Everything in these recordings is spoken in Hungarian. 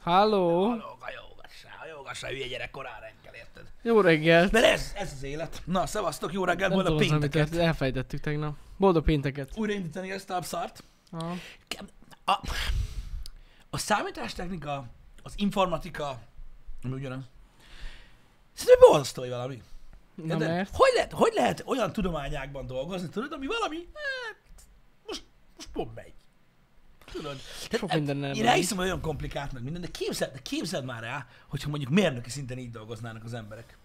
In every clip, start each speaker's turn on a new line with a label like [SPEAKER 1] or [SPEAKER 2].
[SPEAKER 1] Halló!
[SPEAKER 2] Halló, hajógassá, hajógassá, hülye gyerek korán reggel, érted?
[SPEAKER 1] Jó reggelt!
[SPEAKER 2] Mert ez, ez az élet. Na, szevasztok, jó reggel,
[SPEAKER 1] Nem
[SPEAKER 2] boldog
[SPEAKER 1] tudom, amit
[SPEAKER 2] pénteket.
[SPEAKER 1] tört- elfejtettük tegnap. Boldog pénteket!
[SPEAKER 2] Újraindítani ezt a szart.
[SPEAKER 1] Aha.
[SPEAKER 2] A, a számítástechnika, az informatika, ami ugyanaz. Szerintem borzasztó hogy valami.
[SPEAKER 1] Na
[SPEAKER 2] Érted?
[SPEAKER 1] mert?
[SPEAKER 2] Hogy lehet, hogy lehet olyan tudományákban dolgozni, tudod, ami valami, hát, most, most pont megy. Tudod? Tehát, e-
[SPEAKER 1] Sok minden nem
[SPEAKER 2] Én
[SPEAKER 1] megy.
[SPEAKER 2] elhiszem, hogy olyan komplikált meg minden, de képzeld, de képzeld már rá, hogyha mondjuk mérnöki szinten így dolgoznának az emberek.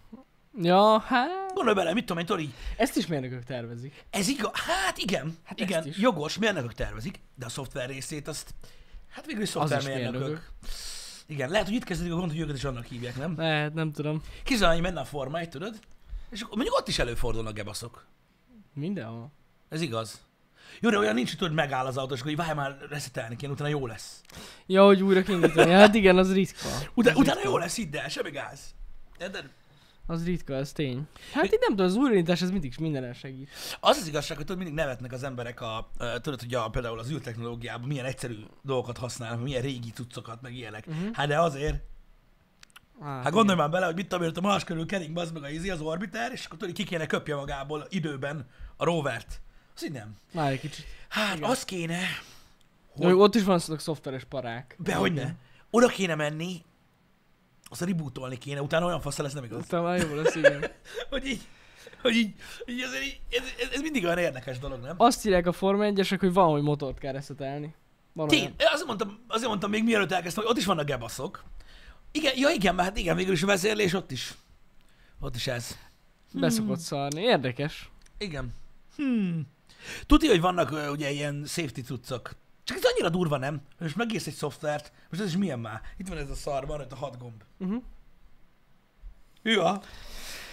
[SPEAKER 1] Ja, hát...
[SPEAKER 2] Gondolj bele, mit tudom én, tudod, így,
[SPEAKER 1] Ezt is mérnökök tervezik.
[SPEAKER 2] ez igaz, hát igen, hát
[SPEAKER 1] ezt
[SPEAKER 2] igen,
[SPEAKER 1] is.
[SPEAKER 2] jogos, mérnökök tervezik, de a szoftver részét azt, hát végül is
[SPEAKER 1] Az is
[SPEAKER 2] szoftvermérnökök.
[SPEAKER 1] mérnökök.
[SPEAKER 2] Igen, lehet, hogy itt kezdődik a gond, hogy őket is annak hívják, nem?
[SPEAKER 1] Lehet, nem tudom.
[SPEAKER 2] Kizán, hogy menne a formáj, tudod? És akkor mondjuk ott is előfordulnak gebaszok.
[SPEAKER 1] Mindenhol.
[SPEAKER 2] Ez igaz. Jó, de olyan nincs, hogy tudod, megáll az autó, és akkor így várj már reszetelni kéne, utána jó lesz.
[SPEAKER 1] Ja, hogy újra kiindítani. Hát igen, az ritka.
[SPEAKER 2] Utána, utána jó lesz, hidd el, semmi gáz. Érted?
[SPEAKER 1] Az ritka, az tény. Hát itt nem tudom, az újraindítás ez mindig minden segít.
[SPEAKER 2] Az az igazság, hogy tudod, mindig nevetnek az emberek a, ö, tudod, hogy a, például az űrtechnológiában milyen egyszerű dolgokat használnak, milyen régi cuccokat, meg ilyenek.
[SPEAKER 1] Mhm.
[SPEAKER 2] Uh-huh. Hát de azért, hát gondolj már bele, hogy mit tudom, én, ott a más körül kering, bazd meg a izi, az orbiter, és akkor tudod, ki kéne köpje magából időben a rovert. Az így nem.
[SPEAKER 1] Már egy kicsit.
[SPEAKER 2] Hát Igen. az kéne,
[SPEAKER 1] Hogy... Ott is van szóval szoftveres parák.
[SPEAKER 2] be hogy ne. Oda kéne menni, azt rebootolni kéne, utána olyan fasz lesz, nem igaz?
[SPEAKER 1] Aztán már jó lesz, igen.
[SPEAKER 2] hogy így, hogy így, így, azért így ez, ez, ez, mindig olyan érdekes dolog, nem?
[SPEAKER 1] Azt írják a Forma 1 hogy van, hogy motort kell reszetelni. Van
[SPEAKER 2] Tény,
[SPEAKER 1] olyan.
[SPEAKER 2] azért mondtam, azért mondtam még mielőtt elkezdtem, hogy ott is vannak gebaszok. Igen, ja igen, mert hát igen, végül is a vezérlés ott is. Ott is ez. Hmm.
[SPEAKER 1] Beszokott szarni. Érdekes.
[SPEAKER 2] Igen. Hmm. Tudja, hogy vannak ö, ugye ilyen safety cuccok. Csak ez annyira durva, nem? Most megírsz egy szoftvert, most ez is milyen már? Itt van ez a szar, van itt a hat gomb.
[SPEAKER 1] Uh-huh.
[SPEAKER 2] Ja.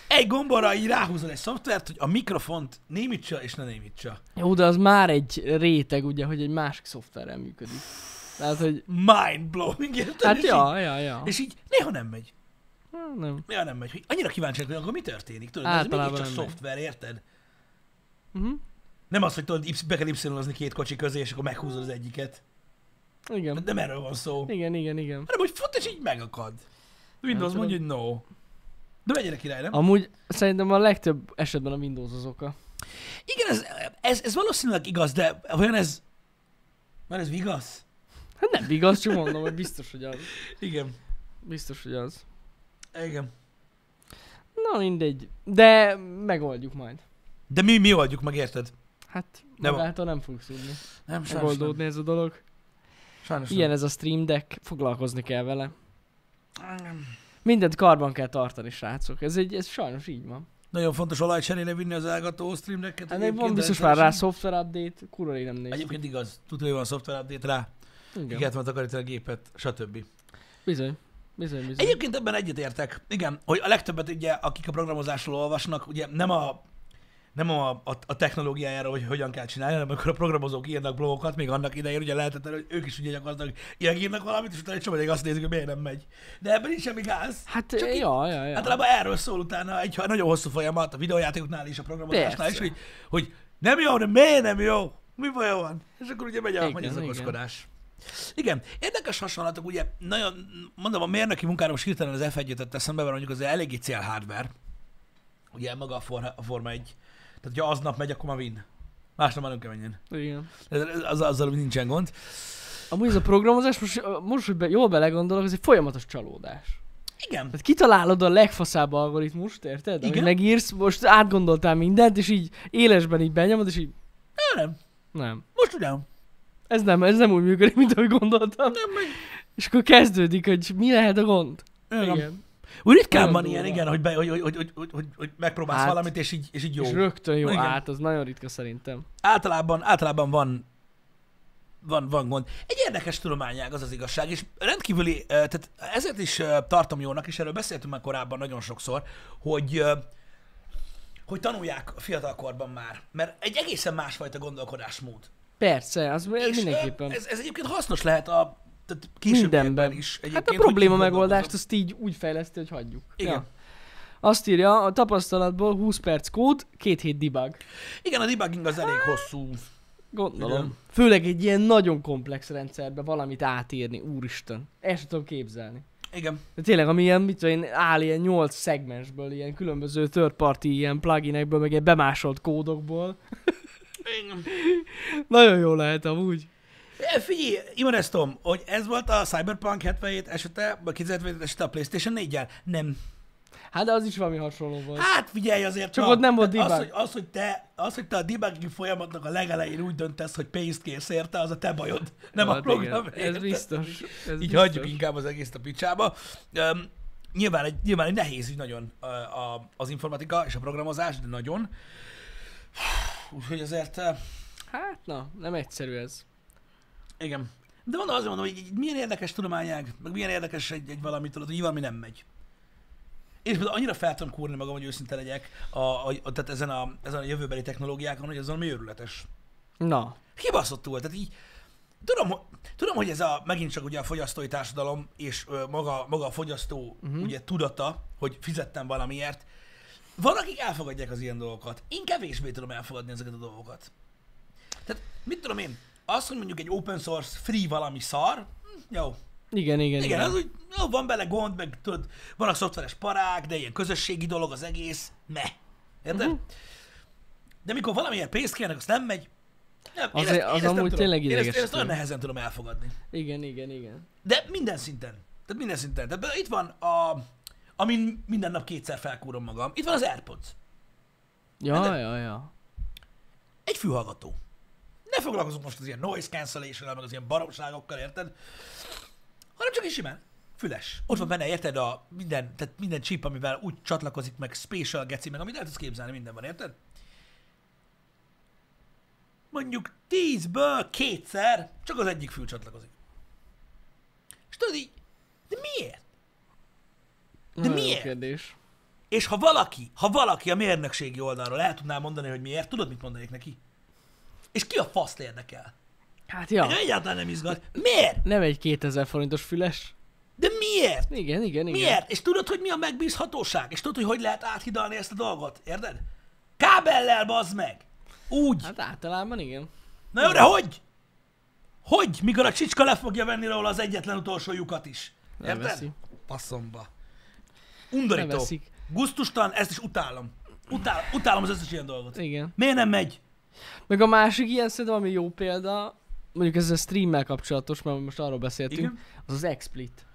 [SPEAKER 2] Egy gomborra így ráhúzol egy szoftvert, hogy a mikrofont némítsa és ne némítsa.
[SPEAKER 1] Jó, de az már egy réteg, ugye, hogy egy másik szoftverrel működik. Tehát, hogy...
[SPEAKER 2] Mind blowing, érted?
[SPEAKER 1] Hát
[SPEAKER 2] És így-
[SPEAKER 1] ja, ja, ja.
[SPEAKER 2] És így néha nem megy.
[SPEAKER 1] Há, Nem.
[SPEAKER 2] Néha nem megy. Hogy annyira kíváncsiak vagyunk, akkor mi történik. Tudod, ez
[SPEAKER 1] Általában
[SPEAKER 2] mégiscsak
[SPEAKER 1] nem megy.
[SPEAKER 2] szoftver, érted? Mhm.
[SPEAKER 1] Uh-huh.
[SPEAKER 2] Nem az, hogy tudod, y- be kell y két kocsi közé, és akkor meghúzod az egyiket.
[SPEAKER 1] Igen.
[SPEAKER 2] Nem erről van szó.
[SPEAKER 1] Igen, igen, igen.
[SPEAKER 2] Hanem, hogy fut, és így megakad. Windows
[SPEAKER 1] tudom.
[SPEAKER 2] mondja, hogy no. De menjenek király, nem?
[SPEAKER 1] Amúgy szerintem a legtöbb esetben a Windows az oka.
[SPEAKER 2] Igen, ez, ez, ez valószínűleg igaz, de olyan ez... Már ez igaz?
[SPEAKER 1] Hát nem igaz, csak mondom, hogy biztos, hogy az.
[SPEAKER 2] Igen.
[SPEAKER 1] Biztos, hogy az.
[SPEAKER 2] Igen.
[SPEAKER 1] Na mindegy. De megoldjuk majd.
[SPEAKER 2] De mi, mi oldjuk meg, érted?
[SPEAKER 1] Hát
[SPEAKER 2] De
[SPEAKER 1] de
[SPEAKER 2] van.
[SPEAKER 1] magától nem fog szűnni.
[SPEAKER 2] Nem, sajnos nem.
[SPEAKER 1] Megoldódni ez a dolog.
[SPEAKER 2] Sajnos
[SPEAKER 1] Ilyen ez a Stream Deck, foglalkozni kell vele.
[SPEAKER 2] nem.
[SPEAKER 1] Mindent karban kell tartani, srácok. Ez, egy, ez sajnos így van.
[SPEAKER 2] Nagyon fontos olajcserére vinni az elgató streamdeket.
[SPEAKER 1] Hát meg van biztos már rá szoftver update, kurva rég nem néztük.
[SPEAKER 2] Egyébként igaz, tudja, hogy van szoftver update rá,
[SPEAKER 1] Igen.
[SPEAKER 2] ki kellett volna takarítani a gépet, stb.
[SPEAKER 1] Bizony. Bizony, bizony.
[SPEAKER 2] Egyébként ebben egyetértek. Igen, hogy a legtöbbet ugye, akik a programozásról olvasnak, ugye nem a nem a, a, a technológiájára, hogy hogyan kell csinálni, hanem amikor a programozók írnak blogokat, még annak idején ugye lehetett, hogy ők is ugye gyakorlatilag ilyen írnak valamit, és utána egy csomó ideig azt nézik, hogy miért nem megy. De ebben nincs semmi gáz.
[SPEAKER 1] Hát,
[SPEAKER 2] Csak
[SPEAKER 1] Csak
[SPEAKER 2] így-
[SPEAKER 1] ja, ja, ja.
[SPEAKER 2] Általában erről szól utána egy nagyon hosszú folyamat a videójátékoknál is, a programozásnál
[SPEAKER 1] Persze.
[SPEAKER 2] is, hogy, hogy nem jó, de miért nem jó? Mi baj van? És akkor ugye megy, a,
[SPEAKER 1] Igen,
[SPEAKER 2] megy az
[SPEAKER 1] igen.
[SPEAKER 2] okoskodás. Igen, érdekes hasonlatok, ugye nagyon, mondom, a mérnöki munkáról most hirtelen az f 1 jutott eszembe, mert mondjuk az eléggé cél hardware, ugye maga a Forma, a forma egy. Tehát, hogyha aznap megy, akkor már win. Másnap már nem kell menjen.
[SPEAKER 1] Igen.
[SPEAKER 2] Ez- ez- Az, azzal nincsen gond.
[SPEAKER 1] Amúgy ez a programozás, most, most hogy be, jól belegondolok, ez egy folyamatos csalódás.
[SPEAKER 2] Igen,
[SPEAKER 1] Tehát kitalálod a legfaszább algoritmust, érted? Amit
[SPEAKER 2] Igen.
[SPEAKER 1] megírsz, most átgondoltál mindent, és így élesben így benyomod, és így
[SPEAKER 2] nem, nem.
[SPEAKER 1] nem.
[SPEAKER 2] Most ugyan.
[SPEAKER 1] Ez nem, ez nem úgy működik, mint ahogy gondoltam.
[SPEAKER 2] Nem meg.
[SPEAKER 1] És akkor kezdődik, hogy mi lehet a gond.
[SPEAKER 2] Igen.
[SPEAKER 1] Igen.
[SPEAKER 2] Úgy ritkán
[SPEAKER 1] Nagyon
[SPEAKER 2] van
[SPEAKER 1] durva.
[SPEAKER 2] ilyen, igen, hogy, be, hogy, hogy, hogy, hogy, hogy, hogy megpróbálsz
[SPEAKER 1] Hát.
[SPEAKER 2] valamit, és így, és így jó.
[SPEAKER 1] És rögtön jó
[SPEAKER 2] Igen.
[SPEAKER 1] át, az nagyon ritka szerintem.
[SPEAKER 2] általában, általában van, van, van gond. Egy érdekes tudományág az az igazság, és rendkívüli, eh, tehát ezért is eh, tartom jónak, és erről beszéltünk már korábban nagyon sokszor, hogy eh, hogy tanulják a fiatalkorban már, mert egy egészen másfajta gondolkodásmód.
[SPEAKER 1] Persze, az
[SPEAKER 2] És, eh,
[SPEAKER 1] mindenképpen.
[SPEAKER 2] Ez, ez egyébként hasznos lehet a tehát későbbiekben
[SPEAKER 1] Mindenben.
[SPEAKER 2] is.
[SPEAKER 1] Hát a
[SPEAKER 2] egyébként,
[SPEAKER 1] probléma
[SPEAKER 2] hogy így
[SPEAKER 1] megoldást
[SPEAKER 2] gondolkozom.
[SPEAKER 1] azt így úgy fejleszti, hogy hagyjuk.
[SPEAKER 2] Igen.
[SPEAKER 1] Ja. Azt írja, a tapasztalatból 20 perc kód, két hét debug.
[SPEAKER 2] Igen, a debugging az elég hosszú
[SPEAKER 1] Gondolom.
[SPEAKER 2] Igen.
[SPEAKER 1] Főleg egy ilyen nagyon komplex rendszerbe valamit átírni, úristen. El sem tudom képzelni.
[SPEAKER 2] Igen.
[SPEAKER 1] De tényleg, ami ilyen, mit tudom én, áll ilyen 8 szegmensből, ilyen különböző third party ilyen pluginekből, meg ilyen bemásolt kódokból.
[SPEAKER 2] Igen. nagyon
[SPEAKER 1] Nagyon jó lehet amúgy.
[SPEAKER 2] E, Figyelj, imádeztom, hogy ez volt a Cyberpunk 77 esete, a 2077 esete a Playstation 4-jel? Nem.
[SPEAKER 1] Hát de az is valami hasonló volt.
[SPEAKER 2] Hát figyelj azért.
[SPEAKER 1] Csak
[SPEAKER 2] na,
[SPEAKER 1] ott nem volt
[SPEAKER 2] tehát Az,
[SPEAKER 1] debug.
[SPEAKER 2] hogy, az, hogy te, az, hogy te a debugging folyamatnak a legelején úgy döntesz, hogy pénzt kérsz érte, az a te bajod. Nem a
[SPEAKER 1] Hát igen,
[SPEAKER 2] program.
[SPEAKER 1] Ez
[SPEAKER 2] érted?
[SPEAKER 1] biztos. Ez
[SPEAKER 2] Így
[SPEAKER 1] biztos.
[SPEAKER 2] hagyjuk inkább az egész a picsába. Um, nyilván, egy, nyilván egy nehéz ügy nagyon ö, a, az informatika és a programozás, de nagyon. Úgyhogy azért, ö,
[SPEAKER 1] Hát na, nem egyszerű ez.
[SPEAKER 2] igen. De mondom, azért mondom, hogy így milyen érdekes tudományág, meg milyen érdekes egy, egy valami, tudod, hogy valami nem megy. És például annyira fel tudom kúrni magam, hogy őszinte legyek, a, a, a, tehát ezen a, ezen a jövőbeli technológiákon, hogy azon mi őrületes.
[SPEAKER 1] Na.
[SPEAKER 2] Kibaszottul, tehát így, tudom, ho- tudom, hogy ez a, megint csak ugye a fogyasztói társadalom, és ö, maga, maga a fogyasztó uh-huh. ugye tudata, hogy fizettem valamiért, van, akik elfogadják az ilyen dolgokat. Én kevésbé tudom elfogadni ezeket a dolgokat. Tehát, mit tudom én, az, hogy mondjuk egy open source free valami szar, hm, jó,
[SPEAKER 1] Igen, igen,
[SPEAKER 2] igen,
[SPEAKER 1] igen.
[SPEAKER 2] az úgy, jó, van bele gond, meg tudod, vannak szoftveres parák, de ilyen közösségi dolog az egész, ne. Érted?
[SPEAKER 1] Mhm.
[SPEAKER 2] Uh-huh. De mikor valamiért pénzt kérnek, azt nem megy. Nem,
[SPEAKER 1] Az- az
[SPEAKER 2] nem
[SPEAKER 1] amúgy
[SPEAKER 2] tudom.
[SPEAKER 1] tényleg
[SPEAKER 2] én ezt, én ezt
[SPEAKER 1] idegesítő.
[SPEAKER 2] nagyon nehezen tudom elfogadni.
[SPEAKER 1] Igen, igen, igen.
[SPEAKER 2] De minden szinten. Tehát minden szinten. Tehát például itt van a... Amin minden nap kétszer felkúrom magam. Itt van az Airpods.
[SPEAKER 1] Ja, ja, ja.
[SPEAKER 2] Egy fülhallgató. Ne foglalkozunk most az ilyen noise cancellation meg az ilyen baromságokkal, érted? Hanem csak is simán. Füles. Ott van benne, érted, a minden, tehát minden csíp, amivel úgy csatlakozik, meg spatial geci, meg amit el tudsz képzelni, minden van, érted? Mondjuk tízből kétszer csak az egyik fül csatlakozik. És tudod így, de miért?
[SPEAKER 1] Nagyon jó
[SPEAKER 2] miért?
[SPEAKER 1] kérdés.
[SPEAKER 2] És ha valaki, ha valaki a mérnökségi oldalról el tudná mondani, hogy miért, tudod, mit mondanék neki? És ki a fasz érdekel?
[SPEAKER 1] Hát ja.
[SPEAKER 2] Engem egyáltalán nem izgat. Miért?
[SPEAKER 1] Nem egy 2000 forintos füles.
[SPEAKER 2] De miért?
[SPEAKER 1] Igen, igen, igen.
[SPEAKER 2] Miért? És tudod, hogy mi a megbízhatóság? És tudod, hogy hogy lehet áthidalni ezt a dolgot? Érted? Kábellel bazd meg! Úgy.
[SPEAKER 1] Hát általában igen.
[SPEAKER 2] Na jó, de hogy? Hogy? Mikor a csicska le fogja venni róla az egyetlen utolsó lyukat is. Érted?
[SPEAKER 1] Leveszi.
[SPEAKER 2] Passzomba. Undorító.
[SPEAKER 1] Leveszik.
[SPEAKER 2] Gusztustan, ezt is utálom. Utál, utálom az összes ilyen dolgot.
[SPEAKER 1] Igen.
[SPEAKER 2] Miért nem megy?
[SPEAKER 1] Meg a másik ilyen szerintem, ami jó példa, mondjuk ez a streammel kapcsolatos, mert most arról beszéltünk,
[SPEAKER 2] Igen.
[SPEAKER 1] Igen. az az XSplit.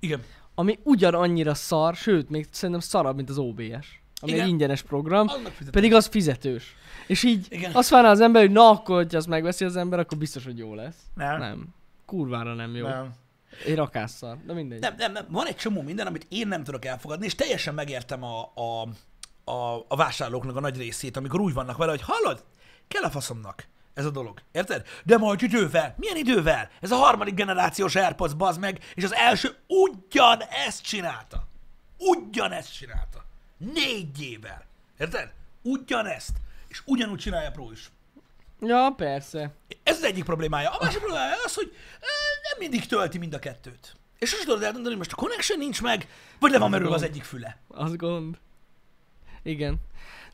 [SPEAKER 2] Igen.
[SPEAKER 1] Ami ugyanannyira szar, sőt, még szerintem szarabb, mint az OBS. Ami
[SPEAKER 2] Igen.
[SPEAKER 1] egy ingyenes program,
[SPEAKER 2] Annak fizetek.
[SPEAKER 1] pedig az fizetős. És így
[SPEAKER 2] Igen.
[SPEAKER 1] Igen. azt várná az ember, hogy na akkor, hogy azt megveszi az ember, akkor biztos, hogy jó lesz.
[SPEAKER 2] Nem.
[SPEAKER 1] Nem. Kurvára nem jó. Nem.
[SPEAKER 2] Nem.
[SPEAKER 1] Egy rakásszar. De mindegy.
[SPEAKER 2] nem, nem, nem. Van egy csomó minden, amit én nem tudok elfogadni, és teljesen megértem a, a, a, a vásárlóknak a nagy részét, amikor úgy vannak vele, hogy hallod, kell a faszomnak ez a dolog. Érted? De majd idővel. Milyen idővel? Ez a harmadik generációs Airpods bazd meg, és az első ugyanezt csinálta. Ugyanezt csinálta. Négy évvel. Érted? Ugyanezt. És ugyanúgy csinálja a Pro is.
[SPEAKER 1] Ja, persze.
[SPEAKER 2] Ez az egyik problémája. A másik problémája az, hogy ö, nem mindig tölti mind a kettőt. És sosem tudod eldönteni, hogy most a connection nincs meg, vagy le van merülve az egyik füle.
[SPEAKER 1] Az gond. Igen.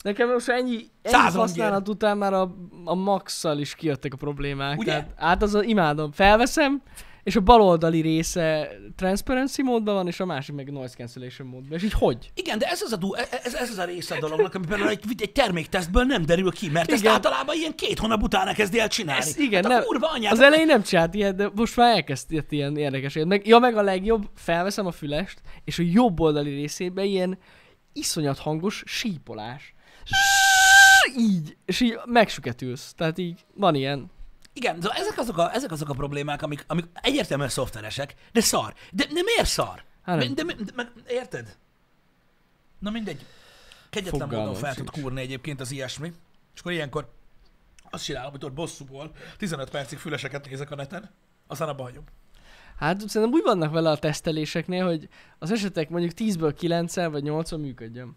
[SPEAKER 1] Nekem most ennyi, ennyi
[SPEAKER 2] Százon
[SPEAKER 1] használat után már a, a max-szal is kijöttek a problémák.
[SPEAKER 2] Ugye?
[SPEAKER 1] Tehát, hát az a, imádom. Felveszem, és a baloldali része transparency módban van, és a másik meg noise cancellation módban. És így hogy?
[SPEAKER 2] Igen, de ez az a, du- e- ez, ez az a része a dolognak, ami például egy, egy terméktesztből nem derül ki, mert igen. ezt
[SPEAKER 1] Hát- Igen.
[SPEAKER 2] általában ilyen két hónap után kezdi el csinálni.
[SPEAKER 1] Ez, igen,
[SPEAKER 2] hát a
[SPEAKER 1] nem,
[SPEAKER 2] kurva anyád,
[SPEAKER 1] az elején nem csinált ilyet, de most már elkezdett ilyen érdekes. Meg, ja, meg a legjobb, felveszem a fülest, és a jobb oldali részében ilyen iszonyat hangos sípolás. Így, és így megsüketülsz. Tehát így van ilyen.
[SPEAKER 2] Igen, szóval ezek azok a, ezek azok a problémák, amik, amik egyértelműen szoftveresek, de szar. De, de miért szar?
[SPEAKER 1] Hát
[SPEAKER 2] De,
[SPEAKER 1] nem.
[SPEAKER 2] de, de, de, érted? Na mindegy. Kegyetlen
[SPEAKER 1] Fogalmam
[SPEAKER 2] módon fel tud
[SPEAKER 1] sincs.
[SPEAKER 2] kúrni egyébként az ilyesmi. És akkor ilyenkor azt csinálom, hogy ott bosszúból 15 percig füleseket nézek a neten, aztán abba hagyom.
[SPEAKER 1] Hát szerintem úgy vannak vele a teszteléseknél, hogy az esetek mondjuk 10-ből 9 vagy 8 működjön.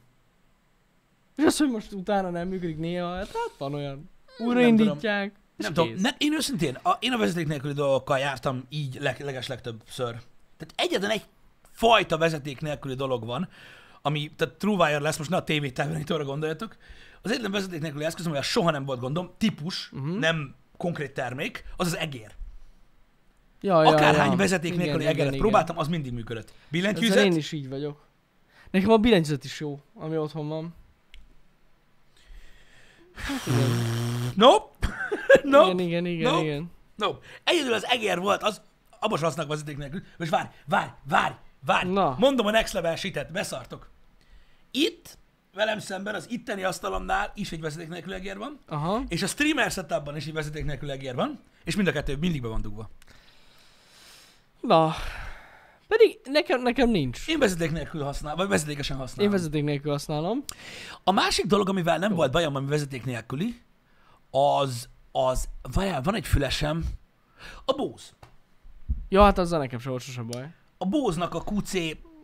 [SPEAKER 1] És az, hogy most utána nem működik néha, hát, hát van olyan. Újraindítják. és
[SPEAKER 2] Nem tudom,
[SPEAKER 1] kész.
[SPEAKER 2] ne, én őszintén, a, én a vezeték nélküli dolgokkal jártam így leg, leges legtöbbször. Tehát egyetlen egy fajta vezeték nélküli dolog van, ami, tehát TrueWire lesz, most ne a
[SPEAKER 1] Mhm.
[SPEAKER 2] tévétávirányítóra gondoljatok. Az egyetlen vezeték nélküli eszköz, amivel soha nem volt gondom, típus, uh-huh. nem konkrét termék, az az egér.
[SPEAKER 1] Ja, ja,
[SPEAKER 2] Akárhány
[SPEAKER 1] ja.
[SPEAKER 2] vezeték
[SPEAKER 1] Igen,
[SPEAKER 2] nélküli
[SPEAKER 1] igen,
[SPEAKER 2] egeret
[SPEAKER 1] igen.
[SPEAKER 2] próbáltam, az mindig működött.
[SPEAKER 1] Ezzel én
[SPEAKER 2] Billentyűzet?
[SPEAKER 1] is így vagyok. Nekem a billentyűzet is jó, ami otthon van. Hát igen.
[SPEAKER 2] Nope.
[SPEAKER 1] igen,
[SPEAKER 2] nope.
[SPEAKER 1] igen, igen,
[SPEAKER 2] Nope.
[SPEAKER 1] igen.
[SPEAKER 2] Nope. Egyedül az egér volt, az abba sem használnak vezeték nélkül. Most várj, várj, várj, várj.
[SPEAKER 1] Na.
[SPEAKER 2] Mondom a next level shitet, beszartok. Itt, velem szemben az itteni asztalomnál is egy vezeték nélkül egér van,
[SPEAKER 1] Aha.
[SPEAKER 2] és a streamer setupban is egy vezeték nélkül egér van, és mind a kettő mindig be van dugva.
[SPEAKER 1] Na. Pedig nekem, nekem nincs.
[SPEAKER 2] Én vezeték nélkül használom, vagy vezetékesen használom.
[SPEAKER 1] Én vezeték nélkül használom.
[SPEAKER 2] A másik dolog, amivel nem volt bajom, ami vezeték nélküli, az, az, várjál, van egy fülesem, a Bose.
[SPEAKER 1] Ja, hát azzal nekem sem volt sose baj.
[SPEAKER 2] A Bose-nak a QC,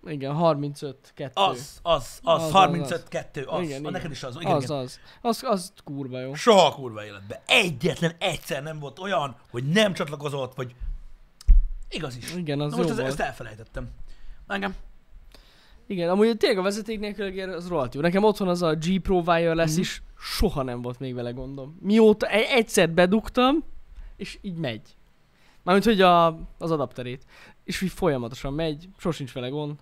[SPEAKER 1] Igen, 35, 2.
[SPEAKER 2] az, az,
[SPEAKER 1] Az,
[SPEAKER 2] az,
[SPEAKER 1] az,
[SPEAKER 2] 35-2, az,
[SPEAKER 1] Igen,
[SPEAKER 2] a
[SPEAKER 1] igen.
[SPEAKER 2] neked is az, igen,
[SPEAKER 1] az,
[SPEAKER 2] igen.
[SPEAKER 1] az. Az, az kurva jó.
[SPEAKER 2] Soha a kurva életben. Egyetlen egyszer nem volt olyan, hogy nem csatlakozott, vagy... Igaz is.
[SPEAKER 1] Igen, az
[SPEAKER 2] Na
[SPEAKER 1] jó
[SPEAKER 2] most ezt,
[SPEAKER 1] volt.
[SPEAKER 2] ezt elfelejtettem. Engem.
[SPEAKER 1] Igen, amúgy tényleg a vezeték nélkül egér az rohadt jó. Nekem otthon az a G Pro Wireless mm. is, soha nem volt még vele gondom. Mióta e- egyszer bedugtam, és így megy. Mármint, hogy a, az adapterét. És így folyamatosan megy, sosincs vele gond.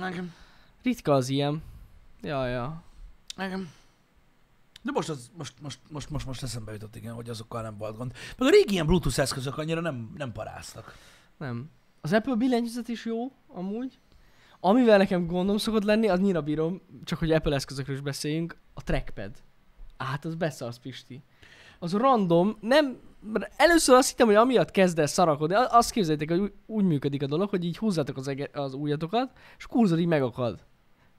[SPEAKER 2] Engem.
[SPEAKER 1] Ritka az ilyen. Ja, ja.
[SPEAKER 2] Engem. De most, az, most, most, most, most, most eszembe jutott, igen, hogy azokkal nem volt gond. Meg a régi ilyen Bluetooth eszközök annyira nem, nem paráztak.
[SPEAKER 1] Nem. Az Apple billentyűzet is jó, amúgy. Amivel nekem gondom szokott lenni, az nyira bírom, csak hogy Apple eszközökről is beszéljünk, a trackpad. Á, Hát az beszarsz, Pisti. Az random, nem... Először azt hittem, hogy amiatt kezd el szarakodni. A- Azt képzeljétek, hogy úgy, úgy működik a dolog, hogy így húzzátok az, ege- az ujjatokat, és a kurzor így megakad.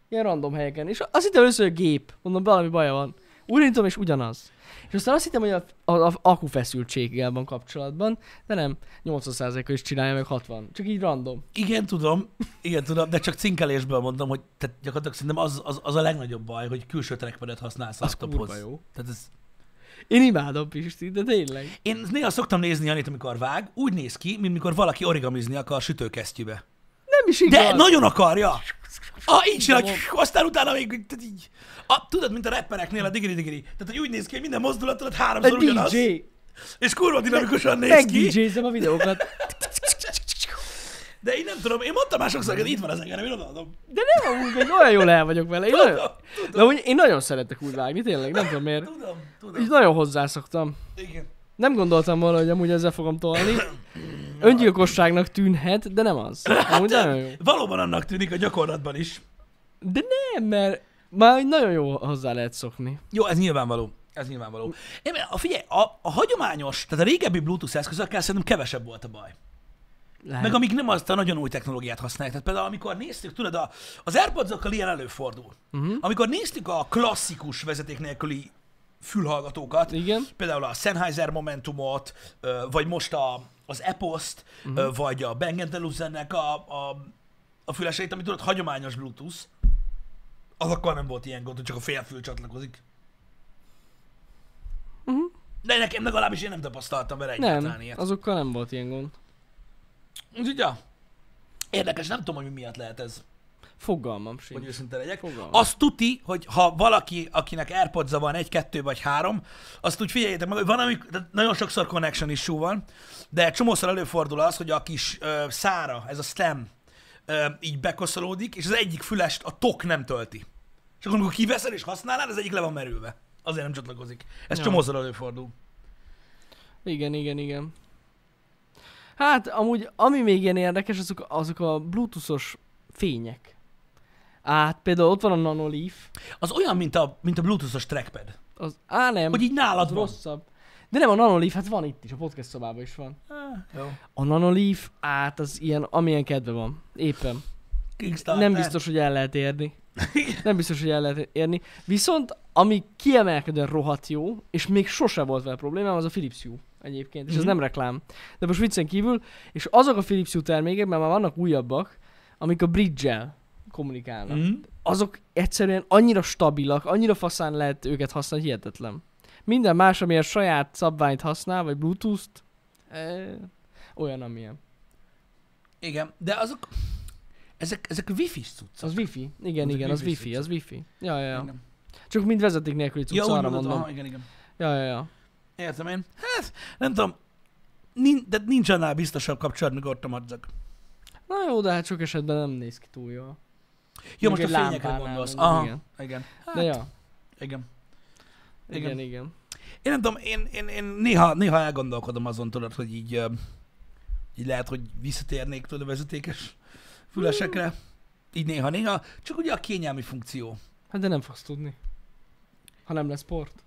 [SPEAKER 1] Ilyen random helyeken. És azt hittem először, hogy gép. Mondom, valami baja van. Újra és ugyanaz. És aztán azt hittem, hogy a, a, a akufeszültséggel van kapcsolatban, de nem. 80%-a is csinálja meg 60. Csak így random.
[SPEAKER 2] Igen, tudom, igen, tudom, de csak cinkelésből mondom, hogy tehát gyakorlatilag szerintem az, az, az a legnagyobb baj, hogy külső trackpadet használsz
[SPEAKER 1] Az
[SPEAKER 2] laptophoz.
[SPEAKER 1] kurva jó.
[SPEAKER 2] Tehát ez,
[SPEAKER 1] Én imádom Pisti, de tényleg.
[SPEAKER 2] Én néha szoktam nézni Janit, amikor vág, úgy néz ki, mint mikor valaki origamizni akar sütőkesztyűbe.
[SPEAKER 1] Nem is
[SPEAKER 2] De
[SPEAKER 1] igaz.
[SPEAKER 2] Igen. nagyon akarja! Ah, így csinál,
[SPEAKER 1] Tudom.
[SPEAKER 2] aztán utána még így- tehát így. A, tudod, mint a rappereknél a digiri digiri. Tehát, hogy úgy néz ki, hogy minden mozdulatodat
[SPEAKER 1] a
[SPEAKER 2] háromszor ugyanaz,
[SPEAKER 1] DJ.
[SPEAKER 2] és kurva dinamikusan néz
[SPEAKER 1] Meg
[SPEAKER 2] ki.
[SPEAKER 1] DJ-zem a videókat.
[SPEAKER 2] De én nem tudom, én mondtam már sokszor, hogy itt van az engem, én odaadom.
[SPEAKER 1] De nem amúgy, meg olyan jól el vagyok vele. Én
[SPEAKER 2] Tudom,
[SPEAKER 1] nagyon... De úgy, én nagyon szeretek úgy vágni, tényleg, nem tudom miért.
[SPEAKER 2] Tudom, tudom.
[SPEAKER 1] Így nagyon hozzászoktam.
[SPEAKER 2] Igen.
[SPEAKER 1] Nem gondoltam volna, hogy amúgy ezzel fogom tolni. Öngyilkosságnak tűnhet, de nem az. Amúgy nagyon jó.
[SPEAKER 2] Valóban annak tűnik a gyakorlatban is.
[SPEAKER 1] De nem, mert már úgy nagyon jó hozzá lehet szokni.
[SPEAKER 2] Jó, ez nyilvánvaló. Ez nyilvánvaló. Én, a, figyelj, a, a hagyományos, tehát a régebbi Bluetooth eszközökkel szerintem kevesebb volt a baj.
[SPEAKER 1] Lehet.
[SPEAKER 2] Meg amik nem azt a nagyon új technológiát használják. Tehát például amikor néztük, tudod, a, az Airpods-okkal ilyen előfordul.
[SPEAKER 1] Mhm.
[SPEAKER 2] Uh-huh. Amikor néztük a klasszikus vezeték nélküli fülhallgatókat,
[SPEAKER 1] Igen.
[SPEAKER 2] például a Sennheiser Momentumot, ö, vagy most a, az Epost,
[SPEAKER 1] Mhm.
[SPEAKER 2] uh-huh. vagy a Bang Olufsennek a, a, a füleseit, amit tudod, hagyományos Bluetooth, azokkal nem volt ilyen gond, hogy csak a félfül csatlakozik. De nekem legalábbis én nem tapasztaltam vele egyáltalán
[SPEAKER 1] Mhm. Nem,
[SPEAKER 2] ilyet.
[SPEAKER 1] azokkal nem volt ilyen gond.
[SPEAKER 2] Úgyhogy ja. Érdekes, nem tudom, hogy mi miatt lehet ez,
[SPEAKER 1] Fogalmam
[SPEAKER 2] hogy
[SPEAKER 1] sincs.
[SPEAKER 2] őszinte legyek.
[SPEAKER 1] Fogalmam.
[SPEAKER 2] Azt tuti, hogy ha valaki, akinek airpods van egy, kettő vagy három, azt úgy figyeljétek meg, hogy van, amik, tehát nagyon sokszor connection issue van, de csomószor előfordul az, hogy a kis ö, szára, ez a stem, ö, így bekoszolódik, és az egyik fülest a tok nem tölti. És akkor, amikor kiveszed és használnád, az egyik le van merülve. Azért nem csatlakozik. Ez
[SPEAKER 1] Ja.
[SPEAKER 2] csomószor előfordul.
[SPEAKER 1] Igen, igen, igen. Hát, amúgy, ami még ilyen érdekes, azok, azok a bluetoothos fények. Hát, például ott van a Nano Leaf,
[SPEAKER 2] Az olyan, mint a, mint a bluetoothos trackpad.
[SPEAKER 1] az á nem,
[SPEAKER 2] Hogy így
[SPEAKER 1] az
[SPEAKER 2] nálad van.
[SPEAKER 1] rosszabb. De nem, a Nano Leaf, hát van itt is, a podcast szobában is van.
[SPEAKER 2] Ah, Jó.
[SPEAKER 1] A Nano Leaf, hát az ilyen, amilyen kedve van. Éppen.
[SPEAKER 2] Kickstarter.
[SPEAKER 1] nem biztos, hogy el lehet érni. Nem biztos, hogy el lehet érni. Viszont, ami kiemelkedően rohadt jó, és még sose volt vele problémám, az a Philips Hue egyébként, és ez
[SPEAKER 2] Mhm.
[SPEAKER 1] nem reklám. De most viccen kívül, és azok a Philips Hue termékek, mert már vannak újabbak, amik a bridge-el kommunikálnak.
[SPEAKER 2] Mm.
[SPEAKER 1] Azok egyszerűen annyira stabilak, annyira faszán lehet őket használni, hihetetlen. Minden más, ami a saját szabványt használ, vagy Bluetooth-t, eh, olyan, amilyen.
[SPEAKER 2] Igen, de azok, ezek, ezek wifi-s cuccok.
[SPEAKER 1] Az wifi. Igen,
[SPEAKER 2] Az
[SPEAKER 1] igen, az
[SPEAKER 2] wifi-s
[SPEAKER 1] wifi, az wifi. Ja, ja, ja.
[SPEAKER 2] Igen.
[SPEAKER 1] Csak mind vezeték nélküli cucc,
[SPEAKER 2] Ja, úgy
[SPEAKER 1] arra
[SPEAKER 2] mondod,
[SPEAKER 1] mondom.
[SPEAKER 2] aha, igen, igen.
[SPEAKER 1] Ja, ja, ja.
[SPEAKER 2] Értem én. Hát, nem tudom, nin, de nincs annál biztosabb kapcsolat, mikor ott madzag.
[SPEAKER 1] Na jó, de hát sok esetben nem néz ki túl jól.
[SPEAKER 2] Jó,
[SPEAKER 1] Még
[SPEAKER 2] most a
[SPEAKER 1] egy
[SPEAKER 2] fényekre
[SPEAKER 1] lámpánál
[SPEAKER 2] gondolsz.
[SPEAKER 1] mondjuk,
[SPEAKER 2] Aha, igen.
[SPEAKER 1] igen.
[SPEAKER 2] igen. Hát,
[SPEAKER 1] De ja,
[SPEAKER 2] igen.
[SPEAKER 1] igen, igen. igen.
[SPEAKER 2] Én nem tudom, én, én, én néha, néha elgondolkodom azon, tudod, hogy így, ö, így lehet, hogy visszatérnék tudod a vezetékes fülesekre. Így néha-néha. Csak ugye a kényelmi funkció.
[SPEAKER 1] Hát de nem fogsz tudni. Ha nem lesz sport.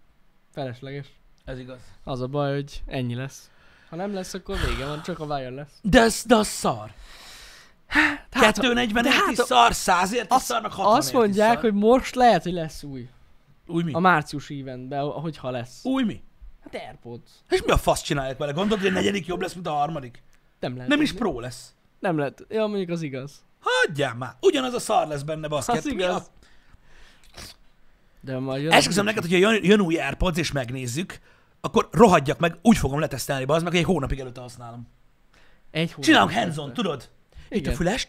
[SPEAKER 1] Felesleges.
[SPEAKER 2] Ez igaz.
[SPEAKER 1] Az a baj, hogy ennyi lesz. Ha nem lesz, akkor vége van, csak a wire lesz.
[SPEAKER 2] De az, de az szar.
[SPEAKER 1] hát-
[SPEAKER 2] 240
[SPEAKER 1] de
[SPEAKER 2] hát,
[SPEAKER 1] hát
[SPEAKER 2] is
[SPEAKER 1] a-
[SPEAKER 2] szar, 100-ért is
[SPEAKER 1] Azt,
[SPEAKER 2] szarnak, 60
[SPEAKER 1] azt mondják, hogy most lehet, hogy lesz új.
[SPEAKER 2] Új mi?
[SPEAKER 1] A március éventben, hogyha lesz.
[SPEAKER 2] Új mi?
[SPEAKER 1] Hát Airpods.
[SPEAKER 2] És mi a fasz csinálják vele? Gondolod, hogy a negyedik jobb lesz, mint a harmadik?
[SPEAKER 1] Nem lehet.
[SPEAKER 2] Nem is
[SPEAKER 1] tudni.
[SPEAKER 2] pro lesz.
[SPEAKER 1] Nem lehet. Ja, mondjuk az igaz.
[SPEAKER 2] Hagyjál már! Ugyanaz a szar lesz benne, baszket.
[SPEAKER 1] Az
[SPEAKER 2] Mi
[SPEAKER 1] igaz.
[SPEAKER 2] a-
[SPEAKER 1] De majd jön.
[SPEAKER 2] Esküszöm neked, hogyha jön, jön új Airpods és megnézzük, akkor rohadjak meg, úgy fogom letesztelni, bazd meg, hogy egy hónapig előtte használom.
[SPEAKER 1] Egy hónap.
[SPEAKER 2] Csinálom hands-on, tudod? Itt a
[SPEAKER 1] Igen.
[SPEAKER 2] füles,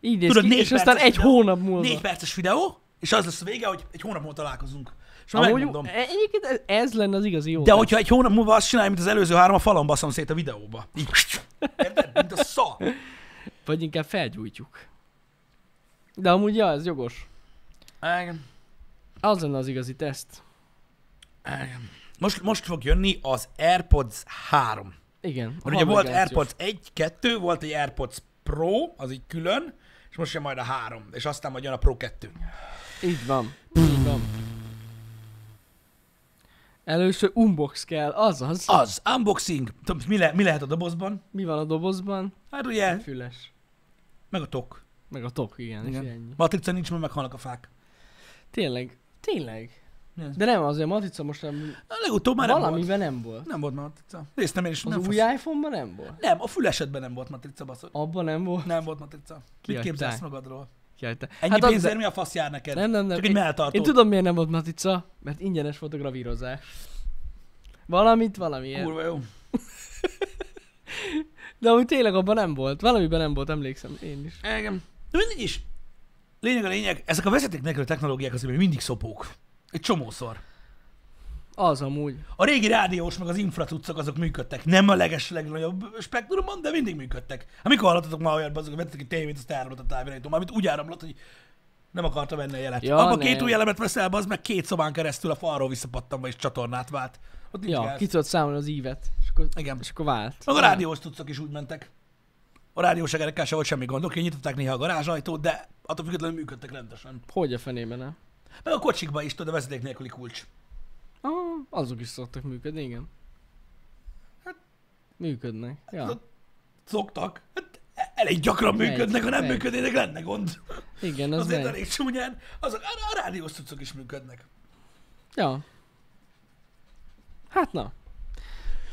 [SPEAKER 1] Így néz
[SPEAKER 2] tudod,
[SPEAKER 1] ki,
[SPEAKER 2] négy
[SPEAKER 1] és aztán
[SPEAKER 2] perces
[SPEAKER 1] egy
[SPEAKER 2] videó.
[SPEAKER 1] hónap múlva.
[SPEAKER 2] négy perces videó, és az lesz a vége, hogy egy hónap múlva találkozunk. És már
[SPEAKER 1] Amúgy, e,
[SPEAKER 2] megmondom.
[SPEAKER 1] egyébként ez- ez lenne az igazi jó.
[SPEAKER 2] De hogyha egy hónap múlva azt csinálja, mint az előző három, a falon baszom szét a videóba. Így. Érted? Mint a szar.
[SPEAKER 1] Vagy inkább felgyújtjuk. De amúgy, ja, ez jogos.
[SPEAKER 2] Igen.
[SPEAKER 1] Az lenne az igazi teszt.
[SPEAKER 2] Most, most fog jönni az AirPods 3.
[SPEAKER 1] Igen.
[SPEAKER 2] Mert ugye volt
[SPEAKER 1] harmonizációs.
[SPEAKER 2] AirPods 1, 2, volt egy AirPods Pro, az így külön, és most jön majd a 3, és aztán majd jön a Pro 2.
[SPEAKER 1] Így van. Így van. Először unbox kell, azaz.
[SPEAKER 2] Az, unboxing. Tudom, mi, le, mi lehet a dobozban?
[SPEAKER 1] Mi van a dobozban?
[SPEAKER 2] Hát ugye,
[SPEAKER 1] Füles.
[SPEAKER 2] meg a tok.
[SPEAKER 1] Meg a tok, igen, igen. és ennyi.
[SPEAKER 2] Matrica nincs, mert meghalnak a fák.
[SPEAKER 1] Tényleg, tényleg.
[SPEAKER 2] Igen.
[SPEAKER 1] De nem, azért a matica most nem,
[SPEAKER 2] A legutóbb már
[SPEAKER 1] Már
[SPEAKER 2] nem volt.
[SPEAKER 1] valamiben nem volt.
[SPEAKER 2] Nem volt matrica. Néztem én is,
[SPEAKER 1] Az
[SPEAKER 2] nem,
[SPEAKER 1] új
[SPEAKER 2] fasz.
[SPEAKER 1] iPhone-ban nem volt.
[SPEAKER 2] nem, a fülesedben nem volt matrica, baszod.
[SPEAKER 1] Abban nem volt.
[SPEAKER 2] Nem volt matrica. Mit
[SPEAKER 1] Kiadták.
[SPEAKER 2] képzelsz magadról?
[SPEAKER 1] Jaj, te.
[SPEAKER 2] Ennyi
[SPEAKER 1] hát
[SPEAKER 2] hát
[SPEAKER 1] az-
[SPEAKER 2] pénzért mi a fasz jár neked?
[SPEAKER 1] Nem, nem, nem.
[SPEAKER 2] Csak egy
[SPEAKER 1] én,
[SPEAKER 2] melltartó.
[SPEAKER 1] én, tudom miért nem volt matica, mert ingyenes volt a gravírozás. Valamit, valamiért.
[SPEAKER 2] Kurva jó.
[SPEAKER 1] De amúgy tényleg abban nem volt. Valamiben nem volt, emlékszem én is.
[SPEAKER 2] Igen. De mindegy is. Lényeg a lényeg, ezek a vezeték nélkül technológiák azért még mindig szopók. Egy csomószor.
[SPEAKER 1] Az amúgy.
[SPEAKER 2] A régi rádiós meg az infracuccok azok működtek. Nem a leges legnagyobb spektrumon, de mindig működtek. Hát mikor hallottatok már olyat, azok, hogy vettek egy tévét, azt elramlott a távirányító, amit úgy áramlott, hogy nem akarta venni a jelet.
[SPEAKER 1] Ja,
[SPEAKER 2] Ja, Abba
[SPEAKER 1] nem.
[SPEAKER 2] két új elemet veszel, az meg két szobán keresztül a falról visszapattanva és csatornát vált. Ott nincs
[SPEAKER 1] Ja,
[SPEAKER 2] gáz.
[SPEAKER 1] ki tudod számolni az ívet. És akkor,
[SPEAKER 2] Igen.
[SPEAKER 1] és akkor vált.
[SPEAKER 2] Meg a rádiós cuccok is úgy mentek. A rádiós egerekkel sem volt semmi gond. Oké, nyitották néha a garázsajtót, de attól függetlenül működtek rendesen.
[SPEAKER 1] Hogy a fenében nem?
[SPEAKER 2] Meg a kocsikba is, tudod, a vezeték nélküli kulcs.
[SPEAKER 1] Ah, azok is szoktak működni, igen.
[SPEAKER 2] Hát-
[SPEAKER 1] Működnek. Ja.
[SPEAKER 2] tudod, Szoktak. Hát elég gyakran
[SPEAKER 1] Megy,
[SPEAKER 2] működnek, ha nem
[SPEAKER 1] megy.
[SPEAKER 2] működnének, lenne gond.
[SPEAKER 1] Igen, ez
[SPEAKER 2] Azért
[SPEAKER 1] megy.
[SPEAKER 2] elég csúnyán. Azok, a, a rádiós cuccok is működnek.
[SPEAKER 1] Ja. Hát na.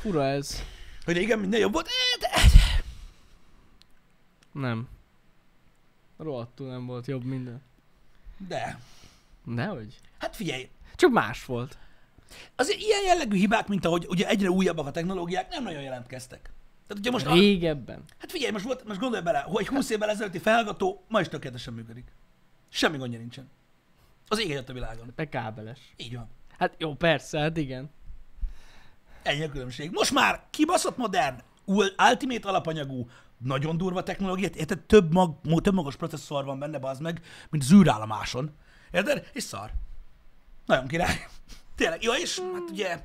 [SPEAKER 1] Fura ez.
[SPEAKER 2] Hogy igen, minden jobb volt. Eh, de-
[SPEAKER 1] Nem. Rohadtul nem volt jobb minden.
[SPEAKER 2] De,
[SPEAKER 1] Nehogy.
[SPEAKER 2] hát figyelj,
[SPEAKER 1] Csak más volt.
[SPEAKER 2] az ilyen jellegű hibák, mint ahogy ugye egyre újabbak a technológiák, nem nagyon jelentkeztek. Tehát ugye most, a,
[SPEAKER 1] Régebben.
[SPEAKER 2] hát figyelj, most, volt, most gondolj bele, hogy egy 20 évvel ezelőtti felhallgató ma is tökéletesen működik. Semmi gondja nincsen. Az ég egyet a világon.
[SPEAKER 1] Be kábeles.
[SPEAKER 2] Így van.
[SPEAKER 1] Hát jó, persze, hát igen.
[SPEAKER 2] Ennyi a különbség. Most már kibaszott modern, ul- ultimate alapanyagú, nagyon durva technológiát, érted? Több, mag, mo- több magas processzor van benne, bazd meg, mint az űrállomáson. Érted? És szar. Nagyon király. Tényleg. Jó, és hát ugye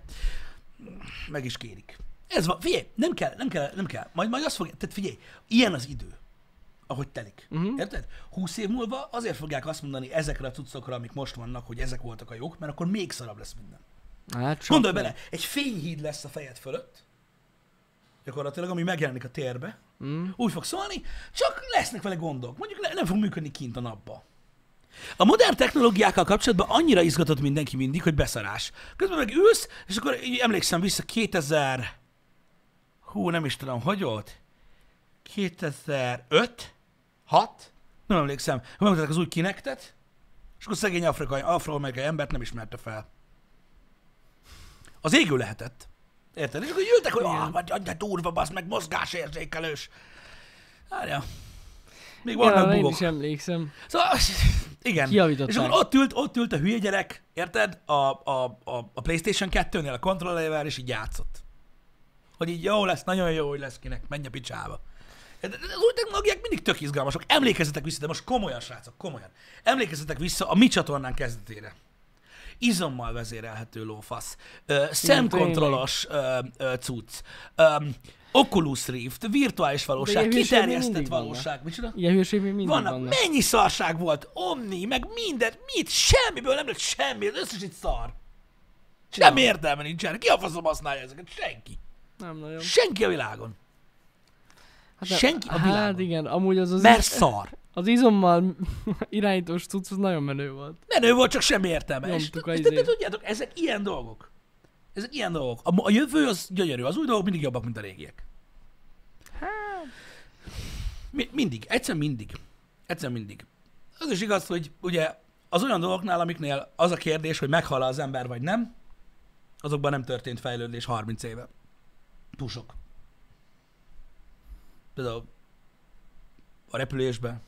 [SPEAKER 2] meg is kérik. Ez van. Figyelj, nem kell, nem kell, nem kell. Majd, majd azt fogja, tehát figyelj, ilyen az idő, ahogy telik. Uh-huh. Érted? Húsz év múlva azért fogják azt mondani ezekre a cuccokra, amik most vannak, hogy ezek voltak a jók, mert akkor még szarabb lesz minden.
[SPEAKER 1] Hát sok
[SPEAKER 2] Gondolj
[SPEAKER 1] volt.
[SPEAKER 2] bele, egy fényhíd lesz a fejed fölött, gyakorlatilag, ami megjelenik a térbe, mm. úgy fog szólni, csak lesznek vele gondok. Mondjuk ne, nem fog működni kint a napba. A modern technológiákkal kapcsolatban annyira izgatott mindenki mindig, hogy beszarás. Közben meg ülsz, és akkor így emlékszem vissza 2000... Hú, nem is tudom, hogy volt? 2005? 6? Nem emlékszem. Megmutatták az új kinektet, és akkor szegény afrikai, afroamerikai embert nem ismerte fel. Az égő lehetett. Érted? És akkor jöttek, hogy ah, vagy adja durva, basz, meg mozgásérzékelős. Várja. Még
[SPEAKER 1] Igen,
[SPEAKER 2] vannak
[SPEAKER 1] arra én
[SPEAKER 2] bugok.
[SPEAKER 1] is emlékszem.
[SPEAKER 2] Szóval, igen.
[SPEAKER 1] Kijavították.
[SPEAKER 2] És akkor ott ült, ott ült a hülye gyerek, érted? A, a, a, a PlayStation 2-nél a kontrollerével, és így játszott. Hogy így jó lesz, nagyon jó, hogy lesz kinek, menj a picsába. Érted? Az új technológiák mindig tök izgalmasok. Emlékezzetek vissza, de most komolyan, srácok, komolyan. Emlékezzetek vissza a mi csatornán kezdetére. Izommal vezérelhető lófasz. Ö, szemkontrollos ö, ö, cucc. Ö, Oculus Rift, virtuális valóság, kiterjesztett
[SPEAKER 1] mindig vannak.
[SPEAKER 2] valóság. Micsoda?
[SPEAKER 1] Ilyen hülyeség még mindig
[SPEAKER 2] Vannak,
[SPEAKER 1] vannak.
[SPEAKER 2] mennyi szarság volt? Omni, meg mindent, mit, semmiből nem lett semmi, az összes itt szar. Semmi értelme nincsen, ki a faszom használja ezeket? Senki.
[SPEAKER 1] Nem nagyon.
[SPEAKER 2] Senki a világon.
[SPEAKER 1] Hát,
[SPEAKER 2] senki a
[SPEAKER 1] Hát
[SPEAKER 2] világon.
[SPEAKER 1] igen, amúgy az az,
[SPEAKER 2] Mert szar.
[SPEAKER 1] az izommal irányítós cucc, az nagyon menő volt.
[SPEAKER 2] Menő volt, csak semmi értelme. És
[SPEAKER 1] Nyomtuk a
[SPEAKER 2] de, de, de
[SPEAKER 1] izét.
[SPEAKER 2] tudjátok, ezek ilyen dolgok. Ezek ilyen dolgok. A, a jövő az gyönyörű, az új dolgok mindig jobbak, mint a régiek. Mi, mindig, egyszer mindig. Egyszer mindig. Az is igaz, hogy ugye az olyan dolgoknál, amiknél az a kérdés, hogy meghal az ember vagy nem, azokban nem történt fejlődés 30 éve. Túl sok. Például a repülésben,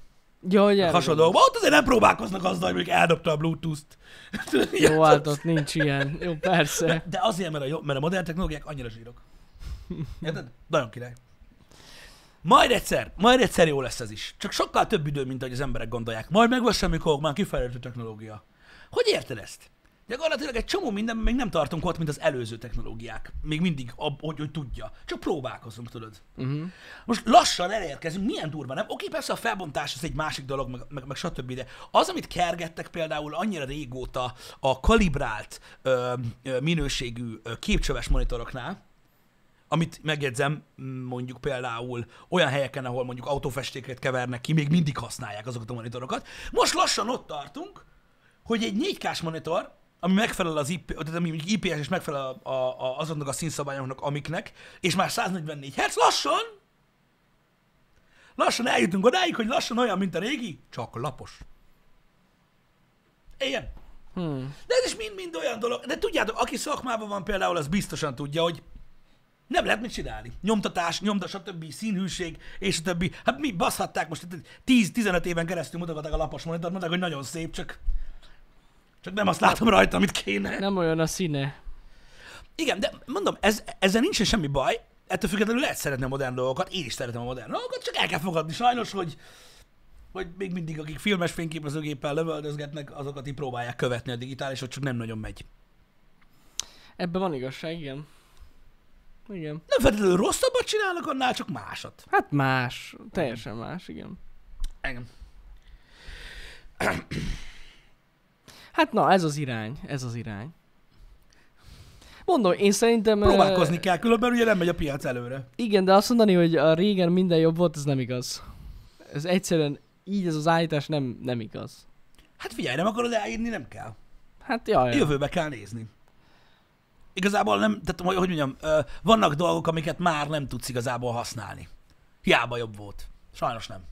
[SPEAKER 1] Ja, hogy erre
[SPEAKER 2] hasonló dolgokban. Ott azért nem próbálkoznak azzal, hogy mondjuk eldobta a Bluetooth-t. Tudod,
[SPEAKER 1] gondolok. Jó,
[SPEAKER 2] ilyen-
[SPEAKER 1] hát ott nincs ilyen. Jó, persze.
[SPEAKER 2] de azért, mert a, jó, mert a modern technológiák annyira zsírok. Érted? Nagyon király. Majd egyszer, majd egyszer jó lesz ez is. Csak sokkal több idő, mint ahogy az emberek gondolják. Majd meg lesz, amikor már kifejlődő technológia. Hogy érted ezt? Gyakorlatilag egy csomó minden, még nem tartunk ott, mint az előző technológiák. Még mindig, ab, hogy, hogy tudja. Csak próbálkozunk, tudod.
[SPEAKER 1] Uh-huh.
[SPEAKER 2] Most lassan elérkezünk, milyen durva, nem? Oké, persze a felbontás az egy másik dolog, meg, meg, meg stb. De az, amit kergettek például annyira régóta a kalibrált ö, ö, minőségű ö, képcsöves monitoroknál, amit megjegyzem, m, mondjuk például olyan helyeken, ahol mondjuk autófestéket kevernek ki, még mindig használják azokat a monitorokat. Most lassan ott tartunk, hogy egy 4 k monitor, ami megfelel az IP, tehát ami mondjuk IPS és megfelel a, a, a, azoknak a színszabályoknak, amiknek, és már 144 Hz, lassan Lassan eljutunk odáig, hogy lassan olyan, mint a régi, csak lapos. Ilyen.
[SPEAKER 1] Hmm.
[SPEAKER 2] De ez is mind-mind olyan dolog. De tudjátok, aki szakmában van például, az biztosan tudja, hogy nem lehet mit csinálni. Nyomtatás, nyomda, stb. színhűség, és a többi. Hát mi baszhatták most 10-15 éven keresztül mutogatták a lapos monitort, mondták, hogy nagyon szép, csak csak nem azt látom rajta, amit kéne.
[SPEAKER 1] Nem olyan a színe.
[SPEAKER 2] Igen, de mondom, ez, ezzel nincsen semmi baj, ettől függetlenül lehet szeretni a modern dolgokat, én is szeretem a modern dolgokat, csak el kell fogadni sajnos, hogy, hogy még mindig akik filmes fényképezőgéppel lövöldözgetnek, azokat így próbálják követni a digitális, hogy csak nem nagyon megy.
[SPEAKER 1] Ebben van igazság, igen. Igen.
[SPEAKER 2] Nem feltétlenül rosszabbat csinálnak annál, csak másat.
[SPEAKER 1] Hát más. Teljesen más, igen.
[SPEAKER 2] Engem.
[SPEAKER 1] Hát na, ez az irány. Ez az irány. Mondom, én szerintem... ö,
[SPEAKER 2] Próbálkozni kell, különben ugye nem megy a piac előre.
[SPEAKER 1] Igen, de azt mondani, hogy a régen minden jobb volt, ez nem igaz. Ez egyszerűen így ez az állítás nem, nem igaz.
[SPEAKER 2] Hát figyelj, nem akarod elírni, nem kell.
[SPEAKER 1] Hát jaj.
[SPEAKER 2] Jövőbe kell nézni. Igazából nem, tehát hogy hogy mondjam, ö, vannak dolgok, amiket már nem tudsz igazából használni. Hiába jobb volt. Sajnos nem.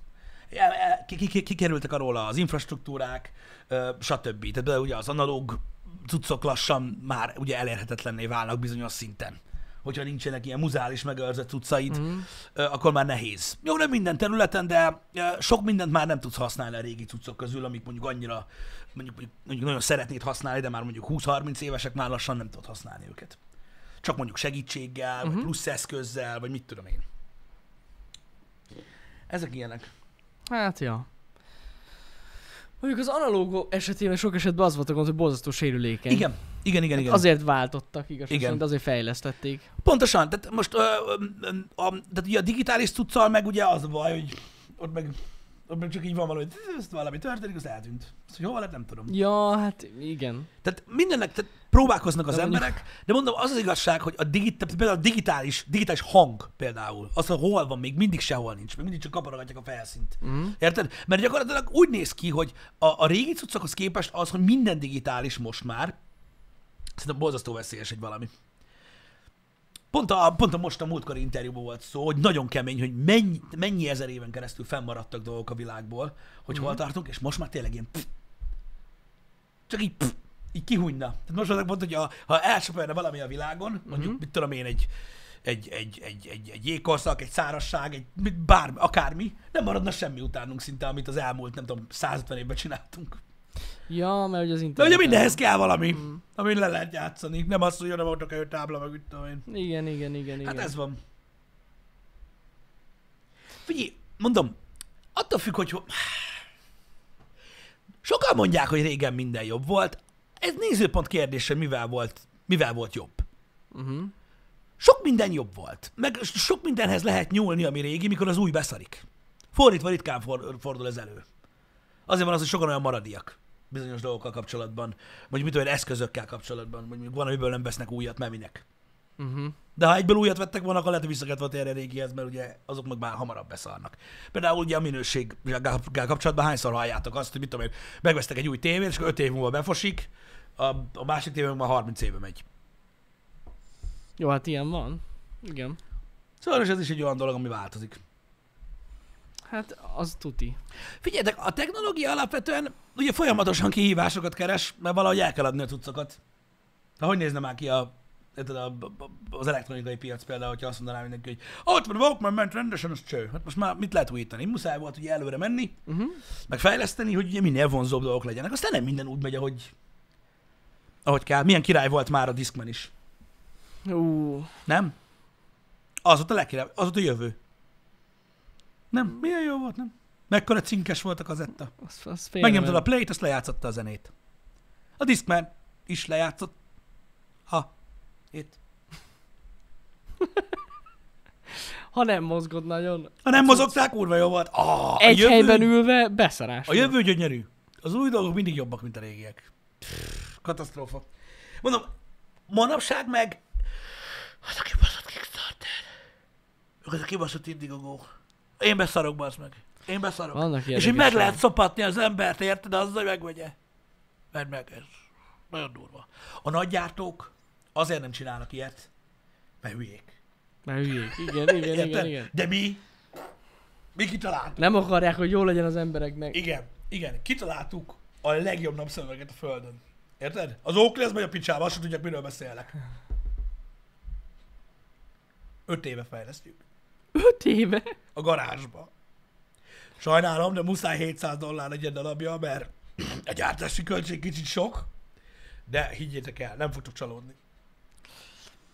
[SPEAKER 2] El- el- ki- ki- ki- Kikerültek arról az infrastruktúrák, ö, stb. Tehát például ugye az analóg cuccok lassan már ugye elérhetetlenné válnak bizonyos szinten. Hogyha nincsenek ilyen muzális megőrzött cuccaid, mm. akkor már nehéz. Jó, nem minden területen, de ö, sok mindent már nem tudsz használni a régi cuccok közül, amik mondjuk annyira, mondjuk, mondjuk- mondjuk nagyon szeretnéd használni, de már mondjuk 20-30 évesek már lassan nem tudod használni őket csak mondjuk segítséggel, uh-huh. vagy plusz eszközzel, vagy mit tudom én. Ezek ilyenek.
[SPEAKER 1] Hát ja. Mondjuk az analóg esetében sok esetben az volt a gond, hogy borzasztó sérülékeny.
[SPEAKER 2] Igen, igen, igen, igen.
[SPEAKER 1] Hát Azért váltottak igazság
[SPEAKER 2] Igen.
[SPEAKER 1] szerint, azért fejlesztették.
[SPEAKER 2] Pontosan, tehát most ö, ö, ö, a, tehát ugye a digitális cuccal meg ugye az a baj, hogy ott meg, ott meg csak így van valahogy, ezt valami történik, az eltűnt. Azt, hogy hova lett, nem tudom.
[SPEAKER 1] Ja, hát igen.
[SPEAKER 2] Tehát mindennek tehát próbálkoznak az
[SPEAKER 1] De mondjuk-
[SPEAKER 2] emberek, de mondom, az az igazság, hogy a, digi, tehát például a digitális, digitális hang például, az, hogy hol van, még mindig sehol nincs, még mindig csak kaparogatják a felszínt.
[SPEAKER 1] Mm.
[SPEAKER 2] Érted? Mert gyakorlatilag úgy néz ki, hogy a, a régi cuccokhoz képest az, hogy minden digitális most már, szerintem borzasztó veszélyes egy valami. Pont a, pont a most a múltkori interjúban volt szó, hogy nagyon kemény, hogy mennyi, mennyi ezer éven keresztül fennmaradtak dolgok a világból, hogy hol tartunk, és most már tényleg ilyen pff, csak így, pff, így kihunyna. Tehát most azok pont, hogy a, ha elsapoljana valami a világon, mondjuk, mit tudom én, egy, egy, egy, egy, egy, egy jégkorszak, egy szárasság, egy mit- bármi, akármi, nem maradna semmi utánunk szinte, amit az elmúlt, nem tudom, 150 évben csináltunk.
[SPEAKER 1] Ja, mert ugye az
[SPEAKER 2] De
[SPEAKER 1] internet.
[SPEAKER 2] ugye mindenhez kell valami, mm. amin le lehet játszani. Nem azt, hogy oda voltak a tábla, meg mit tudom én.
[SPEAKER 1] Igen, igen, igen, igen.
[SPEAKER 2] Hát ez van. Figyelj, mondom, attól függ, hogy... ho- Sokan mondják, hogy régen minden jobb volt. Ez nézőpont kérdése, mivel volt, mivel volt jobb.
[SPEAKER 1] Uh-huh.
[SPEAKER 2] Sok minden jobb volt. Meg s- sok mindenhez lehet nyúlni, ami régi, mikor az új beszarik. Fordítva ritkán for, fordul ez elő. Azért van az, hogy sokan olyan maradiak bizonyos dolgokkal kapcsolatban, vagy mit olyan eszközökkel kapcsolatban, vagy mondjuk van, amiből nem vesznek újat, mert minek.
[SPEAKER 1] Uh-huh.
[SPEAKER 2] De ha egyből újat vettek volna, akkor lehet, hogy vissza kellett volna térni a régihez, mert ugye azok meg már hamarabb beszarnak. Például ugye a minőséggel kapcsolatban hányszor halljátok azt, hogy mit tudom én, megvesztek egy új tévét, és akkor 5 év múlva befosik, a, a másik tévé meg már 30 éve megy.
[SPEAKER 1] Jó, hát ilyen van. Igen.
[SPEAKER 2] Szóval ez is egy olyan dolog, ami változik.
[SPEAKER 1] Hát az tuti.
[SPEAKER 2] Figyeljetek, a technológia alapvetően ugye folyamatosan kihívásokat keres, mert valahogy el kell adni a cuccokat. De hogy nézne már ki a, érted, a, a, az elektronikai piac például, hogyha azt mondaná mindenki, hogy ott van a Walkman ment rendesen, az cső. Hát most már mit lehet újítani? Muszáj volt ugye előre menni,
[SPEAKER 1] Uh-huh.
[SPEAKER 2] meg fejleszteni, hogy ugye minél vonzóbb dolgok legyenek. Aztán nem minden úgy megy, ahogy, ahogy kell. Milyen király volt már a Discman is,
[SPEAKER 1] Ú,
[SPEAKER 2] nem? Az volt a legkirály, az volt a jövő. Nem, milyen jó volt, nem? Mekkora cinkes volt a kazetta.
[SPEAKER 1] az, az félre
[SPEAKER 2] Megnyomtad a
[SPEAKER 1] ment.
[SPEAKER 2] play-t, azt lejátszotta a zenét. A Discman is lejátszott. Ha. Itt.
[SPEAKER 1] Ha nem mozgod nagyon,
[SPEAKER 2] Ha nem mozogták, kurva jó volt. Ah,
[SPEAKER 1] Hát, egy
[SPEAKER 2] a jövő,
[SPEAKER 1] helyben ülve beszarás.
[SPEAKER 2] A jövő gyönyörű. Az új dolgok mindig jobbak, mint a régiek. Pff, katasztrófa. Mondom, manapság meg... Az a kibaszott Kickstarter. Meg Az a kibaszott Indiegogo. Én beszarok, bazd meg. Én beszarok.
[SPEAKER 1] Vannak
[SPEAKER 2] És
[SPEAKER 1] érdekes
[SPEAKER 2] így meg lehet
[SPEAKER 1] dolgok.
[SPEAKER 2] szopatni az embert, érted? Az, hogy megvegye. Vedd meg, ez nagyon durva. A nagygyártók azért nem csinálnak ilyet, mert hülyék.
[SPEAKER 1] Mert hülyék. Igen, igen, igen,
[SPEAKER 2] Érted?
[SPEAKER 1] igen.
[SPEAKER 2] De mi? Mi kitaláltuk?
[SPEAKER 1] Nem akarják, hogy jó legyen az embereknek.
[SPEAKER 2] Igen, igen, kitaláltuk a legjobb napszemüveget a Földön. Érted? Az Oakley az megy a picsába, azt sem tudják, miről beszélek. Öt éve fejlesztjük.
[SPEAKER 1] Öt éve?
[SPEAKER 2] A garázsba. Sajnálom, de muszáj 700 dollár legyen darabja, mert a gyártási költség kicsit sok, de higgyétek el, nem fogtok csalódni.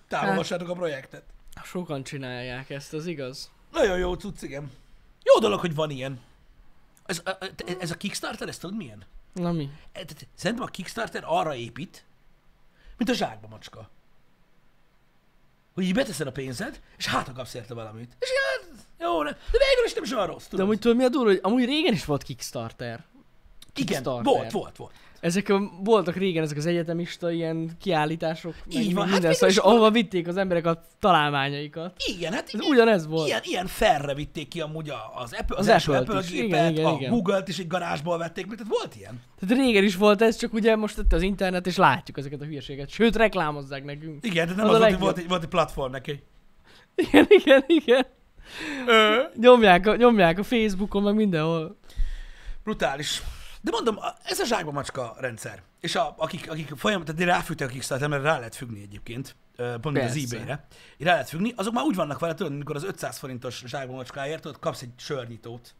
[SPEAKER 2] Támogassátok a projektet.
[SPEAKER 1] Sokan csinálják ezt, az igaz?
[SPEAKER 2] Nagyon jó cucc, igen. Jó dolog, hogy van ilyen. Ez, a- a- ez a Kickstarter, ez tudod milyen?
[SPEAKER 1] Na mi?
[SPEAKER 2] E, tehát Szerintem a Kickstarter arra épít, mint a zsákba macska. Hogy így beteszed a pénzed, és hátra kapsz érte valamit. És ilyen, jó, ne, de végül is nem is olyan rossz,
[SPEAKER 1] De
[SPEAKER 2] tudod?
[SPEAKER 1] amúgy tudod mi a durva, hogy amúgy régen is volt Kickstarter.
[SPEAKER 2] Igen,
[SPEAKER 1] Kickstarter.
[SPEAKER 2] volt, volt, volt.
[SPEAKER 1] Ezek a, voltak régen ezek az egyetemista ilyen kiállítások, meg
[SPEAKER 2] Így van, hát
[SPEAKER 1] minden hát
[SPEAKER 2] végül
[SPEAKER 1] és
[SPEAKER 2] is van-
[SPEAKER 1] ahova vitték az emberek a találmányaikat.
[SPEAKER 2] Igen, hát
[SPEAKER 1] Ez
[SPEAKER 2] igen.
[SPEAKER 1] ugyanez volt.
[SPEAKER 2] Ilyen, ilyen felre vitték ki amúgy a- az Apple, az,
[SPEAKER 1] Az
[SPEAKER 2] első
[SPEAKER 1] Apple-t
[SPEAKER 2] Apple,
[SPEAKER 1] is.
[SPEAKER 2] gépet,
[SPEAKER 1] Igen, igen,
[SPEAKER 2] a
[SPEAKER 1] igen.
[SPEAKER 2] Google-t is egy garázsból vették, meg, tehát volt ilyen.
[SPEAKER 1] Tehát régen is volt ez, csak ugye most itt az internet, és látjuk ezeket a hülyeséget. Sőt, reklámozzák nekünk.
[SPEAKER 2] Igen, de nem
[SPEAKER 1] Az
[SPEAKER 2] az,
[SPEAKER 1] a
[SPEAKER 2] az volt, hogy
[SPEAKER 1] legjobb.
[SPEAKER 2] volt egy, volt egy platform neki.
[SPEAKER 1] Igen, igen, igen.
[SPEAKER 2] Ö,
[SPEAKER 1] Nyomják a, nyomják a Facebookon, meg mindenhol.
[SPEAKER 2] Brutális. De mondom, a- ez a zsákba macska rendszer. És a, akik, akik folyamatosan ráfügtek a Kickstarter, mert rá lehet függni egyébként, ö, pont mint az
[SPEAKER 1] Persze.
[SPEAKER 2] eBay-re, így rá lehet függni, azok már úgy vannak vele, tudod, amikor az 500 forintos zsákba macskáért, tudod, kapsz egy sörnyitót,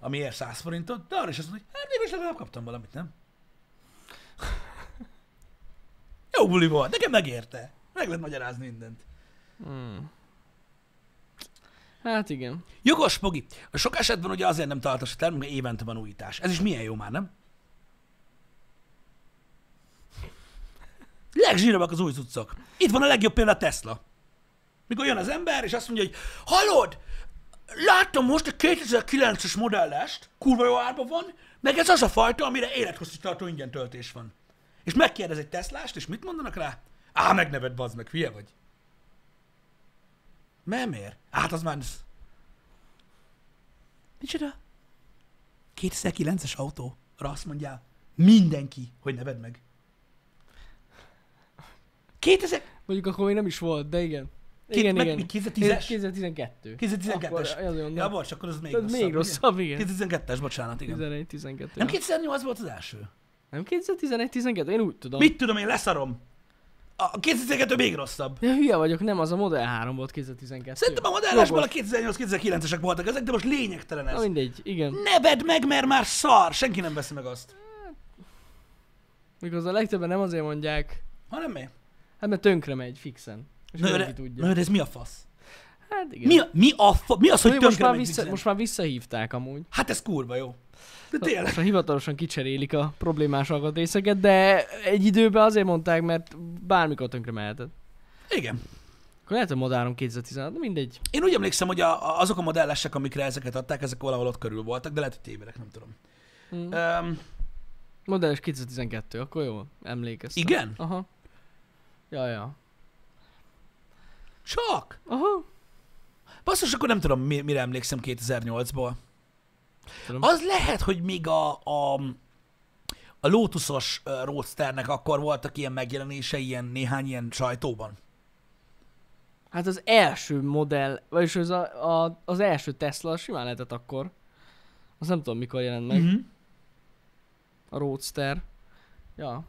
[SPEAKER 2] ami ér 100 forintot, de arra is azt mondod, hogy hát végül is legalább kaptam valamit, nem? Jó buli volt, nekem megérte. Meg lehet magyarázni mindent.
[SPEAKER 1] Hát igen.
[SPEAKER 2] Jogos, Pogi. Sok esetben ugye azért nem tartasz a termék, mert évente van újítás. Ez is milyen jó már, nem? Legzsírabbak az új cuccok. Itt van a legjobb példa a Tesla. Mikor jön az ember, és azt mondja, hogy hallod, láttam most a 2009-es modellest, kurva jó árba van, meg ez az a fajta, amire élethosszig tartó ingyen töltés van. És megkérdez egy Teslást, és mit mondanak rá? Á, megneved, bazd meg, hülye vagy. Mert miért? Hát az már... Micsoda? 2009-es autóra azt mondjál mindenki, hogy neved meg. 2000...
[SPEAKER 1] Mondjuk akkor még nem is volt, de igen.
[SPEAKER 2] Két-
[SPEAKER 1] Igen,
[SPEAKER 2] meg-
[SPEAKER 1] igen.
[SPEAKER 2] 2010-es?
[SPEAKER 1] 2012.
[SPEAKER 2] 2012-es.
[SPEAKER 1] Akkor, azon,
[SPEAKER 2] ja,
[SPEAKER 1] ja,
[SPEAKER 2] bocs, akkor az még
[SPEAKER 1] az
[SPEAKER 2] rosszabb.
[SPEAKER 1] még
[SPEAKER 2] ugye?
[SPEAKER 1] rosszabb, igen.
[SPEAKER 2] 2012-es, bocsánat, igen.
[SPEAKER 1] 2011-12.
[SPEAKER 2] Nem 2008 volt az első?
[SPEAKER 1] Nem 2011-12? Én úgy tudom.
[SPEAKER 2] Mit tudom én, leszarom. A 2012 még rosszabb.
[SPEAKER 1] Ja, hülye vagyok, nem az a Model 3 volt 2012.
[SPEAKER 2] Szerintem a modellásban a 2008-2009-esek voltak ezek, de most lényegtelen
[SPEAKER 1] Na
[SPEAKER 2] ez.
[SPEAKER 1] mindegy, igen.
[SPEAKER 2] Ne vedd meg, mert már szar, senki nem veszi meg azt.
[SPEAKER 1] Mikor a legtöbben nem azért mondják,
[SPEAKER 2] Hanem mi?
[SPEAKER 1] hát mert tönkre megy fixen. És
[SPEAKER 2] Na,
[SPEAKER 1] mindenki
[SPEAKER 2] de,
[SPEAKER 1] tudja.
[SPEAKER 2] na, de ez mi a fasz?
[SPEAKER 1] Hát igen.
[SPEAKER 2] Mi, a- mi, a fa, mi az, hogy
[SPEAKER 1] Hogy most,
[SPEAKER 2] tönkre
[SPEAKER 1] már
[SPEAKER 2] megy
[SPEAKER 1] vissza,
[SPEAKER 2] vissza,
[SPEAKER 1] most már visszahívták amúgy.
[SPEAKER 2] Hát ez kurva jó. De tényleg.
[SPEAKER 1] Most már Szóval hivatalosan kicserélik a problémás alkatrészeket, de egy időben azért mondták, mert bármikor tönkre mehetett.
[SPEAKER 2] Igen.
[SPEAKER 1] Akkor lehet, hogy modárom 2016, de mindegy.
[SPEAKER 2] Én úgy emlékszem, hogy a, a, azok a modellesek, amikre ezeket adták, ezek valahol ott körül voltak, de lehet, hogy tévedek, nem tudom.
[SPEAKER 1] Mm.
[SPEAKER 2] Um,
[SPEAKER 1] Modelles 2012, akkor jó, emlékeztem.
[SPEAKER 2] igen?
[SPEAKER 1] Aha. Ja, ja.
[SPEAKER 2] Csak?
[SPEAKER 1] Aha.
[SPEAKER 2] Basszus, akkor nem tudom, mi, mire emlékszem 2008-ból.
[SPEAKER 1] Tudom.
[SPEAKER 2] Az lehet, hogy még a, a, a Lotusos ö, Roadsternek akkor voltak ilyen megjelenései, ilyen néhány ilyen sajtóban.
[SPEAKER 1] Hát az első modell, vagyis az, a, a, az első Tesla simán lehetett akkor. Az nem tudom mikor jelent meg.
[SPEAKER 2] Mhm.
[SPEAKER 1] A Roadster. Ja.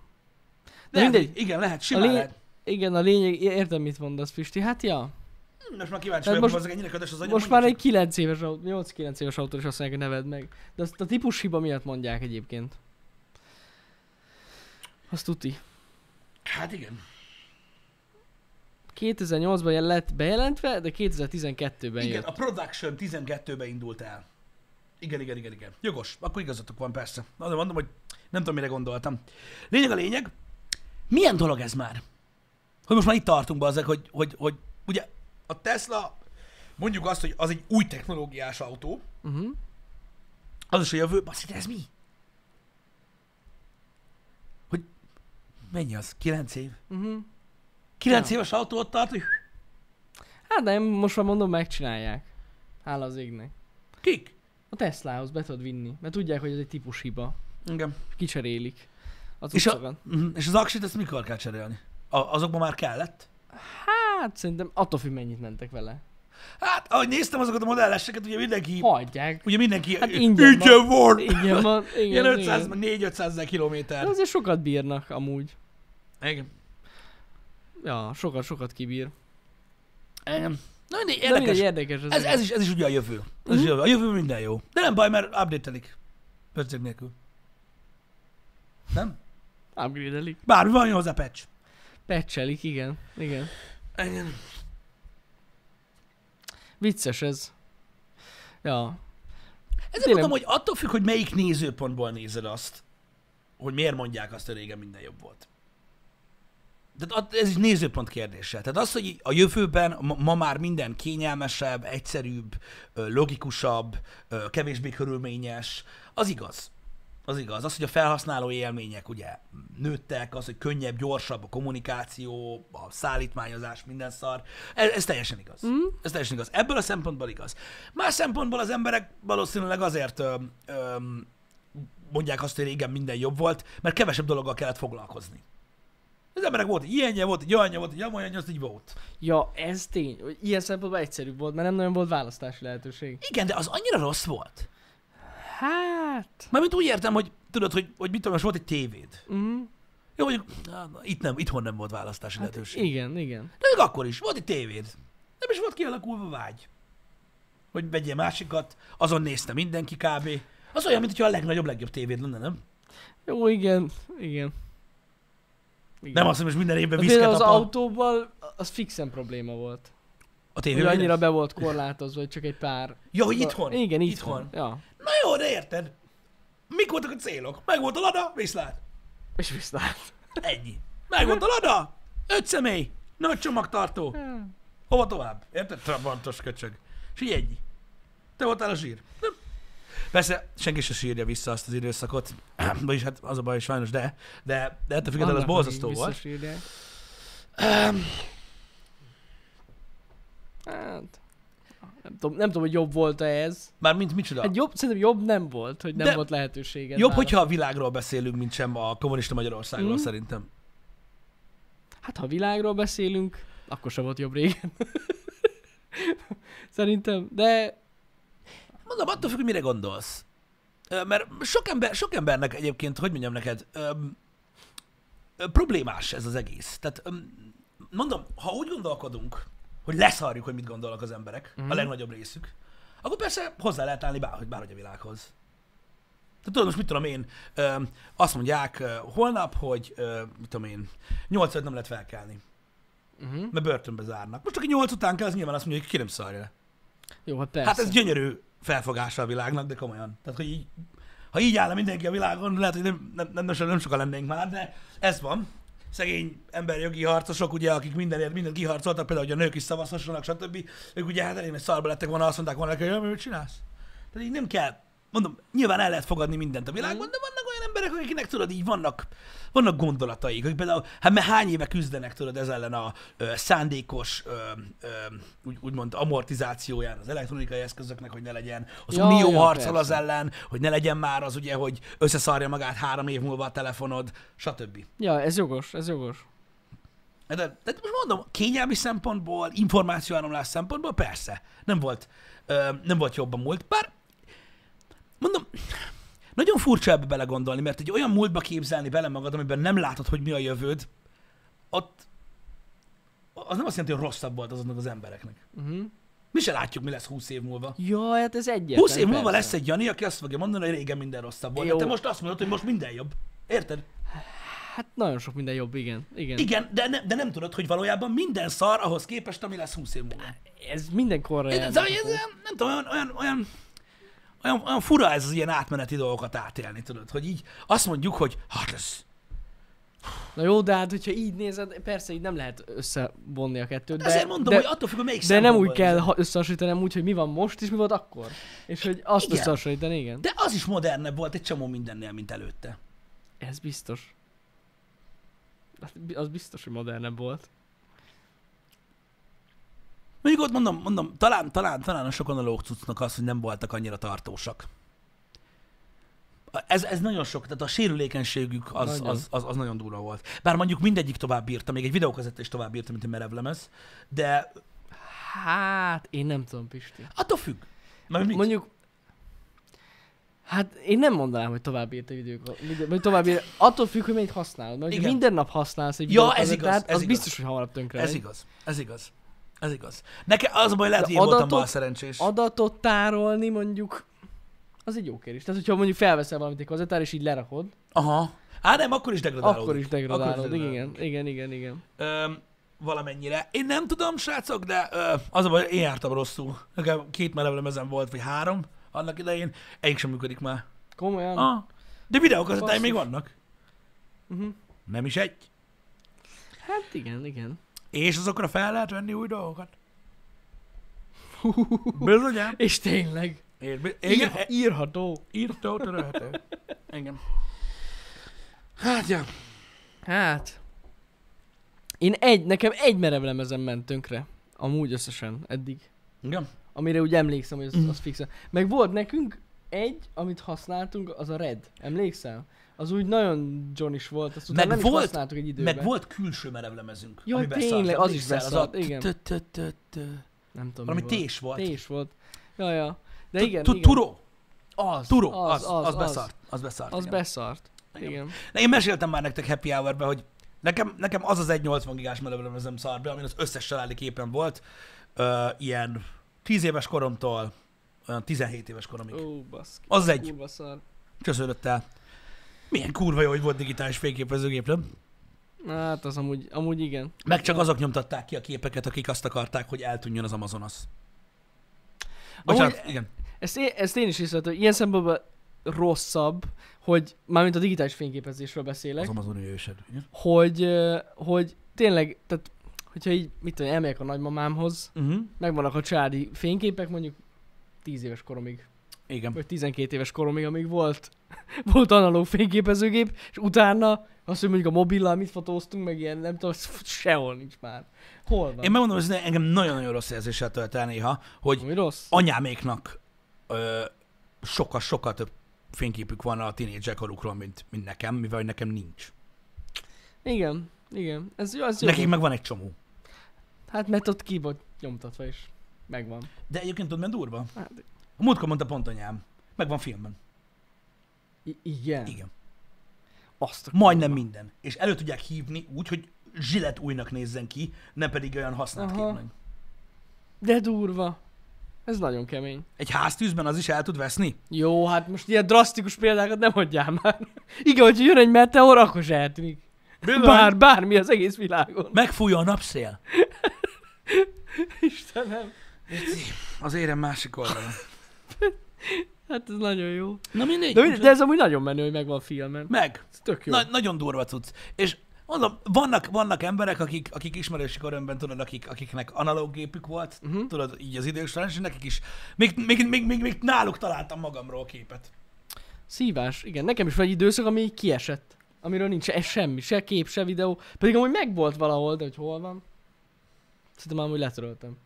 [SPEAKER 1] De
[SPEAKER 2] Lehet,
[SPEAKER 1] mindegy.
[SPEAKER 2] hogy- Igen, lehet, simán
[SPEAKER 1] A lé-
[SPEAKER 2] lehet.
[SPEAKER 1] Igen, a lényeg, értem mit mondasz Pisti. Hát ja,
[SPEAKER 2] Hm, Most már kíváncsi
[SPEAKER 1] Tehát
[SPEAKER 2] vagyok,
[SPEAKER 1] most-
[SPEAKER 2] most, ennyire ködös az agyam.
[SPEAKER 1] most
[SPEAKER 2] mondjuk
[SPEAKER 1] már egy 9 éves autó, 8-9 éves autó is azt mondják, hogy neved meg. De azt a típus hiba miatt mondják egyébként. Azt tuti.
[SPEAKER 2] csak. Hát igen.
[SPEAKER 1] 2008-ban jel- lett bejelentve, de 2012-ben
[SPEAKER 2] Igen,
[SPEAKER 1] jött.
[SPEAKER 2] a Production 12-be indult el. Igen, igen, igen, igen. Jogos, akkor igazatok van, persze. Na, de mondom, hogy nem tudom, mire gondoltam. Lényeg a lényeg, milyen dolog ez már? Hogy most már itt tartunk be azok, hogy, hogy, hogy ugye a Tesla, mondjuk azt, hogy az egy új technológiás autó,
[SPEAKER 1] Uh-huh.
[SPEAKER 2] az is a jövő, basszik, de ez mi? Hogy mennyi az? 9 év?
[SPEAKER 1] Uh-huh.
[SPEAKER 2] 9 éves autó ott tart, hogy
[SPEAKER 1] Hát nem, most már mondom, megcsinálják. Hála az égnek.
[SPEAKER 2] kik?
[SPEAKER 1] A Teslához be tudod vinni, mert tudják, hogy ez egy típus hiba.
[SPEAKER 2] Igen.
[SPEAKER 1] Kicserélik. Az
[SPEAKER 2] És,
[SPEAKER 1] utcokat.
[SPEAKER 2] a, Mhm. és az aksit ezt mikor kell cserélni? A, azokban már kellett?
[SPEAKER 1] Hát szerintem attól függ, mennyit mentek vele.
[SPEAKER 2] Hát, ahogy néztem azokat a modelleseket, ugye mindenki...
[SPEAKER 1] Hagyják.
[SPEAKER 2] Ugye mindenki...
[SPEAKER 1] Hát
[SPEAKER 2] Hát
[SPEAKER 1] ingyen
[SPEAKER 2] ingyen volt!
[SPEAKER 1] Igen, van. Igen,
[SPEAKER 2] Ilyen 500,
[SPEAKER 1] igen.
[SPEAKER 2] meg 4-500 ezer
[SPEAKER 1] De
[SPEAKER 2] kilométer.
[SPEAKER 1] azért sokat bírnak amúgy.
[SPEAKER 2] Igen.
[SPEAKER 1] Ja, sokat-sokat kibír.
[SPEAKER 2] Igen. Na, mindegy,
[SPEAKER 1] De mindegy,
[SPEAKER 2] érdekes.
[SPEAKER 1] érdekes ez.
[SPEAKER 2] Ez,
[SPEAKER 1] igen.
[SPEAKER 2] ez, is, ez is ugye a jövő. Ez
[SPEAKER 1] Mhm.
[SPEAKER 2] is a jövő. A jövő minden jó. De nem baj, mert update-elik. Pörcék nélkül. Nem?
[SPEAKER 1] Upgrade-elik.
[SPEAKER 2] Bármi van, jön hozzá patch.
[SPEAKER 1] Patchelik, igen. Igen.
[SPEAKER 2] Igen.
[SPEAKER 1] Vicces ez. Ja.
[SPEAKER 2] Ezért
[SPEAKER 1] Tényleg.
[SPEAKER 2] mondom, hogy attól függ, hogy melyik nézőpontból nézed azt, hogy miért mondják azt, hogy régen minden jobb volt. Tehát att- ez is nézőpont kérdése. Tehát az, hogy a jövőben ma- ma már minden kényelmesebb, egyszerűbb, ö, logikusabb, ö, kevésbé körülményes, az igaz. Az igaz. Az, hogy a felhasználó élmények ugye nőttek, az, hogy könnyebb, gyorsabb a kommunikáció, a szállítmányozás, minden szar. Ez, ez teljesen igaz. Mm. Ez teljesen igaz. Ebből a szempontból igaz. Más szempontból az emberek valószínűleg azért ö, ö, mondják azt, hogy régen minden jobb volt, mert kevesebb dologgal kellett foglalkozni. Az emberek volt egy ilyenje, volt egy olyanja, volt egy amolyanja, az így volt.
[SPEAKER 1] Ja, ez tény. hogy Ilyen szempontból egyszerűbb volt, mert nem nagyon volt választási lehetőség.
[SPEAKER 2] Igen, de az annyira rossz volt.
[SPEAKER 1] Hát...
[SPEAKER 2] Mármint úgy értem, hogy tudod, hogy, hogy mit tudom, most volt egy tévéd.
[SPEAKER 1] Mm,
[SPEAKER 2] Jó, mondjuk á, na, itt nem, itthon nem volt választási hát lehetőség.
[SPEAKER 1] igen, igen.
[SPEAKER 2] De még akkor is, volt egy tévéd. Nem is volt kialakulva vágy. Hogy vegyél másikat, azon nézte mindenki kb. Az olyan, mintha a legnagyobb, legjobb tévéd lenne, nem?
[SPEAKER 1] Jó, igen, igen. igen.
[SPEAKER 2] Nem azt mondom, hogy minden évben
[SPEAKER 1] De például
[SPEAKER 2] viszket
[SPEAKER 1] az
[SPEAKER 2] apa.
[SPEAKER 1] autóval az fixen probléma volt.
[SPEAKER 2] A
[SPEAKER 1] Hogy
[SPEAKER 2] tévében.
[SPEAKER 1] annyira be volt korlátozva, hogy csak egy pár...
[SPEAKER 2] Ja, hogy itthon.
[SPEAKER 1] Igen, itthon. itthon. Ja.
[SPEAKER 2] Na jó, de érted. Mik voltak a célok? Meg volt a lada, viszlát.
[SPEAKER 1] És viszlát.
[SPEAKER 2] Ennyi. Meg volt a lada, öt személy, nagy csomagtartó. Hova tovább? Érted? Trabantos köcsög. És így ennyi. Te voltál a zsír. Nem. Persze, senki se sírja vissza azt az időszakot. Vagyis hát az a baj, sajnos, de. De, de ettől függetlenül az
[SPEAKER 1] Annak,
[SPEAKER 2] borzasztó
[SPEAKER 1] akik
[SPEAKER 2] volt.
[SPEAKER 1] visszasírják. Hát... Nem tudom, nem tudom, hogy jobb volt-e ez.
[SPEAKER 2] Mármint micsoda.
[SPEAKER 1] Hát jobb, szerintem jobb nem volt, hogy nem
[SPEAKER 2] De-
[SPEAKER 1] volt lehetőséged.
[SPEAKER 2] Jobb,
[SPEAKER 1] választ-
[SPEAKER 2] hogyha a világról beszélünk, mint sem a kommunista Magyarországról,
[SPEAKER 1] Mhm.
[SPEAKER 2] szerintem.
[SPEAKER 1] Hát ha világról beszélünk, akkor sem volt jobb régen. Szerintem, de
[SPEAKER 2] Mondom, attól függ, hogy mire gondolsz. Ö, Mert sok, ember, sok embernek egyébként, hogy mondjam neked, öm, ö, problémás ez az egész. Tehát öm, mondom, ha úgy gondolkodunk, hogy leszarjuk, hogy mit gondolnak az emberek, mm. a legnagyobb részük, akkor persze hozzá lehet állni bár, bárhogy a világhoz. Tehát tudod, most mit tudom én, ö, azt mondják ö, holnap, hogy ö, mit tudom én, 8 nem lehet felkelni. Uh-huh. Mert börtönbe zárnak. Most aki 8 után kell, az nyilván azt mondja, hogy ki nem szarja le.
[SPEAKER 1] Jó, hát persze.
[SPEAKER 2] Hát ez gyönyörű felfogása a világnak, de komolyan. Tehát, hogy így, ha így állna mindenki a világon, lehet, hogy nem, nem, nem, nem, nem sokan lennénk már, de ez van. Szegény emberjogi harcosok, ugye, akik mindenért mindent kiharcoltak, például, hogy a nők is szavazhassanak, stb. Ők ugye hát elég nagy szarba lettek volna, azt mondták volna, hogy jaj, mit csinálsz? Tehát így nem kell. Mondom, nyilván el lehet fogadni mindent a világban, de vannak olyan emberek, akiknek tudod, így vannak, vannak gondolataik, hogy például, hát mert hány éve küzdenek tudod ez ellen a ö, szándékos, ö, ö, úgy, úgymond amortizációján az elektronikai eszközöknek, hogy ne legyen. Az
[SPEAKER 1] Ja,
[SPEAKER 2] ja, Unió
[SPEAKER 1] ja,
[SPEAKER 2] ja, harcol
[SPEAKER 1] persze.
[SPEAKER 2] az ellen, hogy ne legyen már az ugye, hogy összeszarja magát három év múlva a telefonod, stb.
[SPEAKER 1] Ja, ez jogos, ez jogos.
[SPEAKER 2] De, de most mondom, kényelmi szempontból, információáramlás szempontból persze, nem volt, ö, nem volt jobb a múlt, bár mondom, nagyon furcsa ebbe belegondolni, mert egy olyan múltba képzelni bele magad, amiben nem látod, hogy mi a jövőd, ott az nem azt jelenti, hogy rosszabb volt azoknak az embereknek.
[SPEAKER 1] Uh-huh.
[SPEAKER 2] Mi se látjuk, mi lesz 20 év múlva.
[SPEAKER 1] Ja, hát ez egyértelmű.
[SPEAKER 2] 20 év múlva
[SPEAKER 1] persze.
[SPEAKER 2] lesz egy Jani, aki azt fogja mondani, hogy régen minden rosszabb volt. De
[SPEAKER 1] Jó.
[SPEAKER 2] te most azt mondod, hogy most minden jobb. Érted?
[SPEAKER 1] Hát nagyon sok minden jobb, igen. Igen.
[SPEAKER 2] Igen, de, ne, de nem tudod, hogy valójában minden szar ahhoz képest, ami lesz 20 év múlva.
[SPEAKER 1] Ez mindenkorra
[SPEAKER 2] Ez, ez,
[SPEAKER 1] járható.
[SPEAKER 2] ez olyan- nem tudom, olyan, olyan, olyan, olyan, olyan fura ez az ilyen átmeneti dolgokat átélni, tudod, hogy így azt mondjuk, hogy hát ez,
[SPEAKER 1] Na jó, de hát, hogyha így nézed, persze így nem lehet összevonni a kettőt. De,
[SPEAKER 2] de, Hát ezért mondom,
[SPEAKER 1] de,
[SPEAKER 2] hogy attól függ, hogy melyik
[SPEAKER 1] de nem úgy
[SPEAKER 2] szempontból
[SPEAKER 1] kell
[SPEAKER 2] nézed.
[SPEAKER 1] ha- összehasonlítani, hanem úgy, hogy mi van most és mi volt akkor. És hogy azt
[SPEAKER 2] Igen.
[SPEAKER 1] összehasonlítani, igen.
[SPEAKER 2] De az is modernebb volt egy csomó mindennél, mint előtte.
[SPEAKER 1] Ez biztos. Hát bi- Az biztos, hogy modernebb volt.
[SPEAKER 2] Mondjuk ott mondom, mondom talán, talán, talán a sokan a lógcucnak az, hogy nem voltak annyira tartósak. A- Ez, ez nagyon sok, tehát a sérülékenységük az,
[SPEAKER 1] Nagyon.
[SPEAKER 2] az, az, az, nagyon durva volt. Bár mondjuk mindegyik tovább bírta, még egy videókazetta is tovább bírta, mint egy merevlemez, de
[SPEAKER 1] Hát, én nem tudom, Pisti.
[SPEAKER 2] attól függ. Mert mit?
[SPEAKER 1] Mondjuk, Hát én nem mondanám, hogy tovább írt a videókat. Vagy tovább írt. Attól függ, hogy mennyit használod. Mert hogyha
[SPEAKER 2] Hát- Igen.
[SPEAKER 1] minden nap használsz egy
[SPEAKER 2] Ja, ez
[SPEAKER 1] videókazettát,
[SPEAKER 2] igaz, ez
[SPEAKER 1] az
[SPEAKER 2] igaz.
[SPEAKER 1] biztos, hogy hamarabb tönkre
[SPEAKER 2] Ez
[SPEAKER 1] megy.
[SPEAKER 2] igaz, ez igaz. Ez igaz. Nekem az a baj, lehet,
[SPEAKER 1] De
[SPEAKER 2] hogy én voltam
[SPEAKER 1] adatok-
[SPEAKER 2] bal szerencsés.
[SPEAKER 1] adatot tárolni mondjuk, az egy jó kérdés. Tehát, hogyha mondjuk felveszel valamit egy kazettár, és így lerakod,
[SPEAKER 2] Aha. Á, nem, akkor is degradálódik.
[SPEAKER 1] akkor is degradálod.
[SPEAKER 2] degradálódik.
[SPEAKER 1] igen, igen, igen, igen.
[SPEAKER 2] Öm, valamennyire. Én nem tudom, srácok, de ö, az a baj, én jártam rosszul. Nekem két merevlemezen volt, vagy három annak idején. Egyik sem működik már.
[SPEAKER 1] Komolyan? Ah.
[SPEAKER 2] Ah, de videókazettáim még
[SPEAKER 1] Basszus.
[SPEAKER 2] vannak.
[SPEAKER 1] Uh-huh.
[SPEAKER 2] Nem is egy.
[SPEAKER 1] Hát igen, igen.
[SPEAKER 2] És azokra fel lehet venni új dolgokat. Bizonyám.
[SPEAKER 1] És tényleg,
[SPEAKER 2] Én, bi-
[SPEAKER 1] Igen.
[SPEAKER 2] igen, E-
[SPEAKER 1] Ír, írható.
[SPEAKER 2] írtó törölhető. Engem. Hát, ja.
[SPEAKER 1] Hát, én egy, nekem egy merevlemezen ment tönkre. Amúgy összesen, eddig.
[SPEAKER 2] Igen. Mhm.
[SPEAKER 1] Amire úgy emlékszem, hogy az, az fixen. Meg volt nekünk egy, amit használtunk, az a Red. Emlékszel? Az úgy nagyon John-is volt, azt utána
[SPEAKER 2] Meg
[SPEAKER 1] nem is
[SPEAKER 2] volt-
[SPEAKER 1] használtuk egy időben.
[SPEAKER 2] Meg volt külső merevlemezünk.
[SPEAKER 1] Jaj,
[SPEAKER 2] ami
[SPEAKER 1] tényleg,
[SPEAKER 2] beszart,
[SPEAKER 1] az is
[SPEAKER 2] emlékszel?
[SPEAKER 1] beszart,
[SPEAKER 2] a
[SPEAKER 1] igen.
[SPEAKER 2] tö- tö- tö- tö-
[SPEAKER 1] Nem tudom, mi
[SPEAKER 2] Valami
[SPEAKER 1] volt.
[SPEAKER 2] tés volt.
[SPEAKER 1] Tés volt. Ja, ja. De
[SPEAKER 2] Tu-
[SPEAKER 1] igen,
[SPEAKER 2] tu-
[SPEAKER 1] igen.
[SPEAKER 2] Turo.
[SPEAKER 1] Az,
[SPEAKER 2] Turo. Az, az, az beszart. Az beszart.
[SPEAKER 1] Az, az
[SPEAKER 2] igen.
[SPEAKER 1] beszart.
[SPEAKER 2] Igen.
[SPEAKER 1] Igen.
[SPEAKER 2] Na, én meséltem már nektek happy hour hogy nekem, nekem az az egy 80 gigás merevlemezem szart be, amin az összes családi képen volt. Ö, ilyen 10 éves koromtól olyan 17 éves koromig.
[SPEAKER 1] Ó, baszki.
[SPEAKER 2] Az egy.
[SPEAKER 1] Kurva szar.
[SPEAKER 2] Csöszörött el. Milyen kurva jó, hogy volt digitális fényképezőgép, nem?
[SPEAKER 1] Na, Hát az amúgy, amúgy igen.
[SPEAKER 2] Meg csak azok nyomtatták ki a képeket, akik azt akarták, hogy eltűnjön az Amazonas. Bocsánat,
[SPEAKER 1] Amúgy-
[SPEAKER 2] igen.
[SPEAKER 1] Ezt én, ezt én is észrevettem, ilyen szempontból rosszabb, hogy mármint a digitális fényképezésről beszélek,
[SPEAKER 2] Az Amazon ősed. igen.
[SPEAKER 1] hogy, ö, hogy tényleg, tehát hogyha így, mit tudom, elmegyek a nagymamámhoz,
[SPEAKER 2] Uh-huh.
[SPEAKER 1] megvannak a családi fényképek mondjuk 10 éves koromig,
[SPEAKER 2] Igen.
[SPEAKER 1] vagy 12 éves koromig, amíg volt, volt analóg fényképezőgép, és utána azt, hogy mondjuk a mobillal mit fotóztunk, meg ilyen, nem tudom, az sehol nincs már. Hol van?
[SPEAKER 2] Én megmondom, hogy engem nagyon-nagyon rossz érzéssel tölt el néha, hogy
[SPEAKER 1] Ami rossz?
[SPEAKER 2] anyáméknak ö, sokkal, sokkal több fényképük van a tínédzser korukról, mint, mint nekem, mivel hogy nekem nincs.
[SPEAKER 1] Igen, igen. Ez jó, az jó.
[SPEAKER 2] Nekik meg van egy csomó.
[SPEAKER 1] Hát mert ott ki volt nyomtatva is. Megvan.
[SPEAKER 2] De egyébként tudod, mert durva?
[SPEAKER 1] Hát,
[SPEAKER 2] A múltkor mondta pont anyám. Meg van filmben.
[SPEAKER 1] i- igen.
[SPEAKER 2] Igen.
[SPEAKER 1] Azt a
[SPEAKER 2] Majdnem minden. És elő tudják hívni úgy, hogy zsilet újnak nézzen ki, nem pedig olyan használt
[SPEAKER 1] Aha.
[SPEAKER 2] képnek.
[SPEAKER 1] De durva. Ez nagyon kemény.
[SPEAKER 2] Egy háztűzben az is el tud veszni?
[SPEAKER 1] Jó, hát most ilyen drasztikus példákat nem adjál már. Igen, hogyha jön egy meteor, akkor se eltűnik. Bár, bármi az egész világon.
[SPEAKER 2] Megfújja a napszél.
[SPEAKER 1] Istenem.
[SPEAKER 2] Az érem másik oldalon.
[SPEAKER 1] Hát ez nagyon jó.
[SPEAKER 2] Na mindegy.
[SPEAKER 1] De, mind, de ez amúgy nagyon menő, hogy megvan filmen.
[SPEAKER 2] Meg.
[SPEAKER 1] Ez tök jó.
[SPEAKER 2] Na, nagyon durva cucc. És mondom, vannak, vannak emberek, akik, akik ismerősi körömben, tudod, akik, akiknek analóg gépük volt,
[SPEAKER 1] Mhm.
[SPEAKER 2] uh-huh. tudod, így az idők során, és nekik is, még, még, még, még, még náluk találtam magamról képet.
[SPEAKER 1] Szívás, igen. Nekem is van egy időszak, ami így kiesett. Amiről nincs se semmi, se kép, se videó. Pedig amúgy megvolt valahol, de hogy hol van. Szerintem már amúgy letöröltem.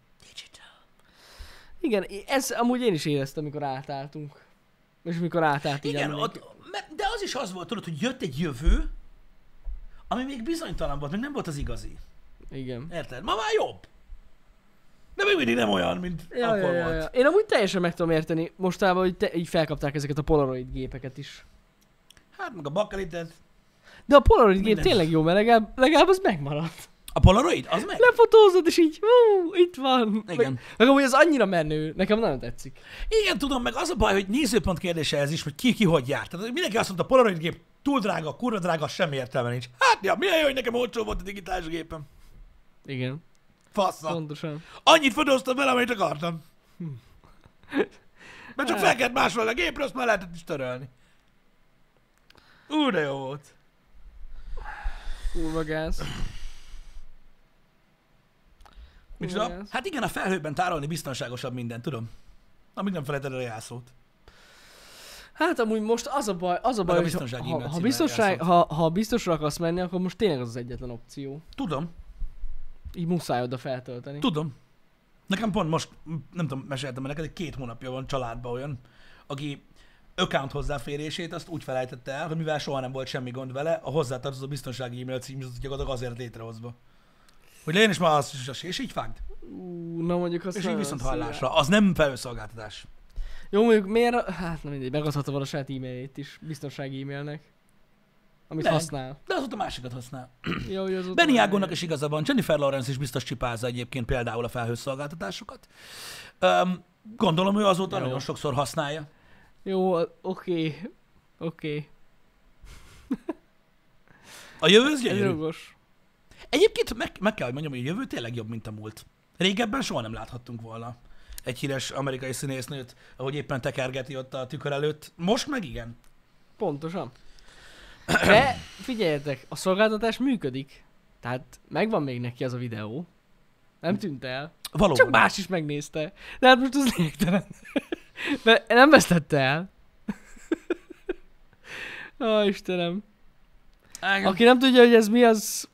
[SPEAKER 1] Igen, ez amúgy én is éreztem, amikor átálltunk. És mikor átállt így
[SPEAKER 2] Igen,
[SPEAKER 1] emlék-
[SPEAKER 2] ott, mert- de az is az volt, tudod, hogy jött egy jövő, ami még bizonytalan volt, még nem volt az igazi.
[SPEAKER 1] Igen.
[SPEAKER 2] Érted? Ma már jobb. De még mindig nem olyan, mint ja,
[SPEAKER 1] Ja, ja,
[SPEAKER 2] akkor
[SPEAKER 1] ja,
[SPEAKER 2] volt.
[SPEAKER 1] ja. Én amúgy teljesen meg tudom érteni mostában, hogy te, így felkapták ezeket a Polaroid gépeket is.
[SPEAKER 2] Hát meg a bakelitet.
[SPEAKER 1] De a Polaroid gép
[SPEAKER 2] Minden.
[SPEAKER 1] tényleg jó, mert legalább, legalább az megmaradt.
[SPEAKER 2] A polaroid? Az meg?
[SPEAKER 1] Lefotózod, és így, hú, itt van.
[SPEAKER 2] Igen.
[SPEAKER 1] Meg, meg amúgy az annyira menő, nekem nagyon tetszik.
[SPEAKER 2] Igen, tudom, meg az a baj, hogy nézőpont kérdése ez is, hogy ki ki hogy jár. Tehát mindenki azt mondta, a Polaroid gép túl drága, kurva drága, semmi értelme nincs. Hát, ja, milyen jó, hogy nekem olcsó volt a digitális gépem.
[SPEAKER 1] Igen,
[SPEAKER 2] Fasza.
[SPEAKER 1] pontosan.
[SPEAKER 2] Annyit fodoztam vele, amit akartam. Hm. Mert csak fel kellett másolni a gépre, azt már lehetett is törölni. Ú, de jó volt.
[SPEAKER 1] Kurva gáz.
[SPEAKER 2] Mit
[SPEAKER 1] Kurva
[SPEAKER 2] tudom?
[SPEAKER 1] gáz.
[SPEAKER 2] Hát igen, a felhőben tárolni biztonságosabb minden, tudom. Amíg nem felejted el a jelszót.
[SPEAKER 1] Hát amúgy most az a baj, az a baj,
[SPEAKER 2] a
[SPEAKER 1] hogy
[SPEAKER 2] biztonsági e-mail
[SPEAKER 1] ha, ha,
[SPEAKER 2] címmel
[SPEAKER 1] biztonság,
[SPEAKER 2] játszol.
[SPEAKER 1] ha, ha biztosra akarsz menni, akkor most tényleg az az egyetlen opció.
[SPEAKER 2] Tudom,
[SPEAKER 1] Így muszáj oda feltölteni.
[SPEAKER 2] tudom. Nekem pont most, m- nem tudom, meséltem neked, hogy két hónapja van családban olyan, aki account hozzáférését azt úgy felejtette el, hogy mivel soha nem volt semmi gond vele, a hozzátartozó biztonsági e-mail cím az gyakorlatilag azért létrehozva. Hogy legyen is már az is, és így fágd.
[SPEAKER 1] Ú, na mondjuk azt
[SPEAKER 2] És így
[SPEAKER 1] nagyon
[SPEAKER 2] viszont
[SPEAKER 1] szívem.
[SPEAKER 2] hallásra. Az nem felőszolgáltatás.
[SPEAKER 1] Jó, mondjuk miért? Hát nem mindegy, megadhatta volna a saját e-mailjét is, biztonsági e-mailnek. Amit
[SPEAKER 2] Meg.
[SPEAKER 1] használ.
[SPEAKER 2] De azóta másikat használ.
[SPEAKER 1] Jó, hogy az ott
[SPEAKER 2] Benny
[SPEAKER 1] van.
[SPEAKER 2] Ágónak is igaza van, Jennifer Lawrence is biztos csipázza egyébként például a felhőszolgáltatásokat. Um, gondolom ő azóta
[SPEAKER 1] Jó.
[SPEAKER 2] nagyon sokszor használja.
[SPEAKER 1] Jó, oké. Oké.
[SPEAKER 2] A jövő az
[SPEAKER 1] Ez
[SPEAKER 2] gyönyörű.
[SPEAKER 1] jogos.
[SPEAKER 2] Egyébként meg, meg kell, hogy mondjam, hogy a jövő tényleg jobb, mint a múlt. Régebben soha nem láthattunk volna egy híres amerikai színésznőt, ahogy éppen tekergeti ott a tükör előtt. Most meg igen.
[SPEAKER 1] Pontosan. De figyeljetek, a szolgáltatás működik. Tehát megvan még neki az a videó. Nem tűnt el.
[SPEAKER 2] Valóban.
[SPEAKER 1] Csak más is megnézte. De hát most az lényegtelen. Mert nem vesztette el. Ó, Istenem.
[SPEAKER 2] Ágám.
[SPEAKER 1] Aki nem tudja, hogy ez mi, az...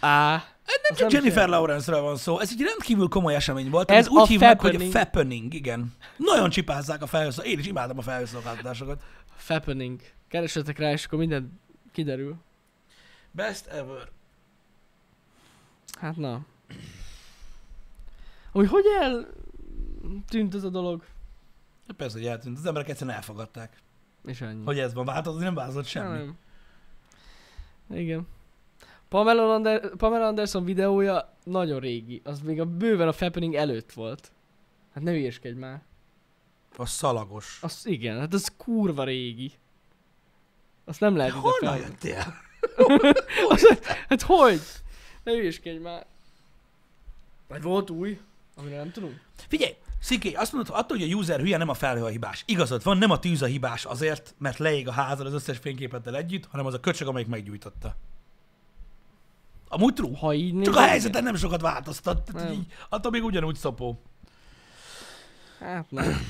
[SPEAKER 1] Á.
[SPEAKER 2] Nem csak Jennifer Lawrence-ről van szó, ez egy rendkívül komoly esemény volt. Ez
[SPEAKER 1] Ez
[SPEAKER 2] úgy
[SPEAKER 1] a
[SPEAKER 2] hívnak, hogy a
[SPEAKER 1] fappening.
[SPEAKER 2] fappening, igen. Nagyon csipázzák a felhőszolgáltatásokat. Én is imádom a felhőszolgáltatásokat.
[SPEAKER 1] Fappening. Keresetek rá, és akkor minden kiderül.
[SPEAKER 2] Best ever.
[SPEAKER 1] Hát na. Hogy hogy el tűnt ez a dolog?
[SPEAKER 2] Hát Persze, hogy eltűnt. Az emberek egyszerűen elfogadták,
[SPEAKER 1] És ennyi.
[SPEAKER 2] hogy ez van változni, nem változott semmi.
[SPEAKER 1] Nem. Igen. Pamela, Ander- Pamela Anderson videója nagyon régi. Az még a bőven a Fappening előtt volt. Hát ne hülyeskedj már.
[SPEAKER 2] A szalagos.
[SPEAKER 1] Az igen, hát az kurva régi. Azt nem lehet ide fel-
[SPEAKER 2] Honnan jöttél?
[SPEAKER 1] Az, hát hogy? Ne hülyeskedj már. Vagy volt új, amire nem tudunk?
[SPEAKER 2] Figyelj, Sziké, azt mondod, hogy attól, hogy a user hülye, nem a felhő a hibás. Igazad van, nem a tűz a hibás azért, mert leég a házad az összes fényképeddel együtt, hanem az a köcsög, amelyik meggyújtotta. Amúgy true.
[SPEAKER 1] Ha így
[SPEAKER 2] Csak
[SPEAKER 1] nézed,
[SPEAKER 2] a
[SPEAKER 1] igen.
[SPEAKER 2] helyzeten nem sokat változtat. Tehát
[SPEAKER 1] Nem.
[SPEAKER 2] így, attól még ugyanúgy szopó.
[SPEAKER 1] Hát nem.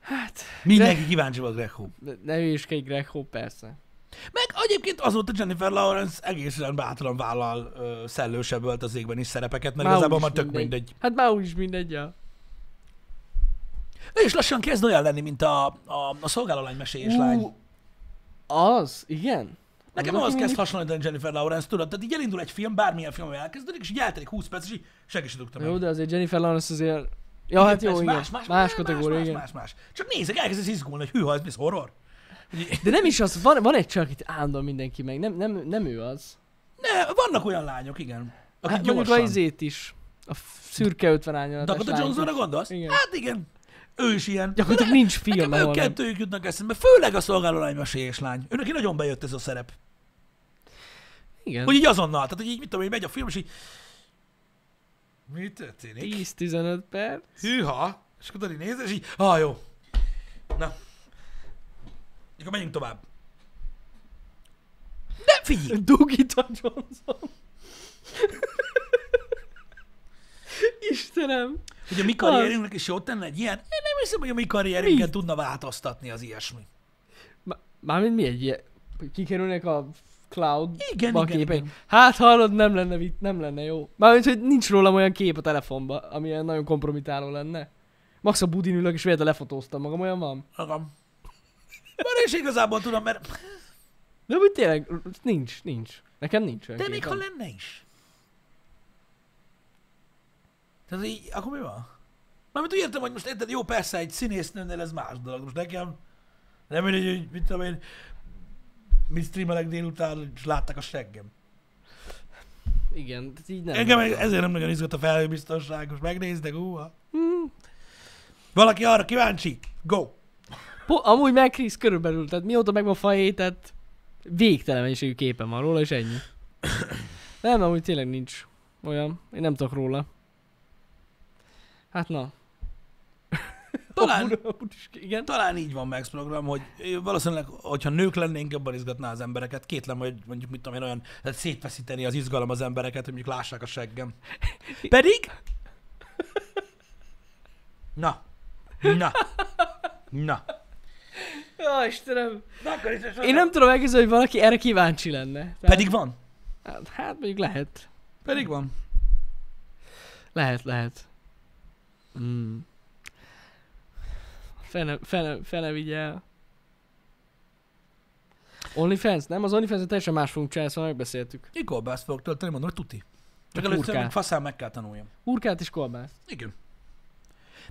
[SPEAKER 1] Hát,
[SPEAKER 2] Mindenki kíváncsi volt Greg Hope.
[SPEAKER 1] ne- ne hülyeskedj Greg Hope, persze.
[SPEAKER 2] Meg egyébként azóta Jennifer Lawrence egészen bátran vállal ö, szellősebb ölt az égben is szerepeket, mert
[SPEAKER 1] Már
[SPEAKER 2] igazából
[SPEAKER 1] úgyis
[SPEAKER 2] már tök mindegy.
[SPEAKER 1] Hát már úgyis mindegy, ja.
[SPEAKER 2] Ő is lassan kezd olyan lenni, mint a, a, a szolgálólány mesélyes lány.
[SPEAKER 1] Ú, Az, igen.
[SPEAKER 2] Nekem
[SPEAKER 1] az
[SPEAKER 2] ahhoz
[SPEAKER 1] aki mindig-
[SPEAKER 2] kezd hasonlítani Jennifer Lawrence, tudod? Tehát így elindul egy film, bármilyen film, ami elkezdődik, és így eltelik 20 perc, és így senki sem tudta meg.
[SPEAKER 1] Jó, de azért Jennifer Lawrence azért Ja, hát jó,
[SPEAKER 2] persze,
[SPEAKER 1] igen. Más, más kategória,
[SPEAKER 2] más,
[SPEAKER 1] igen.
[SPEAKER 2] más, más, Csak nézzek, elkezdesz izgulni, hogy hűha, ez mi horror?
[SPEAKER 1] De nem is az, van, van egy csak, akit állandóan mindenki meg, nem, nem, nem ő az.
[SPEAKER 2] Ne, vannak olyan lányok, igen. Akik
[SPEAKER 1] Hát
[SPEAKER 2] hát,
[SPEAKER 1] mondjuk a
[SPEAKER 2] gyorsan.
[SPEAKER 1] izét is. A szürke 50 ányalatás
[SPEAKER 2] Dakota Johnsonra gondolsz?
[SPEAKER 1] Igen.
[SPEAKER 2] Hát igen. Ő is ilyen.
[SPEAKER 1] Gyakorlatilag nincs
[SPEAKER 2] Nekem
[SPEAKER 1] film,
[SPEAKER 2] ők
[SPEAKER 1] ahol nem.
[SPEAKER 2] kettőjük jutnak eszembe, főleg a szolgáló lány mesélyes lány. Őnek nagyon bejött ez a szerep.
[SPEAKER 1] Igen.
[SPEAKER 2] Hogy így azonnal, tehát hogy így mit tudom, hogy megy a film, és így... Mi történik?
[SPEAKER 1] 10-15 perc.
[SPEAKER 2] Hűha! És akkor Dani néz, és így, ah, jó. Na. És akkor menjünk tovább. Nem figyelj!
[SPEAKER 1] Dugita Johnson. Istenem.
[SPEAKER 2] Hogy a mi karrierünknek is jót tenne egy ilyen? Én nem hiszem, hogy a mi karrierünket mi? tudna változtatni az ilyesmi.
[SPEAKER 1] Má- Mármint mi egy ilyen? hogy Kikerülnek a cloud
[SPEAKER 2] Igen,
[SPEAKER 1] ba
[SPEAKER 2] igen,
[SPEAKER 1] képek.
[SPEAKER 2] igen.
[SPEAKER 1] Hát hallod, nem lenne, vit- nem lenne jó. Mármint, hogy nincs rólam olyan kép a telefonba, ami ilyen nagyon kompromitáló lenne. Max a budin ülök, és véletlenül lefotóztam magam, olyan van?
[SPEAKER 2] Magam. Már én is igazából tudom, mert
[SPEAKER 1] De úgy tényleg, r- nincs, nincs. Nekem nincs olyan
[SPEAKER 2] de
[SPEAKER 1] képem.
[SPEAKER 2] még ha lenne is. Tehát így, akkor mi van? Mármint úgy értem, hogy most érted, jó persze, egy színésznőnél ez más dolog. Most nekem nem mindegy, hogy mit tudom én, mit streamelek délután, és látták a seggem.
[SPEAKER 1] Igen, tehát így nem.
[SPEAKER 2] Engem ezért nem nagyon izgat a felhőbiztonság, most megnéznek, húha. Valaki arra kíváncsi? Go!
[SPEAKER 1] Po- amúgy meg Krisz körülbelül, tehát mióta meg a fajétet, végtelen mennyiségű képen van róla, és ennyi. Nem, amúgy tényleg nincs olyan. Én nem tudok róla. Hát na.
[SPEAKER 2] Talán-
[SPEAKER 1] A Buda- a Buda is- igen.
[SPEAKER 2] Talán így van Max program, hogy valószínűleg, hogyha nők lennénk, jobban izgatná az embereket. Kétlem, hogy mondjuk mit tudom én olyan, tehát szétfeszíteni az izgalom az embereket, hogy mondjuk lássák a seggem. Pedig... Na. Na. Na.
[SPEAKER 1] Ja, Istenem.
[SPEAKER 2] Na akkor is
[SPEAKER 1] Én nem tudom elképzelni, hogy valaki erre kíváncsi lenne. Tehát,
[SPEAKER 2] Pedig van.
[SPEAKER 1] Hát, hát mondjuk lehet.
[SPEAKER 2] Pedig van.
[SPEAKER 1] Lehet, lehet. Mm. Fene, fene, fene vigyel. OnlyFans? Nem, az OnlyFans teljesen más fogunk csinálni, szóval megbeszéltük.
[SPEAKER 2] Mikor be ezt fogok tölteni, mondom, hogy tuti. Csak
[SPEAKER 1] Csak
[SPEAKER 2] először
[SPEAKER 1] hurkál.
[SPEAKER 2] még faszán meg kell tanuljam.
[SPEAKER 1] Hurkát és kolbászt.
[SPEAKER 2] Igen.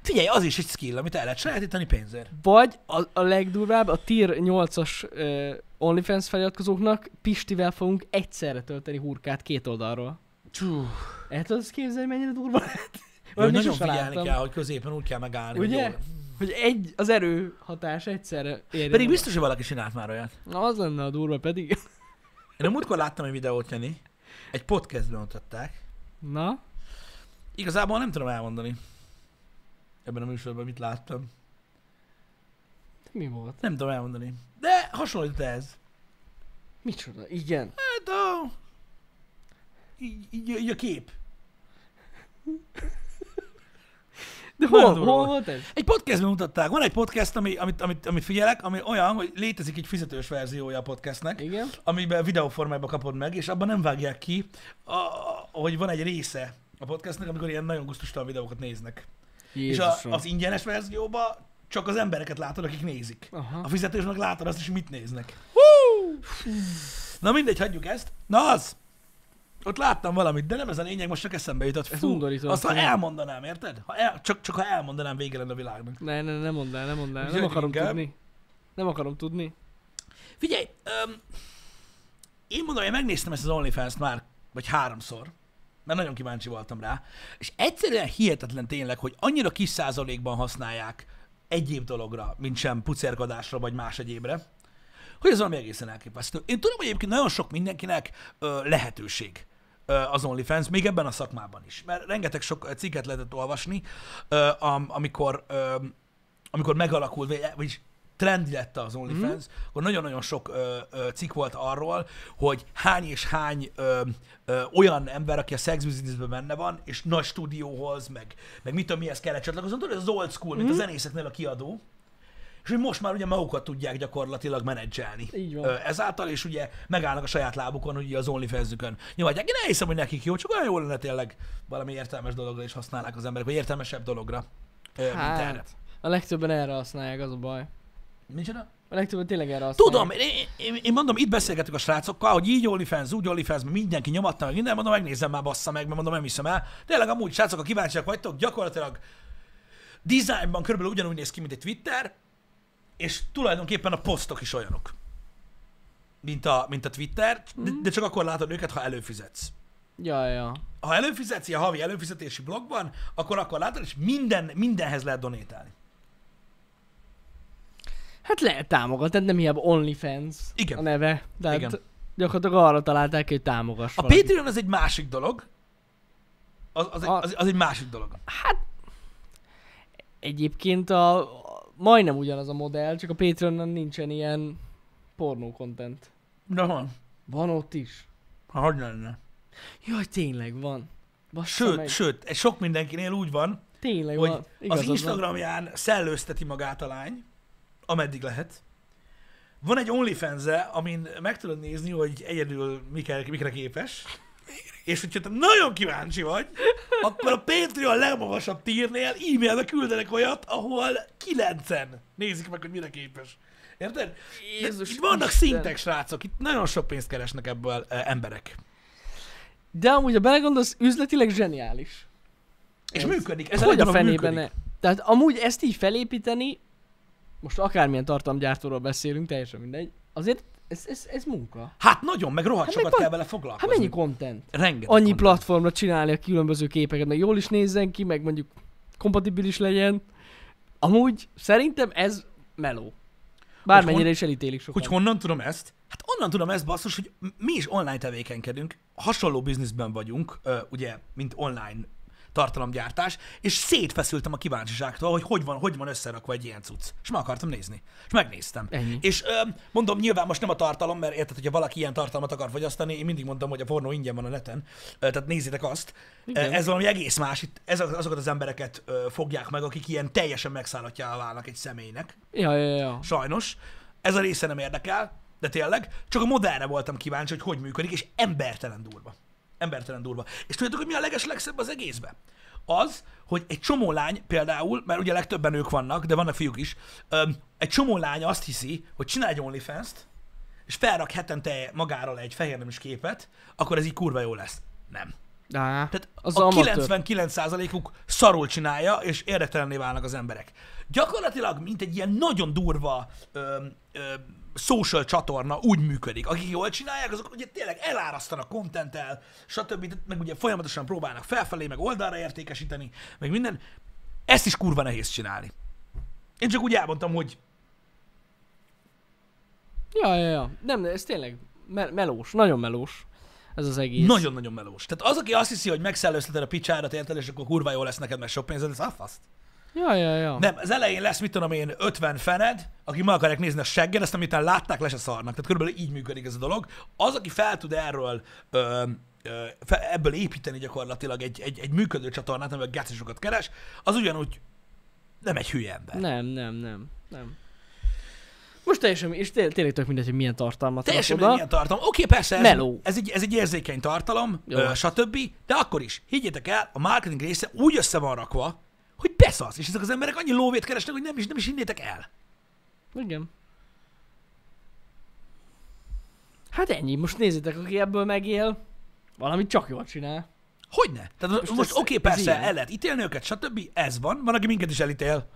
[SPEAKER 2] Figyelj, az is egy skill, amit el lehet sajátítani pénzért.
[SPEAKER 1] Vagy a, a legdurvább, a tier 8-as uh, OnlyFans feliratkozóknak Pistivel fogunk egyszerre tölteni hurkát két oldalról.
[SPEAKER 2] Csú.
[SPEAKER 1] El tudod ezt képzelni, mennyire durva lehet?
[SPEAKER 2] Hogy
[SPEAKER 1] Valami
[SPEAKER 2] nagyon
[SPEAKER 1] sose
[SPEAKER 2] figyelni
[SPEAKER 1] láttam.
[SPEAKER 2] kell, hogy középen úgy kell megállni. hogy
[SPEAKER 1] Ugye?
[SPEAKER 2] jól-
[SPEAKER 1] Hogy egy, az erő hatás egyszerre ér.
[SPEAKER 2] Pedig biztos, hogy valaki csinált már olyat.
[SPEAKER 1] Na, az lenne a durva pedig.
[SPEAKER 2] Én a múltkor láttam egy videót, Jani. Egy podcastben mutatták.
[SPEAKER 1] Na?
[SPEAKER 2] Igazából nem tudom elmondani. Ebben a műsorban mit láttam.
[SPEAKER 1] Mi volt?
[SPEAKER 2] Nem tudom elmondani. De hasonlít ez.
[SPEAKER 1] Micsoda? Igen.
[SPEAKER 2] Hát a... Így, így, így a kép.
[SPEAKER 1] De
[SPEAKER 2] Nagyon
[SPEAKER 1] hol,
[SPEAKER 2] durva
[SPEAKER 1] hol
[SPEAKER 2] volt.
[SPEAKER 1] volt ez?
[SPEAKER 2] Egy podcastben mutatták. Van egy podcast, ami, amit, amit, amit figyelek, ami olyan, hogy létezik egy fizetős verziója a podcastnek,
[SPEAKER 1] Igen.
[SPEAKER 2] amiben videóformájában kapod meg, és abban nem vágják ki, a, a- hogy van egy része a podcastnek, amikor ilyen nagyon gusztustalan videókat néznek. És a, az ingyenes verzióban csak az embereket látod, akik nézik.
[SPEAKER 1] Aha.
[SPEAKER 2] A fizetős meg látod azt is, hogy mit néznek. Na mindegy, hagyjuk ezt. Na az! Ott láttam valamit, de nem ez a lényeg, most csak eszembe jutott.
[SPEAKER 1] Ez
[SPEAKER 2] Fú,
[SPEAKER 1] undorító,
[SPEAKER 2] azt ha
[SPEAKER 1] tényleg.
[SPEAKER 2] elmondanám, érted? Ha el, csak, csak ha elmondanám, vége lenne a világnak.
[SPEAKER 1] Ne, ne, ne mondd el, ne mondd el.
[SPEAKER 2] Úgyhogy
[SPEAKER 1] Nem akarom
[SPEAKER 2] inkább-
[SPEAKER 1] tudni. Nem akarom tudni.
[SPEAKER 2] Figyelj, öm, én mondom, én megnéztem ezt az OnlyFans-t már, vagy háromszor, mert nagyon kíváncsi voltam rá, és egyszerűen hihetetlen tényleg, hogy annyira kis százalékban használják egyéb dologra, mint sem pucerkodásra, vagy más egyébre, hogy ez valami egészen elképesztő. Én tudom, hogy egyébként nagyon sok mindenkinek ö, lehetőség ö, az OnlyFans, még ebben a szakmában is. Mert rengeteg sok ö, cikket lehetett olvasni, ö, am, amikor ö, amikor megalakult, vagy, vagy trend lett az OnlyFans, mm. akkor nagyon-nagyon sok ö, ö, cikk volt arról, hogy hány és hány ö, ö, olyan ember, aki a szexbizniszben benne van, és nagy stúdióhoz, meg, meg mit tudom, mihez kellett csatlakozni. Tudod, ez az old school, mint a zenészeknél a kiadó. És hogy most már ugye magukat tudják gyakorlatilag menedzselni.
[SPEAKER 1] Így van.
[SPEAKER 2] Ö, ezáltal, és ugye megállnak a saját lábukon, ugye az OnlyFans-ükön. Nyilván, én elhiszem, hogy nekik jó, csak olyan jó lenne tényleg valami értelmes dologra is használnák az emberek, vagy értelmesebb dologra. Ö, mint erre.
[SPEAKER 1] Hát, a legtöbben erre használják, az a baj.
[SPEAKER 2] Micsoda?
[SPEAKER 1] A legtöbben tényleg erre használják.
[SPEAKER 2] Tudom, én, én, én, mondom, itt beszélgetünk a srácokkal, hogy így OnlyFans, úgy OnlyFans, mert mindenki nyomatta meg minden, mondom, megnézem már, bassza meg, mert mondom, nem hiszem el. Tényleg amúgy, srácok, ha kíváncsiak vagytok, gyakorlatilag Designban körülbelül ugyanúgy néz ki, mint egy Twitter, és tulajdonképpen a posztok is olyanok, mint a, mint a Twitter, de, de csak akkor látod őket, ha előfizetsz.
[SPEAKER 1] Ja, ja.
[SPEAKER 2] Ha előfizetsz, ilyen havi előfizetési blogban, akkor akkor látod, és minden, mindenhez lehet donétálni.
[SPEAKER 1] Hát lehet támogatni, tehát nem hiába OnlyFans
[SPEAKER 2] Igen.
[SPEAKER 1] a neve. De
[SPEAKER 2] Igen.
[SPEAKER 1] hát gyakorlatilag arra találták, ki, hogy támogass
[SPEAKER 2] A
[SPEAKER 1] valakit.
[SPEAKER 2] Patreon az egy másik dolog. Az, az, egy,
[SPEAKER 1] A-
[SPEAKER 2] az, az egy másik dolog.
[SPEAKER 1] Egyébként a, a- majdnem ugyanaz a modell, csak a Patreonon nincsen ilyen pornó content.
[SPEAKER 2] De van.
[SPEAKER 1] Van ott is.
[SPEAKER 2] Ha hogy ne lenne.
[SPEAKER 1] Jaj, tényleg van. Bassza
[SPEAKER 2] Sőt,
[SPEAKER 1] meg.
[SPEAKER 2] sőt, ez sok mindenkinél úgy van,
[SPEAKER 1] tényleg
[SPEAKER 2] hogy
[SPEAKER 1] van.
[SPEAKER 2] az
[SPEAKER 1] Igazad van.
[SPEAKER 2] Instagramján szellőzteti magát a lány, ameddig lehet. Van egy onlyfans amin meg tudod nézni, hogy egyedül mikre, mikre képes. És hogyha te nagyon kíváncsi vagy, akkor a Patreon legmagasabb tírnél e-mailbe küldenek olyat, ahol kilencen nézik meg, hogy mire képes. Érted? De
[SPEAKER 1] Jézus
[SPEAKER 2] itt vannak
[SPEAKER 1] Isten.
[SPEAKER 2] szintek, srácok. Itt nagyon sok pénzt keresnek ebből e, emberek.
[SPEAKER 1] De amúgy, ha belegondolsz, üzletileg zseniális.
[SPEAKER 2] És
[SPEAKER 1] Ez-
[SPEAKER 2] működik.
[SPEAKER 1] Ez
[SPEAKER 2] Ez
[SPEAKER 1] hogy a
[SPEAKER 2] elég dolog
[SPEAKER 1] fenében ne?
[SPEAKER 2] működik.
[SPEAKER 1] Tehát amúgy ezt így felépíteni, most akármilyen tartalomgyártóról beszélünk, teljesen mindegy, azért ez, ez, ez munka. Hát
[SPEAKER 2] Hát nagyon, meg rohadt
[SPEAKER 1] Hát meg
[SPEAKER 2] sokat
[SPEAKER 1] van-
[SPEAKER 2] kell vele foglalkozni.
[SPEAKER 1] mennyi content?
[SPEAKER 2] Rengeteg
[SPEAKER 1] Annyi
[SPEAKER 2] content.
[SPEAKER 1] platformra csinálni a különböző képeket, meg jól is nézzen ki, meg mondjuk kompatibilis legyen. Amúgy szerintem ez meló. Bármennyire
[SPEAKER 2] hon-
[SPEAKER 1] is elítélik sokan.
[SPEAKER 2] Hogy honnan tudom ezt? Hát onnan tudom ezt, basszus, hogy m- mi is online tevékenykedünk, hasonló bizniszben vagyunk, ö, ugye, mint online tartalomgyártás, és szétfeszültem a kíváncsiságtól, hogy hogy van, hogy van összerakva egy ilyen cucc. És meg akartam nézni. És megnéztem.
[SPEAKER 1] Ennyi.
[SPEAKER 2] És ö, mondom, nyilván most nem a tartalom, mert érted, hogyha valaki ilyen tartalmat akar fogyasztani, én mindig mondtam, hogy a pornó ingyen van a neten, ö, tehát nézzétek azt. Ö,
[SPEAKER 1] Igen.
[SPEAKER 2] Ez valami egész más, itt ez az- azokat az embereket ö, fogják meg, akik ilyen teljesen megszállottjává válnak egy személynek
[SPEAKER 1] Ja, ja, ja.
[SPEAKER 2] sajnos. Ez a része nem érdekel, de tényleg, csak a modellre voltam kíváncsi, hogy hogy működik, és embertelen durva. Embertelen durva. És tudjátok, hogy mi a leges legszebb az egészben? Az, hogy egy csomó lány például, mert ugye legtöbben ők vannak, de vannak fiúk is, öm, egy csomó lány azt hiszi, hogy csinálj egy OnlyFans-t, és felrak hetente magáról egy fehér neműs képet, akkor ez így kurva jó lesz. Nem.
[SPEAKER 1] Á,
[SPEAKER 2] Tehát
[SPEAKER 1] az
[SPEAKER 2] az a
[SPEAKER 1] amatőr.
[SPEAKER 2] 99%-uk szarul csinálja, és érdetelenné válnak az emberek. Gyakorlatilag, mint egy ilyen nagyon durva ö, ö, social csatorna úgy működik. Akik jól csinálják, azok ugye tényleg elárasztanak kontenttel, stb. Tehát Meg ugye folyamatosan próbálnak felfelé, meg oldalra értékesíteni, meg minden. Ezt is kurva nehéz csinálni. Én csak úgy elmondtam, hogy
[SPEAKER 1] Ja, ja, ja. Nem, de ez tényleg me- melós, nagyon melós. Ez az egész.
[SPEAKER 2] nagyon-nagyon melós. Tehát az, aki azt hiszi, hogy megszellőzteted a picsárat, érted, és akkor kurva jó lesz neked, mert sok pénzed, ez a faszt.
[SPEAKER 1] Ja, ja, ja.
[SPEAKER 2] Nem, az elején lesz, mit tudom én, 50 fened, akik meg akarják nézni a segged, aztán miután látták, le se szarnak. Tehát körülbelül így működik ez a dolog. Az, aki fel tud erről, ö, ö, fe, ebből építeni gyakorlatilag egy, egy, egy működő csatornát, amivel gácisokat keres, az ugyanúgy nem egy hülye ember.
[SPEAKER 1] Nem, nem, nem, nem. Most teljesen, és té- tényleg tök mindegy, hogy milyen tartalmat
[SPEAKER 2] Teljesen
[SPEAKER 1] rak
[SPEAKER 2] mindegy
[SPEAKER 1] oda.
[SPEAKER 2] milyen tartalom. Oké, persze, ez,
[SPEAKER 1] Meló.
[SPEAKER 2] ez, egy, ez egy érzékeny tartalom,
[SPEAKER 1] Jó.
[SPEAKER 2] ö, stb. De akkor is, higgyétek el, a marketing része úgy össze van rakva, hogy beszasz, és ezek az emberek annyi lóvét keresnek, hogy nem is, nem is hinnétek el.
[SPEAKER 1] Igen. Hát ennyi, most nézzétek, aki ebből megél, valamit csak jól csinál.
[SPEAKER 2] Hogyne? Tehát most,
[SPEAKER 1] Most
[SPEAKER 2] most
[SPEAKER 1] ez-
[SPEAKER 2] oké,
[SPEAKER 1] ez
[SPEAKER 2] persze,
[SPEAKER 1] ilyen.
[SPEAKER 2] el lehet ítélni őket, stb. Ez van. Van, aki minket is elítél.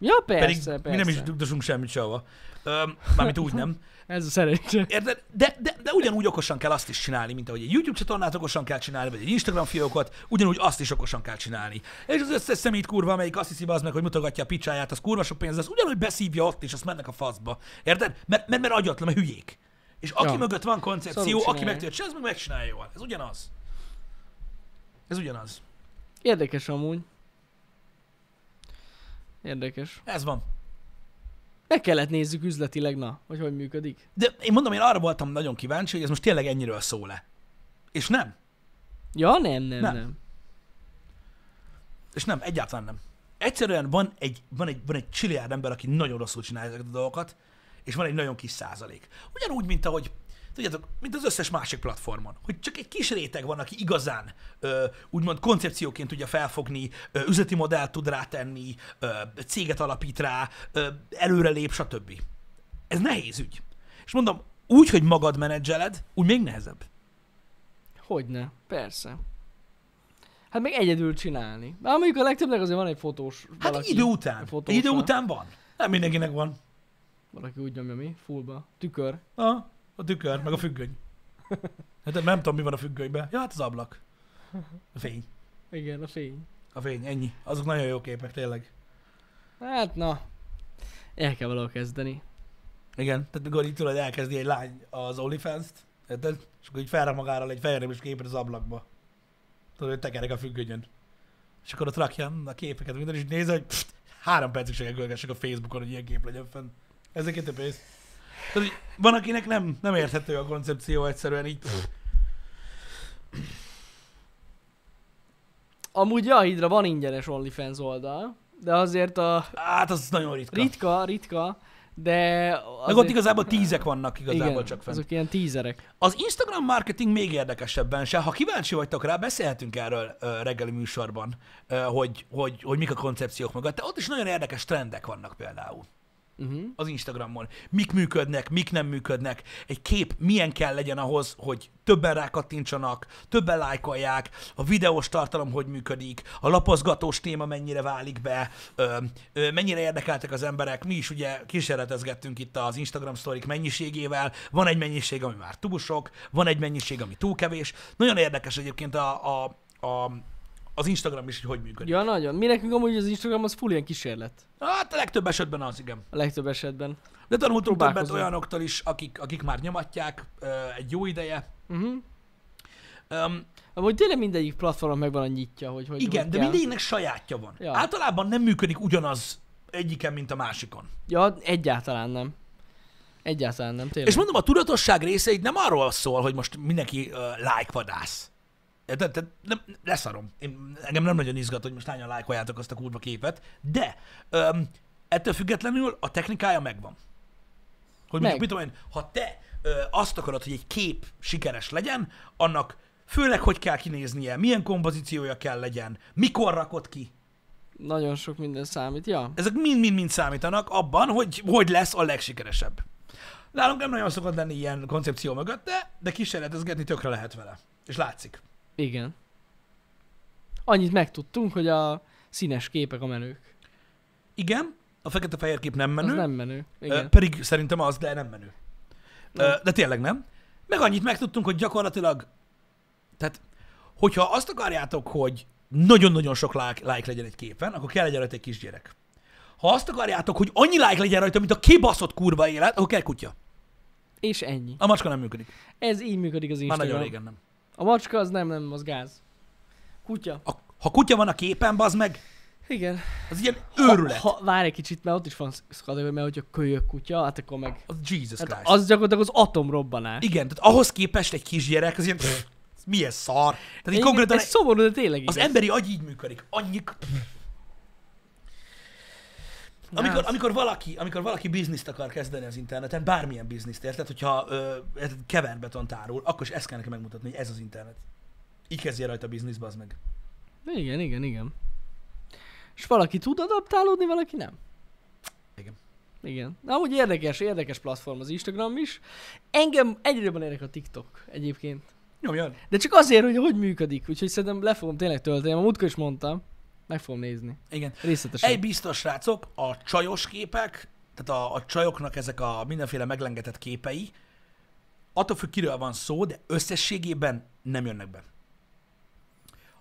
[SPEAKER 1] Ja, persze,
[SPEAKER 2] Pedig
[SPEAKER 1] persze.
[SPEAKER 2] mi nem is dugdosunk semmit sehova. Öm, mármint úgy nem.
[SPEAKER 1] Ez a szerencse.
[SPEAKER 2] Érted? De, de, de ugyanúgy okosan kell azt is csinálni, mint ahogy egy YouTube csatornát okosan kell csinálni, vagy egy Instagram fiókot, ugyanúgy azt is okosan kell csinálni. És az összes szemét kurva, amelyik azt hiszi az meg, hogy mutogatja a picsáját, az kurva sok pénz, az ugyanúgy beszívja ott, és azt mennek a faszba. Érted? Mert, mert, mert agyatlan, mert hülyék. És aki
[SPEAKER 1] Ja.
[SPEAKER 2] mögött van
[SPEAKER 1] Szarul
[SPEAKER 2] koncepció, aki
[SPEAKER 1] csinálják.
[SPEAKER 2] meg tudja csinálni, az meg megcsinálja jól. Ez ugyanaz. Ez ugyanaz.
[SPEAKER 1] Érdekes amúgy. Érdekes.
[SPEAKER 2] Ez van.
[SPEAKER 1] Meg kellett nézzük üzletileg, na, hogy hogy működik.
[SPEAKER 2] De én mondom, én arra voltam nagyon kíváncsi, hogy ez most tényleg ennyiről szól-e. És nem.
[SPEAKER 1] Ja, nem, nem,
[SPEAKER 2] Nem.
[SPEAKER 1] nem. nem.
[SPEAKER 2] És nem, egyáltalán nem. Egyszerűen van egy, van egy, van egy csiliárd ember, aki nagyon rosszul csinálja ezeket a dolgokat, és van egy nagyon kis százalék. Ugyanúgy, mint ahogy, tudjátok, mint az összes másik platformon, hogy csak egy kis réteg van, aki igazán ö, úgymond koncepcióként tudja felfogni, ö, üzleti modellt tud rátenni, ö, céget alapít rá, ö, előrelép, stb. Ez nehéz ügy. És mondom, úgy, hogy magad menedzseled, úgy még nehezebb.
[SPEAKER 1] Hogyne, persze. Hát meg egyedül csinálni. Már mondjuk a legtöbbnek azért van egy fotós.
[SPEAKER 2] Hát egy idő után.
[SPEAKER 1] fotósa.
[SPEAKER 2] Egy idő után van. Nem mindenkinek van.
[SPEAKER 1] Valaki úgy nyomja mi, fullba. Tükör.
[SPEAKER 2] A, a tükör, meg a függöny. Hát nem tudom, mi van a függönyben. Ja, hát az ablak. A fény.
[SPEAKER 1] Igen, a fény.
[SPEAKER 2] A fény, ennyi. Azok nagyon jó képek, tényleg.
[SPEAKER 1] Hát na. El kell valahol kezdeni.
[SPEAKER 2] Igen, tehát mikor így tudod elkezdi egy lány az OnlyFans-t, érted? És akkor így felrak magára egy fejremes képet az ablakba. Tudod, hogy tekerek a függönyön. És akkor ott rakja a képeket, minden, és így néz, hogy pst, három percig se görgessek a Facebookon, hogy ilyen kép legyen fenn. Ezeket a pénz. Tehát, hogy van, akinek nem, nem érthető a koncepció egyszerűen így. pff,
[SPEAKER 1] Amúgy ja, hidra van ingyenes OnlyFans oldal, de azért a
[SPEAKER 2] Hát az nagyon ritka.
[SPEAKER 1] ritka,
[SPEAKER 2] ritka
[SPEAKER 1] ritka, de azért...
[SPEAKER 2] Meg ott igazából tízek vannak igazából
[SPEAKER 1] igen,
[SPEAKER 2] csak fenn.
[SPEAKER 1] azok ilyen tízerek.
[SPEAKER 2] Az Instagram marketing még érdekesebben se. Ha kíváncsi vagytok rá, beszélhetünk erről ö, reggeli műsorban, ö, hogy, hogy, hogy mik a koncepciók mögött. De ott is nagyon érdekes trendek vannak például
[SPEAKER 1] Uh-huh.
[SPEAKER 2] az Instagramon. Mik működnek, mik nem működnek, egy kép milyen kell legyen ahhoz, hogy többen rákattintsanak, többen lájkolják, a videós tartalom hogy működik, a lapozgatós téma mennyire válik be, ö, ö, mennyire érdekeltek az emberek. Mi is ugye kísérletezgettünk itt az Instagram sztorik mennyiségével. Van egy mennyiség, ami már túl sok, van egy mennyiség, ami túl kevés. Nagyon érdekes egyébként a, a, a az Instagram is, hogy hogy működik.
[SPEAKER 1] Ja, nagyon. Mi nekünk amúgy az Instagram az full ilyen kísérlet.
[SPEAKER 2] Hát a legtöbb esetben az, igen.
[SPEAKER 1] A legtöbb esetben.
[SPEAKER 2] De tanultunk többet
[SPEAKER 1] Próbálkozom.
[SPEAKER 2] olyanoktól is, akik, akik már nyomatják ö, egy jó ideje.
[SPEAKER 1] Uh-huh.
[SPEAKER 2] Öm,
[SPEAKER 1] Amúgy tényleg mindegyik platformon megvan a nyitja, hogy hogy
[SPEAKER 2] igen,
[SPEAKER 1] hogy
[SPEAKER 2] de
[SPEAKER 1] kell.
[SPEAKER 2] mindegyiknek sajátja van.
[SPEAKER 1] Ja.
[SPEAKER 2] Általában nem működik ugyanaz egyiken, mint a másikon.
[SPEAKER 1] Ja, egyáltalán nem. Egyáltalán nem, tényleg.
[SPEAKER 2] És mondom, a tudatosság része itt nem arról szól, hogy most mindenki ö, lájkvadász. Érted? Tehát nem, leszarom. Én, engem nem nagyon izgat, hogy most hányan lájkoljátok azt a kurva képet, de öm, ettől függetlenül a technikája megvan. Hogy
[SPEAKER 1] Meg.
[SPEAKER 2] mondjuk, mit tudom én, ha te ö, azt akarod, hogy egy kép sikeres legyen, annak főleg hogy kell kinéznie, milyen kompozíciója kell legyen, mikor rakod ki.
[SPEAKER 1] Nagyon sok minden számít, ja.
[SPEAKER 2] Ezek mind-mind-mind számítanak abban, hogy hogy lesz a legsikeresebb. Nálunk nem nagyon szokott lenni ilyen koncepció mögött, de, de kísérletezgetni tökre lehet vele. És látszik.
[SPEAKER 1] Igen. Annyit megtudtunk, hogy a színes képek a menők.
[SPEAKER 2] Igen, a fekete-fehér kép nem menő,
[SPEAKER 1] Az nem menő.
[SPEAKER 2] igen.
[SPEAKER 1] Igen.
[SPEAKER 2] pedig szerintem az, de nem menő.
[SPEAKER 1] Nem.
[SPEAKER 2] Nem. De tényleg nem. Meg annyit megtudtunk, hogy gyakorlatilag, tehát hogyha azt akarjátok, hogy nagyon-nagyon sok like, like legyen egy képen, akkor kell legyen rajta egy kisgyerek. Ha azt akarjátok, hogy annyi like legyen rajta, mint a kibaszott kurva élet, akkor kell kutya.
[SPEAKER 1] És ennyi.
[SPEAKER 2] A macska nem működik.
[SPEAKER 1] Ez így működik az
[SPEAKER 2] Már
[SPEAKER 1] Instagram.
[SPEAKER 2] nagyon régen nem.
[SPEAKER 1] A macska az nem, nem, az gáz. Kutya.
[SPEAKER 2] A, ha kutya van a képen, bazd meg,
[SPEAKER 1] Igen.
[SPEAKER 2] az ilyen
[SPEAKER 1] Ha,
[SPEAKER 2] őrület.
[SPEAKER 1] ha, várj egy kicsit, mert ott is van szkadő, mert hogyha kölyök kutya, hát akkor meg...
[SPEAKER 2] Az Jesus Christ.
[SPEAKER 1] Hát az gyakorlatilag az atomrobbanás.
[SPEAKER 2] Igen, tehát ahhoz képest egy kisgyerek, az ilyen, pff, ez milyen szar. Tehát így
[SPEAKER 1] Igen,
[SPEAKER 2] konkrétan
[SPEAKER 1] ez szomorú, de tényleg
[SPEAKER 2] az
[SPEAKER 1] igaz.
[SPEAKER 2] emberi agy így működik. Annyi... pff. Amikor,
[SPEAKER 1] az-
[SPEAKER 2] amikor, valaki, amikor valaki bizniszt akar kezdeni az interneten, bármilyen bizniszt, érted, hogyha ö, érted, keverbetont árul, akkor is ezt kell neki megmutatni, hogy ez az internet. Így kezdje rajta a biznisz, bazd meg.
[SPEAKER 1] Igen, igen, igen. És valaki tud adaptálódni, valaki nem.
[SPEAKER 2] Igen.
[SPEAKER 1] Igen. Na, úgy érdekes, érdekes platform az Instagram is. Engem egyre jobban érdekel a TikTok egyébként.
[SPEAKER 2] Nyomjon.
[SPEAKER 1] De csak azért, hogy hogy működik, úgyhogy szerintem le fogom tényleg tölteni. A múltkor is mondtam, meg fogom nézni.
[SPEAKER 2] Igen.
[SPEAKER 1] Részletesen.
[SPEAKER 2] Egy biztos, srácok, a csajos képek, tehát a, a csajoknak ezek a mindenféle meglengetett képei, attól függ, kiről van szó, de összességében nem jönnek be.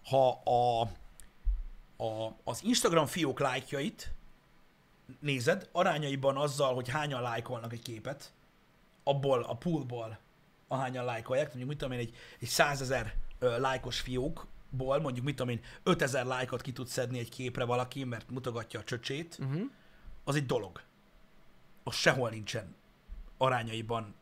[SPEAKER 2] Ha a, a, az Instagram fiók lájkjait nézed, arányaiban azzal, hogy hányan lájkolnak egy képet, abból a poolból, ahányan lájkolják, mondjuk mit tudom én, egy, egy 100 ezer lájkos fiókból, mondjuk mit tudom én, 5000 lájkot ki tudsz szedni egy képre valaki, mert mutogatja a csöcsét,
[SPEAKER 1] Mhm.
[SPEAKER 2] uh-huh. az egy dolog. Az sehol nincsen arányaiban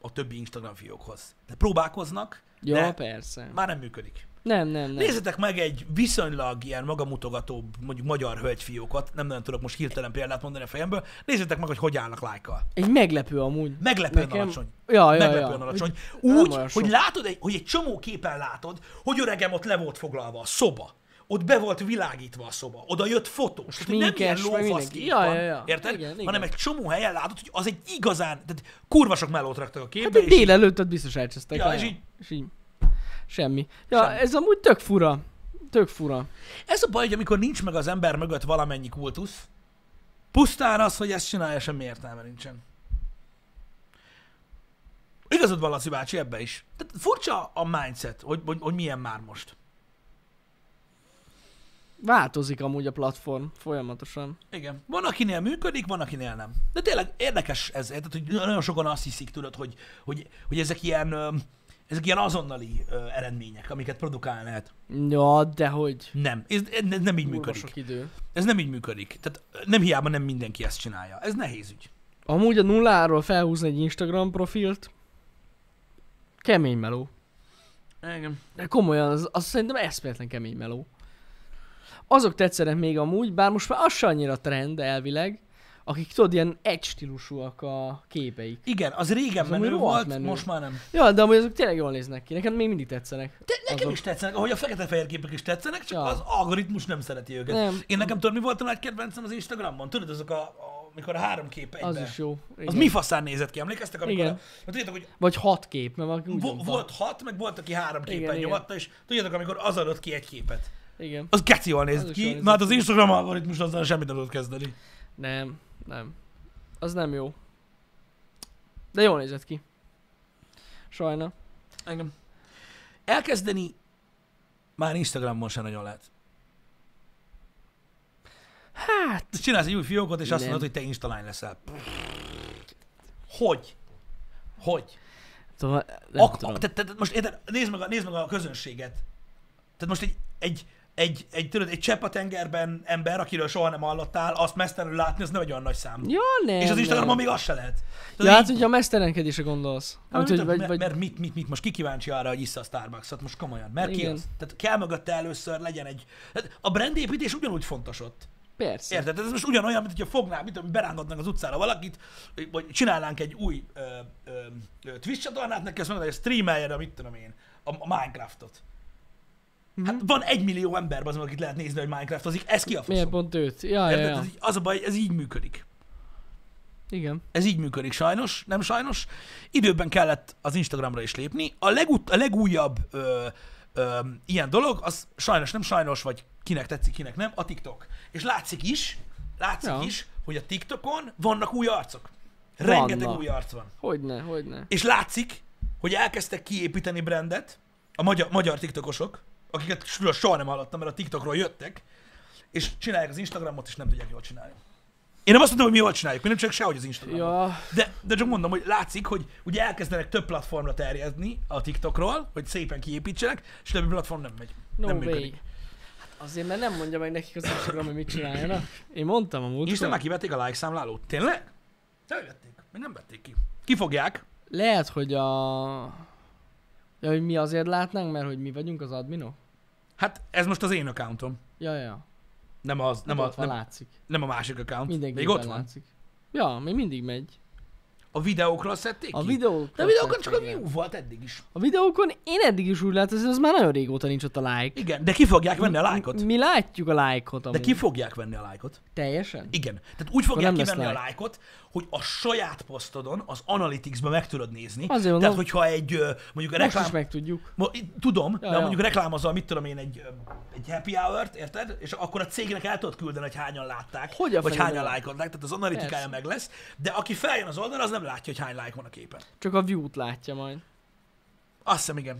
[SPEAKER 2] a többi Instagram fiókhoz. De próbálkoznak,
[SPEAKER 1] Jó,
[SPEAKER 2] de
[SPEAKER 1] persze.
[SPEAKER 2] már nem működik.
[SPEAKER 1] Nem, nem, nem.
[SPEAKER 2] Nézzetek meg egy viszonylag ilyen magamutogatóbb, mondjuk magyar hölgyfiókat, nem nagyon tudok most hirtelen példát mondani a fejemből, nézzetek meg, hogy hogy állnak lájkkal.
[SPEAKER 1] Egy meglepő amúgy.
[SPEAKER 2] Meglepően Nekem... alacsony.
[SPEAKER 1] Ja, ja,
[SPEAKER 2] Meglepően
[SPEAKER 1] ja.
[SPEAKER 2] alacsony.
[SPEAKER 1] nem
[SPEAKER 2] Úgy,
[SPEAKER 1] olyan
[SPEAKER 2] hogy
[SPEAKER 1] sok.
[SPEAKER 2] látod, egy, hogy egy csomó képen látod, hogy öregem ott le volt foglalva a szoba. Ott be volt világítva a szoba, oda jött fotó. Tehát, hogy nem ilyen
[SPEAKER 1] sminkes, meg
[SPEAKER 2] lófasz
[SPEAKER 1] mindenki.
[SPEAKER 2] kép
[SPEAKER 1] Ja,
[SPEAKER 2] van,
[SPEAKER 1] ja, ja.
[SPEAKER 2] érted?
[SPEAKER 1] Igen, igen.
[SPEAKER 2] Hanem egy csomó helyen látod, hogy az egy igazán, tehát kurvasok mellót raktak a
[SPEAKER 1] Hát
[SPEAKER 2] képbe,
[SPEAKER 1] de
[SPEAKER 2] és így-
[SPEAKER 1] délelőtt ott biztos elcsesztek.
[SPEAKER 2] Ja, és így-
[SPEAKER 1] és így. Semmi. Ja,
[SPEAKER 2] Semmi.
[SPEAKER 1] ez amúgy tök fura. Tök fura.
[SPEAKER 2] Ez a baj, hogy amikor nincs meg az ember mögött valamennyi kultusz, pusztán az, hogy ezt csinálja, semmi értelme nincsen. Igazad van, Laci bácsi, ebbe is. Tehát furcsa a mindset, hogy, hogy, hogy milyen már most.
[SPEAKER 1] Változik amúgy a platform folyamatosan.
[SPEAKER 2] Igen. Van, akinél működik, van, akinél nem. De tényleg érdekes ez, tehát, hogy nagyon sokan azt hiszik, tudod, hogy, hogy, hogy ezek ilyen ö, ezek ilyen azonnali ö, eredmények, amiket produkál lehet.
[SPEAKER 1] Ja, de hogy.
[SPEAKER 2] Nem. Ez, ez nem így működik.
[SPEAKER 1] Sok idő.
[SPEAKER 2] Ez nem így működik. Tehát ö, nem hiába nem mindenki ezt csinálja. Ez nehéz ügy.
[SPEAKER 1] Amúgy a nulláról felhúzni egy Instagram profilt. Kemény meló.
[SPEAKER 2] Igen.
[SPEAKER 1] De komolyan, az, az szerintem eszméletlen kemény meló. Azok tetszenek még amúgy, bár most már az se annyira trend elvileg, akik tudod, ilyen egy stílusúak a képeik.
[SPEAKER 2] Igen, az régen
[SPEAKER 1] Az
[SPEAKER 2] menő
[SPEAKER 1] amúgy rohadt
[SPEAKER 2] volt,
[SPEAKER 1] menő.
[SPEAKER 2] most már nem.
[SPEAKER 1] Ja, de amúgy azok tényleg jól néznek ki, nekem még mindig tetszenek.
[SPEAKER 2] De nekem
[SPEAKER 1] Azok.
[SPEAKER 2] is tetszenek, ahogy a fekete-fehér képek is tetszenek, csak
[SPEAKER 1] Ja.
[SPEAKER 2] az algoritmus nem szereti őket.
[SPEAKER 1] Nem.
[SPEAKER 2] Én nekem tudod, mi volt a nagy kedvencem az Instagramon? Tudod, azok a, a mikor a három kép egyben.
[SPEAKER 1] Az is jó.
[SPEAKER 2] Az
[SPEAKER 1] igen.
[SPEAKER 2] mi faszán nézett ki, emlékeztek? Amikor,
[SPEAKER 1] Igen.
[SPEAKER 2] a, tudjátok, hogy
[SPEAKER 1] Vagy hat kép, mert valaki úgy
[SPEAKER 2] vo-
[SPEAKER 1] mondta.
[SPEAKER 2] volt hat, meg volt, aki három képen
[SPEAKER 1] Igen,
[SPEAKER 2] igen,
[SPEAKER 1] igen.
[SPEAKER 2] nyomatta, és tudjátok, amikor az adott ki egy képet.
[SPEAKER 1] Igen.
[SPEAKER 2] Az geci jól nézett
[SPEAKER 1] Az is
[SPEAKER 2] ki,
[SPEAKER 1] jól nézett
[SPEAKER 2] na hát az Instagram algoritmus azzal semmit nem tudott kezdeni.
[SPEAKER 1] Nem, nem. Az nem jó. De jól nézett ki. Sajna.
[SPEAKER 2] Engem. Elkezdeni már Instagramon sem nagyon lehet.
[SPEAKER 1] Hát,
[SPEAKER 2] Csinálsz egy új fiókot, és azt
[SPEAKER 1] Nem.
[SPEAKER 2] mondod, hogy te instalány leszel. Hogy? Hogy?
[SPEAKER 1] tudom, Szóval, eh, nem
[SPEAKER 2] Ak-
[SPEAKER 1] tudom.
[SPEAKER 2] ak- te, te, te, most érted, nézd meg, a, nézd meg a közönséget. Tehát most egy, egy, egy, egy, tudod, egy csepp a tengerben ember, akiről soha nem hallottál, azt mesztelenül látni, az nem egy olyan nagy szám.
[SPEAKER 1] Ja, nem,
[SPEAKER 2] és az Instagramon
[SPEAKER 1] nem.
[SPEAKER 2] még az se lehet.
[SPEAKER 1] Ja,
[SPEAKER 2] Tudod,
[SPEAKER 1] hát
[SPEAKER 2] így-
[SPEAKER 1] hogyha a mesztelenkedésre gondolsz.
[SPEAKER 2] Hát,
[SPEAKER 1] Hát, hogy, vagy,
[SPEAKER 2] mert,
[SPEAKER 1] vagy,
[SPEAKER 2] mert mit, mit, mit, most ki kíváncsi arra, hogy issza a Starbucksot, most komolyan, mert ki
[SPEAKER 1] Igen.
[SPEAKER 2] az? Tehát kell mögötte először legyen egy... Hát a brandépítés ugyanúgy fontos ott.
[SPEAKER 1] persze.
[SPEAKER 2] Érted? Ez most ugyanolyan, mint hogyha fognál, mint hogy berángatnak az utcára valakit, vagy csinálnánk egy új ö, ö, ö, Twitch csatornát, neki azt mondod, hogy streameljen, a mit tudom én, a, a Minecraftot.
[SPEAKER 1] Mhm.
[SPEAKER 2] Hát van egy millió ember, az, akit lehet nézni, hogy Minecraftozik, ez ki a
[SPEAKER 1] Miért
[SPEAKER 2] faszom?
[SPEAKER 1] pont őt? Ja, ja,
[SPEAKER 2] szóval. Érted?
[SPEAKER 1] ja.
[SPEAKER 2] Ez így, az a baj, ez így működik.
[SPEAKER 1] Igen.
[SPEAKER 2] Ez így működik sajnos, nem sajnos. Időben kellett az Instagramra is lépni. A, legut- a legújabb ö, ö, ilyen dolog, az sajnos nem sajnos, vagy kinek tetszik, kinek nem, a TikTok. És látszik is, látszik
[SPEAKER 1] Ja.
[SPEAKER 2] ja. is, hogy a TikTokon vannak új arcok. Rengeteg
[SPEAKER 1] Vannak.
[SPEAKER 2] új arc van.
[SPEAKER 1] Hogyne, hogyne.
[SPEAKER 2] És látszik, hogy elkezdtek kiépíteni brandet a magyar, magyar TikTokosok, akiket soha- soha nem hallottam, mert a TikTokról jöttek, és csinálják az Instagramot, és nem tudják jól csinálni. Én nem azt mondom, hogy mi jól csináljuk, mi nem csak sehogy az Instagramot.
[SPEAKER 1] Ja,
[SPEAKER 2] De, de csak mondom, hogy látszik, hogy ugye elkezdenek több platformra terjedni a TikTokról, hogy szépen kiépítsenek, és többi platform nem megy.
[SPEAKER 1] no
[SPEAKER 2] nem
[SPEAKER 1] nem way. Hát azért, mert nem mondja meg nekik az Instagram, hogy mit csináljanak. Én mondtam a
[SPEAKER 2] Isten már
[SPEAKER 1] múltkor.
[SPEAKER 2] kivették a like számlálót. Tényleg? De hogy vették? Még nem vették ki. Kifogják.
[SPEAKER 1] Lehet, hogy a... Ja, hogy mi azért látnánk, mert hogy mi vagyunk az adminok?
[SPEAKER 2] Hát ez most az én accountom.
[SPEAKER 1] Ja, ja, ja.
[SPEAKER 2] Nem, az, nem, a,
[SPEAKER 1] ott van,
[SPEAKER 2] nem,
[SPEAKER 1] látszik.
[SPEAKER 2] nem a másik account.
[SPEAKER 1] Mindenképpen
[SPEAKER 2] Még ott van.
[SPEAKER 1] látszik. Ja, még mindig megy.
[SPEAKER 2] A videókról szedték
[SPEAKER 1] A
[SPEAKER 2] ki?
[SPEAKER 1] videók.
[SPEAKER 2] De a videókon csak a view volt eddig is.
[SPEAKER 1] A videókon én eddig is úgy látom, hogy az már nagyon régóta nincs ott a like.
[SPEAKER 2] Igen, de ki fogják venni a like-ot.
[SPEAKER 1] Mi látjuk a like-ot
[SPEAKER 2] De
[SPEAKER 1] amúgy.
[SPEAKER 2] ki fogják venni a like-ot.
[SPEAKER 1] Teljesen?
[SPEAKER 2] Igen. Tehát úgy fogják
[SPEAKER 1] nem lesz
[SPEAKER 2] kivenni
[SPEAKER 1] like.
[SPEAKER 2] a lájkot, hogy a saját posztodon, az Analytics-ben meg tudod nézni.
[SPEAKER 1] Azért
[SPEAKER 2] Tehát,
[SPEAKER 1] mondom.
[SPEAKER 2] hogyha egy, ö, mondjuk
[SPEAKER 1] Most
[SPEAKER 2] a reklám...
[SPEAKER 1] is megtudjuk.
[SPEAKER 2] Ma, í- tudom, ja,
[SPEAKER 1] Ja,
[SPEAKER 2] de
[SPEAKER 1] ja.
[SPEAKER 2] ja. mondjuk reklámozol, mit tudom én, egy, ö, egy happy hour-t, érted? És akkor a cégnek el tudod küldeni, hogy hányan látták,
[SPEAKER 1] Hogy a
[SPEAKER 2] vagy
[SPEAKER 1] fene
[SPEAKER 2] hányan
[SPEAKER 1] nem?
[SPEAKER 2] lájkolták, tehát az analitikája
[SPEAKER 1] Persze.
[SPEAKER 2] meg lesz, de aki feljön az oldalra, az nem látja, hogy hány lájk van a képen.
[SPEAKER 1] Csak a view-t látja majd.
[SPEAKER 2] Azt hiszem, igen.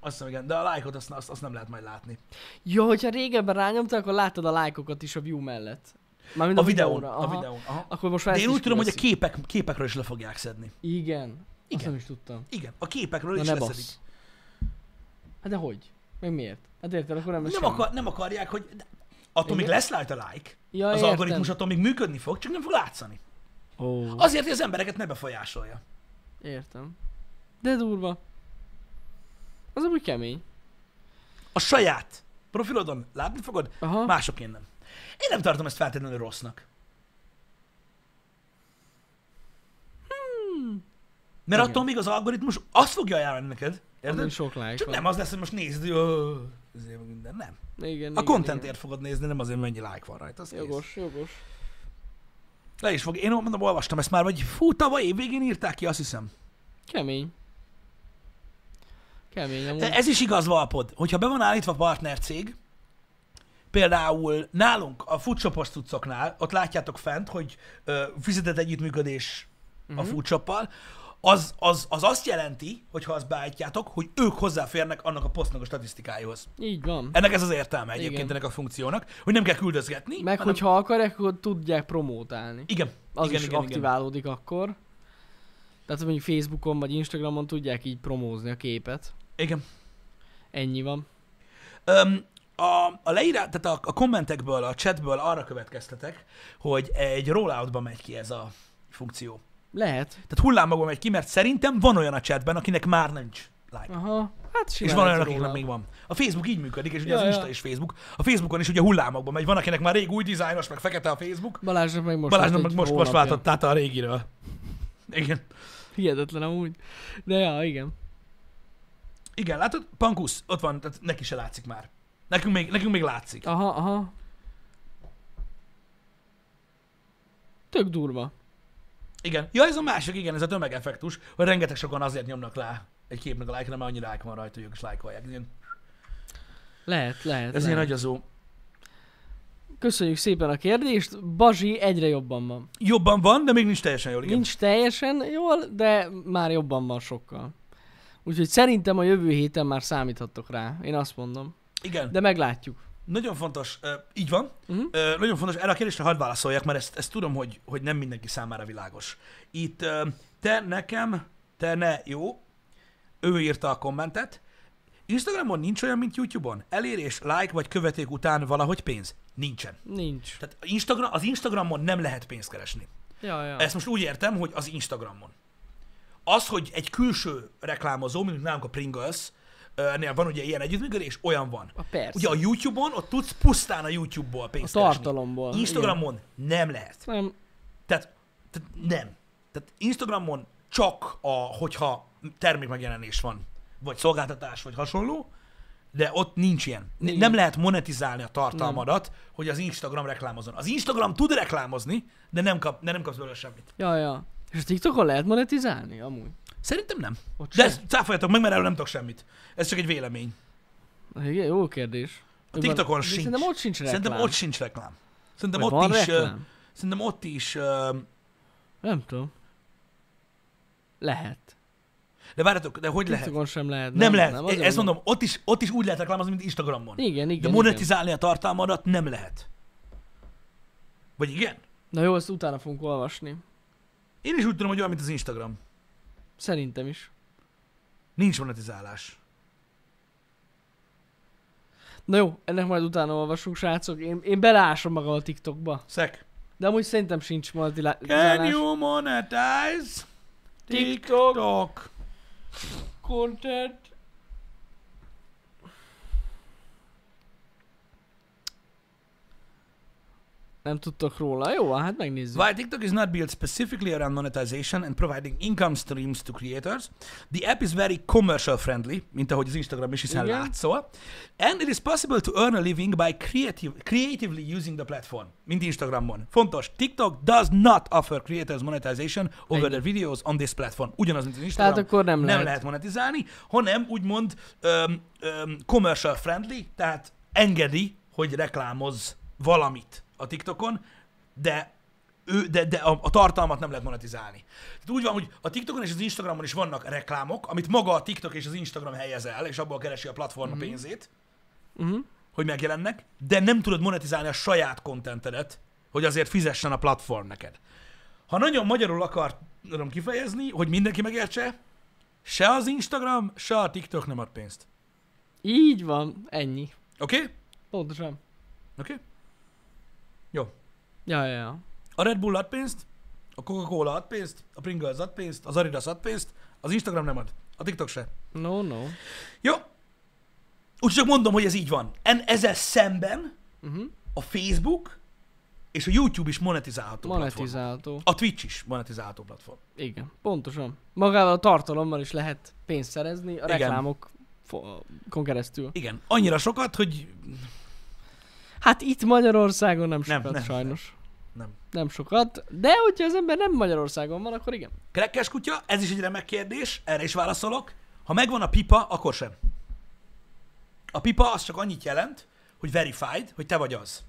[SPEAKER 2] Azt hiszem, igen, de a lájkot azt, azt, azt nem lehet majd látni.
[SPEAKER 1] Ja, hogyha régebben rányomtál, akkor láttad a lájkokat is a view mellett. Mármint
[SPEAKER 2] A,
[SPEAKER 1] a,
[SPEAKER 2] a videón,
[SPEAKER 1] videóra.
[SPEAKER 2] a
[SPEAKER 1] aha.
[SPEAKER 2] videón. Aha.
[SPEAKER 1] Akkor most már
[SPEAKER 2] De
[SPEAKER 1] ezt
[SPEAKER 2] én
[SPEAKER 1] is
[SPEAKER 2] úgy tudom, hogy a
[SPEAKER 1] kiveszik.
[SPEAKER 2] képek, képekről is le fogják szedni.
[SPEAKER 1] Igen. Azt
[SPEAKER 2] Igen.
[SPEAKER 1] nem is tudtam.
[SPEAKER 2] Igen, a képekről
[SPEAKER 1] Na
[SPEAKER 2] is
[SPEAKER 1] ne
[SPEAKER 2] leszedik.
[SPEAKER 1] bassz. Hát de hogy? Meg miért? Hát érted, akkor nem lesz
[SPEAKER 2] Nem,
[SPEAKER 1] semmi.
[SPEAKER 2] akar, nem akarják, hogy... de Attól még
[SPEAKER 1] Igen.
[SPEAKER 2] lesz rajta like,
[SPEAKER 1] Ja,
[SPEAKER 2] az
[SPEAKER 1] értem.
[SPEAKER 2] algoritmus attól még működni fog, csak nem fog látszani.
[SPEAKER 1] Ó,
[SPEAKER 2] Azért, hogy az embereket ne befolyásolja.
[SPEAKER 1] értem. De durva. Az amúgy kemény.
[SPEAKER 2] A saját profilodon látni fogod,
[SPEAKER 1] Aha.
[SPEAKER 2] másokén nem. Én nem tartom ezt feltétlenül rossznak. Mert
[SPEAKER 1] Igen.
[SPEAKER 2] attól még az algoritmus azt fogja ajánlani neked,
[SPEAKER 1] Annak
[SPEAKER 2] érted?
[SPEAKER 1] Sok like
[SPEAKER 2] Csak
[SPEAKER 1] van.
[SPEAKER 2] nem az lesz, hogy most nézd, hogy ö, ezért meg minden. Nem.
[SPEAKER 1] Igen,
[SPEAKER 2] A
[SPEAKER 1] igen,
[SPEAKER 2] contentért fogod nézni, nem azért, mennyi like van rajta. Az
[SPEAKER 1] igen.
[SPEAKER 2] kész.
[SPEAKER 1] Jogos, jogos.
[SPEAKER 2] Le is fog. Én mondom, olvastam ezt már, vagy fú, tavaly év végén írták ki, azt hiszem.
[SPEAKER 1] Kemény. Kemény amúgy.
[SPEAKER 2] Ez is igaz, Valpod, hogyha be van állítva partnercég, például nálunk a foodshopos cuccoknál, ott látjátok fent, hogy ö, fizetett együttműködés
[SPEAKER 1] Mhm.
[SPEAKER 2] a foodshoppal, az, az, az azt jelenti, hogy ha azt beállítjátok, hogy ők hozzáférnek annak a posztnak a statisztikáihoz.
[SPEAKER 1] Így van.
[SPEAKER 2] Ennek ez az értelme egyébként
[SPEAKER 1] Igen.
[SPEAKER 2] ennek a funkciónak, hogy nem kell küldözgetni.
[SPEAKER 1] Meg hogyha akarják, akkor tudják promótálni.
[SPEAKER 2] Igen,
[SPEAKER 1] Az
[SPEAKER 2] igen,
[SPEAKER 1] is
[SPEAKER 2] igen, igen.
[SPEAKER 1] aktiválódik akkor. Tehát mondjuk Facebookon vagy Instagramon tudják így promózni a képet.
[SPEAKER 2] igen.
[SPEAKER 1] Ennyi van.
[SPEAKER 2] Öm, a, a leírá, tehát a, a kommentekből, a chatből arra következtetek, hogy egy rolloutba megy ki ez a funkció.
[SPEAKER 1] Lehet.
[SPEAKER 2] Tehát hullámokban megy ki, mert szerintem van olyan a chatben, akinek már nincs like.
[SPEAKER 1] Aha. Hát
[SPEAKER 2] És
[SPEAKER 1] simán
[SPEAKER 2] van
[SPEAKER 1] lehet
[SPEAKER 2] olyan,
[SPEAKER 1] a rollout.
[SPEAKER 2] akiknek még van. A Facebook így működik, és ugye
[SPEAKER 1] Ja,
[SPEAKER 2] az
[SPEAKER 1] ja.
[SPEAKER 2] Insta és Facebook. A Facebookon is ugye hullámokban megy. Van, akinek már rég új dizájnos, meg fekete a Facebook.
[SPEAKER 1] Balázsnak meg most
[SPEAKER 2] Balázsnak
[SPEAKER 1] lett
[SPEAKER 2] meg
[SPEAKER 1] egy
[SPEAKER 2] most, most
[SPEAKER 1] hónapja.
[SPEAKER 2] váltott át a régiről. Igen.
[SPEAKER 1] Hihetetlen amúgy. De ja, igen.
[SPEAKER 2] Igen, látod? Pankusz, ott van, tehát neki se látszik már. Nekünk még, nekünk még látszik.
[SPEAKER 1] Aha, aha. Tök durva.
[SPEAKER 2] Igen. Ja, ez a másik, igen, ez a tömegeffektus, hogy rengeteg sokan azért nyomnak rá egy képnek a like-ra, mert annyi like van rajta, hogy ők is lájkolják. Ilyen-
[SPEAKER 1] Lehet, lehet.
[SPEAKER 2] Ez ilyen
[SPEAKER 1] lehet.
[SPEAKER 2] agyazó.
[SPEAKER 1] Köszönjük szépen a kérdést. Bazsi egyre jobban van.
[SPEAKER 2] Jobban van, de még nincs teljesen jól, igen.
[SPEAKER 1] Nincs teljesen jól, de már jobban van sokkal. Úgyhogy szerintem a jövő héten már számíthattok rá. Én azt mondom.
[SPEAKER 2] Igen.
[SPEAKER 1] De meglátjuk.
[SPEAKER 2] Nagyon fontos, ö, így van,
[SPEAKER 1] Mhm.
[SPEAKER 2] Ö, nagyon fontos, erre a kérdésre hadd válaszoljak, mert ezt, ezt tudom, hogy, hogy nem mindenki számára világos. Itt ö, te nekem, te ne, jó, ő írta a kommentet. Instagramon nincs olyan, mint YouTube-on? Elérés, like vagy követék után valahogy pénz? Nincsen.
[SPEAKER 1] Nincs.
[SPEAKER 2] Tehát Instagram, az Instagramon nem lehet pénzt keresni.
[SPEAKER 1] Ja, ja.
[SPEAKER 2] Ezt most úgy értem, hogy az Instagramon. Az, hogy egy külső reklámozó, mint nálunk a Pringles, ö, nél van ugye ilyen együttműködés, olyan van.
[SPEAKER 1] A perc.
[SPEAKER 2] Ugye a YouTube-on, ott tudsz pusztán a YouTube-ból
[SPEAKER 1] a
[SPEAKER 2] pénzt keresni.
[SPEAKER 1] tartalomból.
[SPEAKER 2] Instagramon nem lehet.
[SPEAKER 1] Igen. Nem.
[SPEAKER 2] Tehát, tehát nem. Tehát Instagramon csak a, hogyha termékmegjelenés van, vagy szolgáltatás, vagy hasonló, de ott nincs ilyen. N-
[SPEAKER 1] Igen.
[SPEAKER 2] nem lehet monetizálni a tartalmadat, nem. hogy az Instagram reklámozon. Az Instagram tud reklámozni, de nem, kap, de nem kapsz belőle semmit.
[SPEAKER 1] Ja, ja. És a TikTokon lehet monetizálni amúgy?
[SPEAKER 2] Szerintem nem.
[SPEAKER 1] Ott
[SPEAKER 2] De
[SPEAKER 1] sem.
[SPEAKER 2] ezt cáfoljatok meg, mert erről nem tudok semmit. Ez csak egy vélemény.
[SPEAKER 1] Igen, jó kérdés.
[SPEAKER 2] A TikTokon sincs.
[SPEAKER 1] Szerintem ott sincs reklám.
[SPEAKER 2] Szerintem ott sincs reklám. Szerintem
[SPEAKER 1] Vagy
[SPEAKER 2] ott
[SPEAKER 1] van
[SPEAKER 2] is, ö,
[SPEAKER 1] reklám?
[SPEAKER 2] szerintem ott is ö,
[SPEAKER 1] Nem tudom. Lehet.
[SPEAKER 2] De várjatok, de hogy lehet?
[SPEAKER 1] TikTokon sem lehet.
[SPEAKER 2] Nem, lehet.
[SPEAKER 1] azért
[SPEAKER 2] Ezt mondom, ott is, ott is úgy lehet reklámozni, mint Instagramon.
[SPEAKER 1] Igen, igen.
[SPEAKER 2] de monetizálni a tartalmadat nem lehet. Vagy igen?
[SPEAKER 1] igen. Na jó, ezt utána fogunk olvasni.
[SPEAKER 2] Én is úgy tudom, hogy olyan, mint az Instagram.
[SPEAKER 1] Szerintem is.
[SPEAKER 2] Nincs monetizálás.
[SPEAKER 1] Na jó, ennek majd utána olvasunk, srácok. Én, én belásom magam a TikTokba.
[SPEAKER 2] Szek.
[SPEAKER 1] De amúgy szerintem sincs monetizálás.
[SPEAKER 2] Can you monetize
[SPEAKER 1] TikTok.
[SPEAKER 2] TikTok?
[SPEAKER 1] Content. Nem tudtok róla? Jó, hát megnézzük.
[SPEAKER 2] While TikTok is not built specifically around monetization and providing income streams to creators, the app is very commercial friendly, mint ahogy az Instagram is, hiszen
[SPEAKER 1] Igen.
[SPEAKER 2] látszol. And it is possible to earn a living by creative, creatively using the platform, mint Instagramon. Fontos, TikTok does not offer creators monetization over
[SPEAKER 1] Ennyi.
[SPEAKER 2] their videos on this platform. Ugyanaz, mint az Instagram.
[SPEAKER 1] Tehát akkor nem,
[SPEAKER 2] nem
[SPEAKER 1] lehet.
[SPEAKER 2] lehet. monetizálni, hanem úgymond öm, öm, commercial friendly, tehát engedi, hogy reklámoz valamit a TikTokon, de ő, de, de a, a tartalmat nem lehet monetizálni. Tehát úgy van, hogy a TikTokon és az Instagramon is vannak reklámok, amit maga a TikTok és az Instagram helyez el, és abból keresi a platform a pénzét,
[SPEAKER 1] Mhm.
[SPEAKER 2] hogy megjelennek, de nem tudod monetizálni a saját kontentedet, hogy azért fizessen a platform neked. Ha nagyon magyarul akarom kifejezni, hogy mindenki megértse, se az Instagram, se a TikTok nem ad pénzt.
[SPEAKER 1] Így van, ennyi.
[SPEAKER 2] Oké? Okay?
[SPEAKER 1] Pontosan.
[SPEAKER 2] Oké? Okay? Jó.
[SPEAKER 1] Ja, ja, ja.
[SPEAKER 2] A Red Bull ad pénzt, a Coca-Cola ad pénzt, a Pringles ad pénzt, az Adidas ad pénzt, az Instagram nem ad, a TikTok se.
[SPEAKER 1] No, no.
[SPEAKER 2] Jó? Úgy csak mondom, hogy ez így van. En, ezzel szemben
[SPEAKER 1] Uh-huh.
[SPEAKER 2] a Facebook és a YouTube is monetizálható platform.
[SPEAKER 1] Monetizálható.
[SPEAKER 2] A Twitch is monetizálható platform.
[SPEAKER 1] Igen, pontosan. Magával a tartalommal is lehet pénzt szerezni a
[SPEAKER 2] Igen.
[SPEAKER 1] reklámokon keresztül.
[SPEAKER 2] Igen, annyira sokat, hogy
[SPEAKER 1] Hát itt Magyarországon nem
[SPEAKER 2] Nem,
[SPEAKER 1] sokat, nem,
[SPEAKER 2] nem,
[SPEAKER 1] sajnos.
[SPEAKER 2] nem.
[SPEAKER 1] Nem sokat, de hogyha az ember nem Magyarországon van, akkor igen.
[SPEAKER 2] Krekkes kutya, ez is egy remek kérdés, erre is válaszolok. Ha megvan a pipa, akkor sem. A pipa az csak annyit jelent, hogy verified, hogy te vagy az.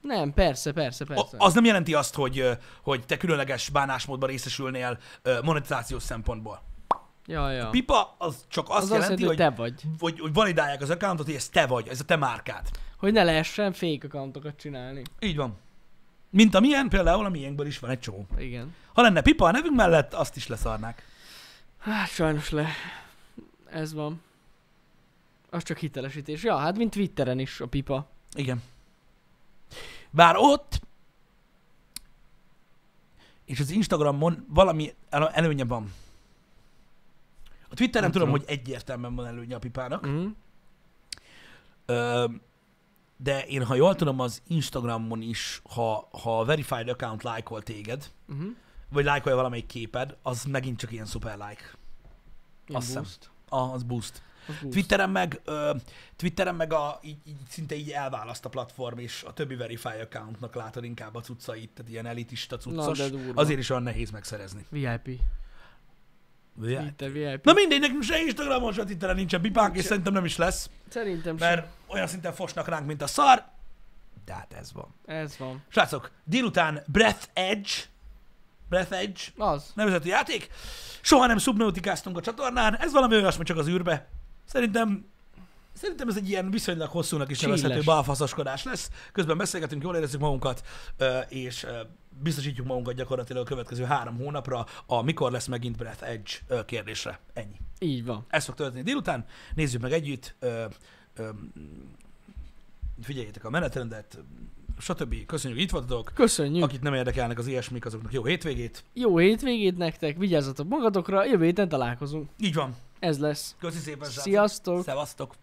[SPEAKER 1] Nem, persze, persze,
[SPEAKER 2] A-
[SPEAKER 1] persze.
[SPEAKER 2] Az nem jelenti azt, hogy, ö, hogy te különleges bánásmódban részesülnél ö, monetizációs szempontból.
[SPEAKER 1] ja, ja.
[SPEAKER 2] Pipa az csak azt
[SPEAKER 1] Az azt
[SPEAKER 2] jelenti,
[SPEAKER 1] jelenti, hogy
[SPEAKER 2] hogy,
[SPEAKER 1] te vagy.
[SPEAKER 2] hogy, hogy validálják az accountot, hogy ez te vagy, ez a te márkád.
[SPEAKER 1] Hogy ne lehessen fake accountokat csinálni.
[SPEAKER 2] Így van. Mint a milyen, például a miénkből is van egy csomó.
[SPEAKER 1] Igen.
[SPEAKER 2] Ha lenne pipa a nevünk mellett, azt is leszarnák.
[SPEAKER 1] Hát sajnos le. Ez van. Az csak hitelesítés. Ja, hát mint Twitteren is a pipa.
[SPEAKER 2] Igen. Bár ott és az Instagramon valami el- előnye van. A Twitteren
[SPEAKER 1] Nem
[SPEAKER 2] tudom,
[SPEAKER 1] tudom.
[SPEAKER 2] hogy egyértelműen van előnye a pipának,
[SPEAKER 1] Mm.
[SPEAKER 2] Ö, de én, ha jól tudom, az Instagramon is, ha, ha a verified account lájkol téged,
[SPEAKER 1] Mm-hmm.
[SPEAKER 2] vagy lájkolja valamelyik képed, az megint csak ilyen szuper like. Azt hiszem.
[SPEAKER 1] boost.
[SPEAKER 2] Ah, az boost.
[SPEAKER 1] Az boost.
[SPEAKER 2] Twitteren meg, ö, Twitteren meg a, így, így, szinte így elválaszt a platform, és a többi Verify accountnak látod inkább a cuccait, tehát ilyen elitista cuccos.
[SPEAKER 1] de durva.
[SPEAKER 2] Azért is olyan nehéz megszerezni.
[SPEAKER 1] VIP. Twitter VIP.
[SPEAKER 2] Na mindegy, nekünk se Instagramon, se Twitteren nincsen pipánk, és szerintem nem is lesz,
[SPEAKER 1] Szerintem sem.
[SPEAKER 2] mert olyan szinten fosnak ránk, mint a szar. De hát ez van.
[SPEAKER 1] Ez van.
[SPEAKER 2] Srácok, délután Breath Edge, Breath Edge
[SPEAKER 1] Az.
[SPEAKER 2] nevezetű játék. Soha nem szubnautikáztunk a csatornán, ez valami olyasmi csak az űrbe. Szerintem Szerintem ez egy ilyen viszonylag hosszúnak is
[SPEAKER 1] Chilles.
[SPEAKER 2] nevezhető balfaszoskodás lesz. Közben beszélgetünk, jól érezzük magunkat, ö, és ö, biztosítjuk magunkat gyakorlatilag a következő három hónapra a mikor lesz megint Breath Edge ö, kérdésre. Ennyi.
[SPEAKER 1] Így van.
[SPEAKER 2] Ez fog történni délután. Nézzük meg együtt. Ö, ö, m, figyeljétek a menetrendet, stb. Köszönjük, hogy itt voltatok.
[SPEAKER 1] Köszönjük.
[SPEAKER 2] Akit nem érdekelnek az ilyesmik, azoknak jó hétvégét.
[SPEAKER 1] Jó hétvégét nektek, vigyázzatok magatokra, jövő héten találkozunk.
[SPEAKER 2] Így van.
[SPEAKER 1] Ez lesz.
[SPEAKER 2] Jako Köszi szépen, srácok.
[SPEAKER 1] Sziasztok!
[SPEAKER 2] Szevasztok!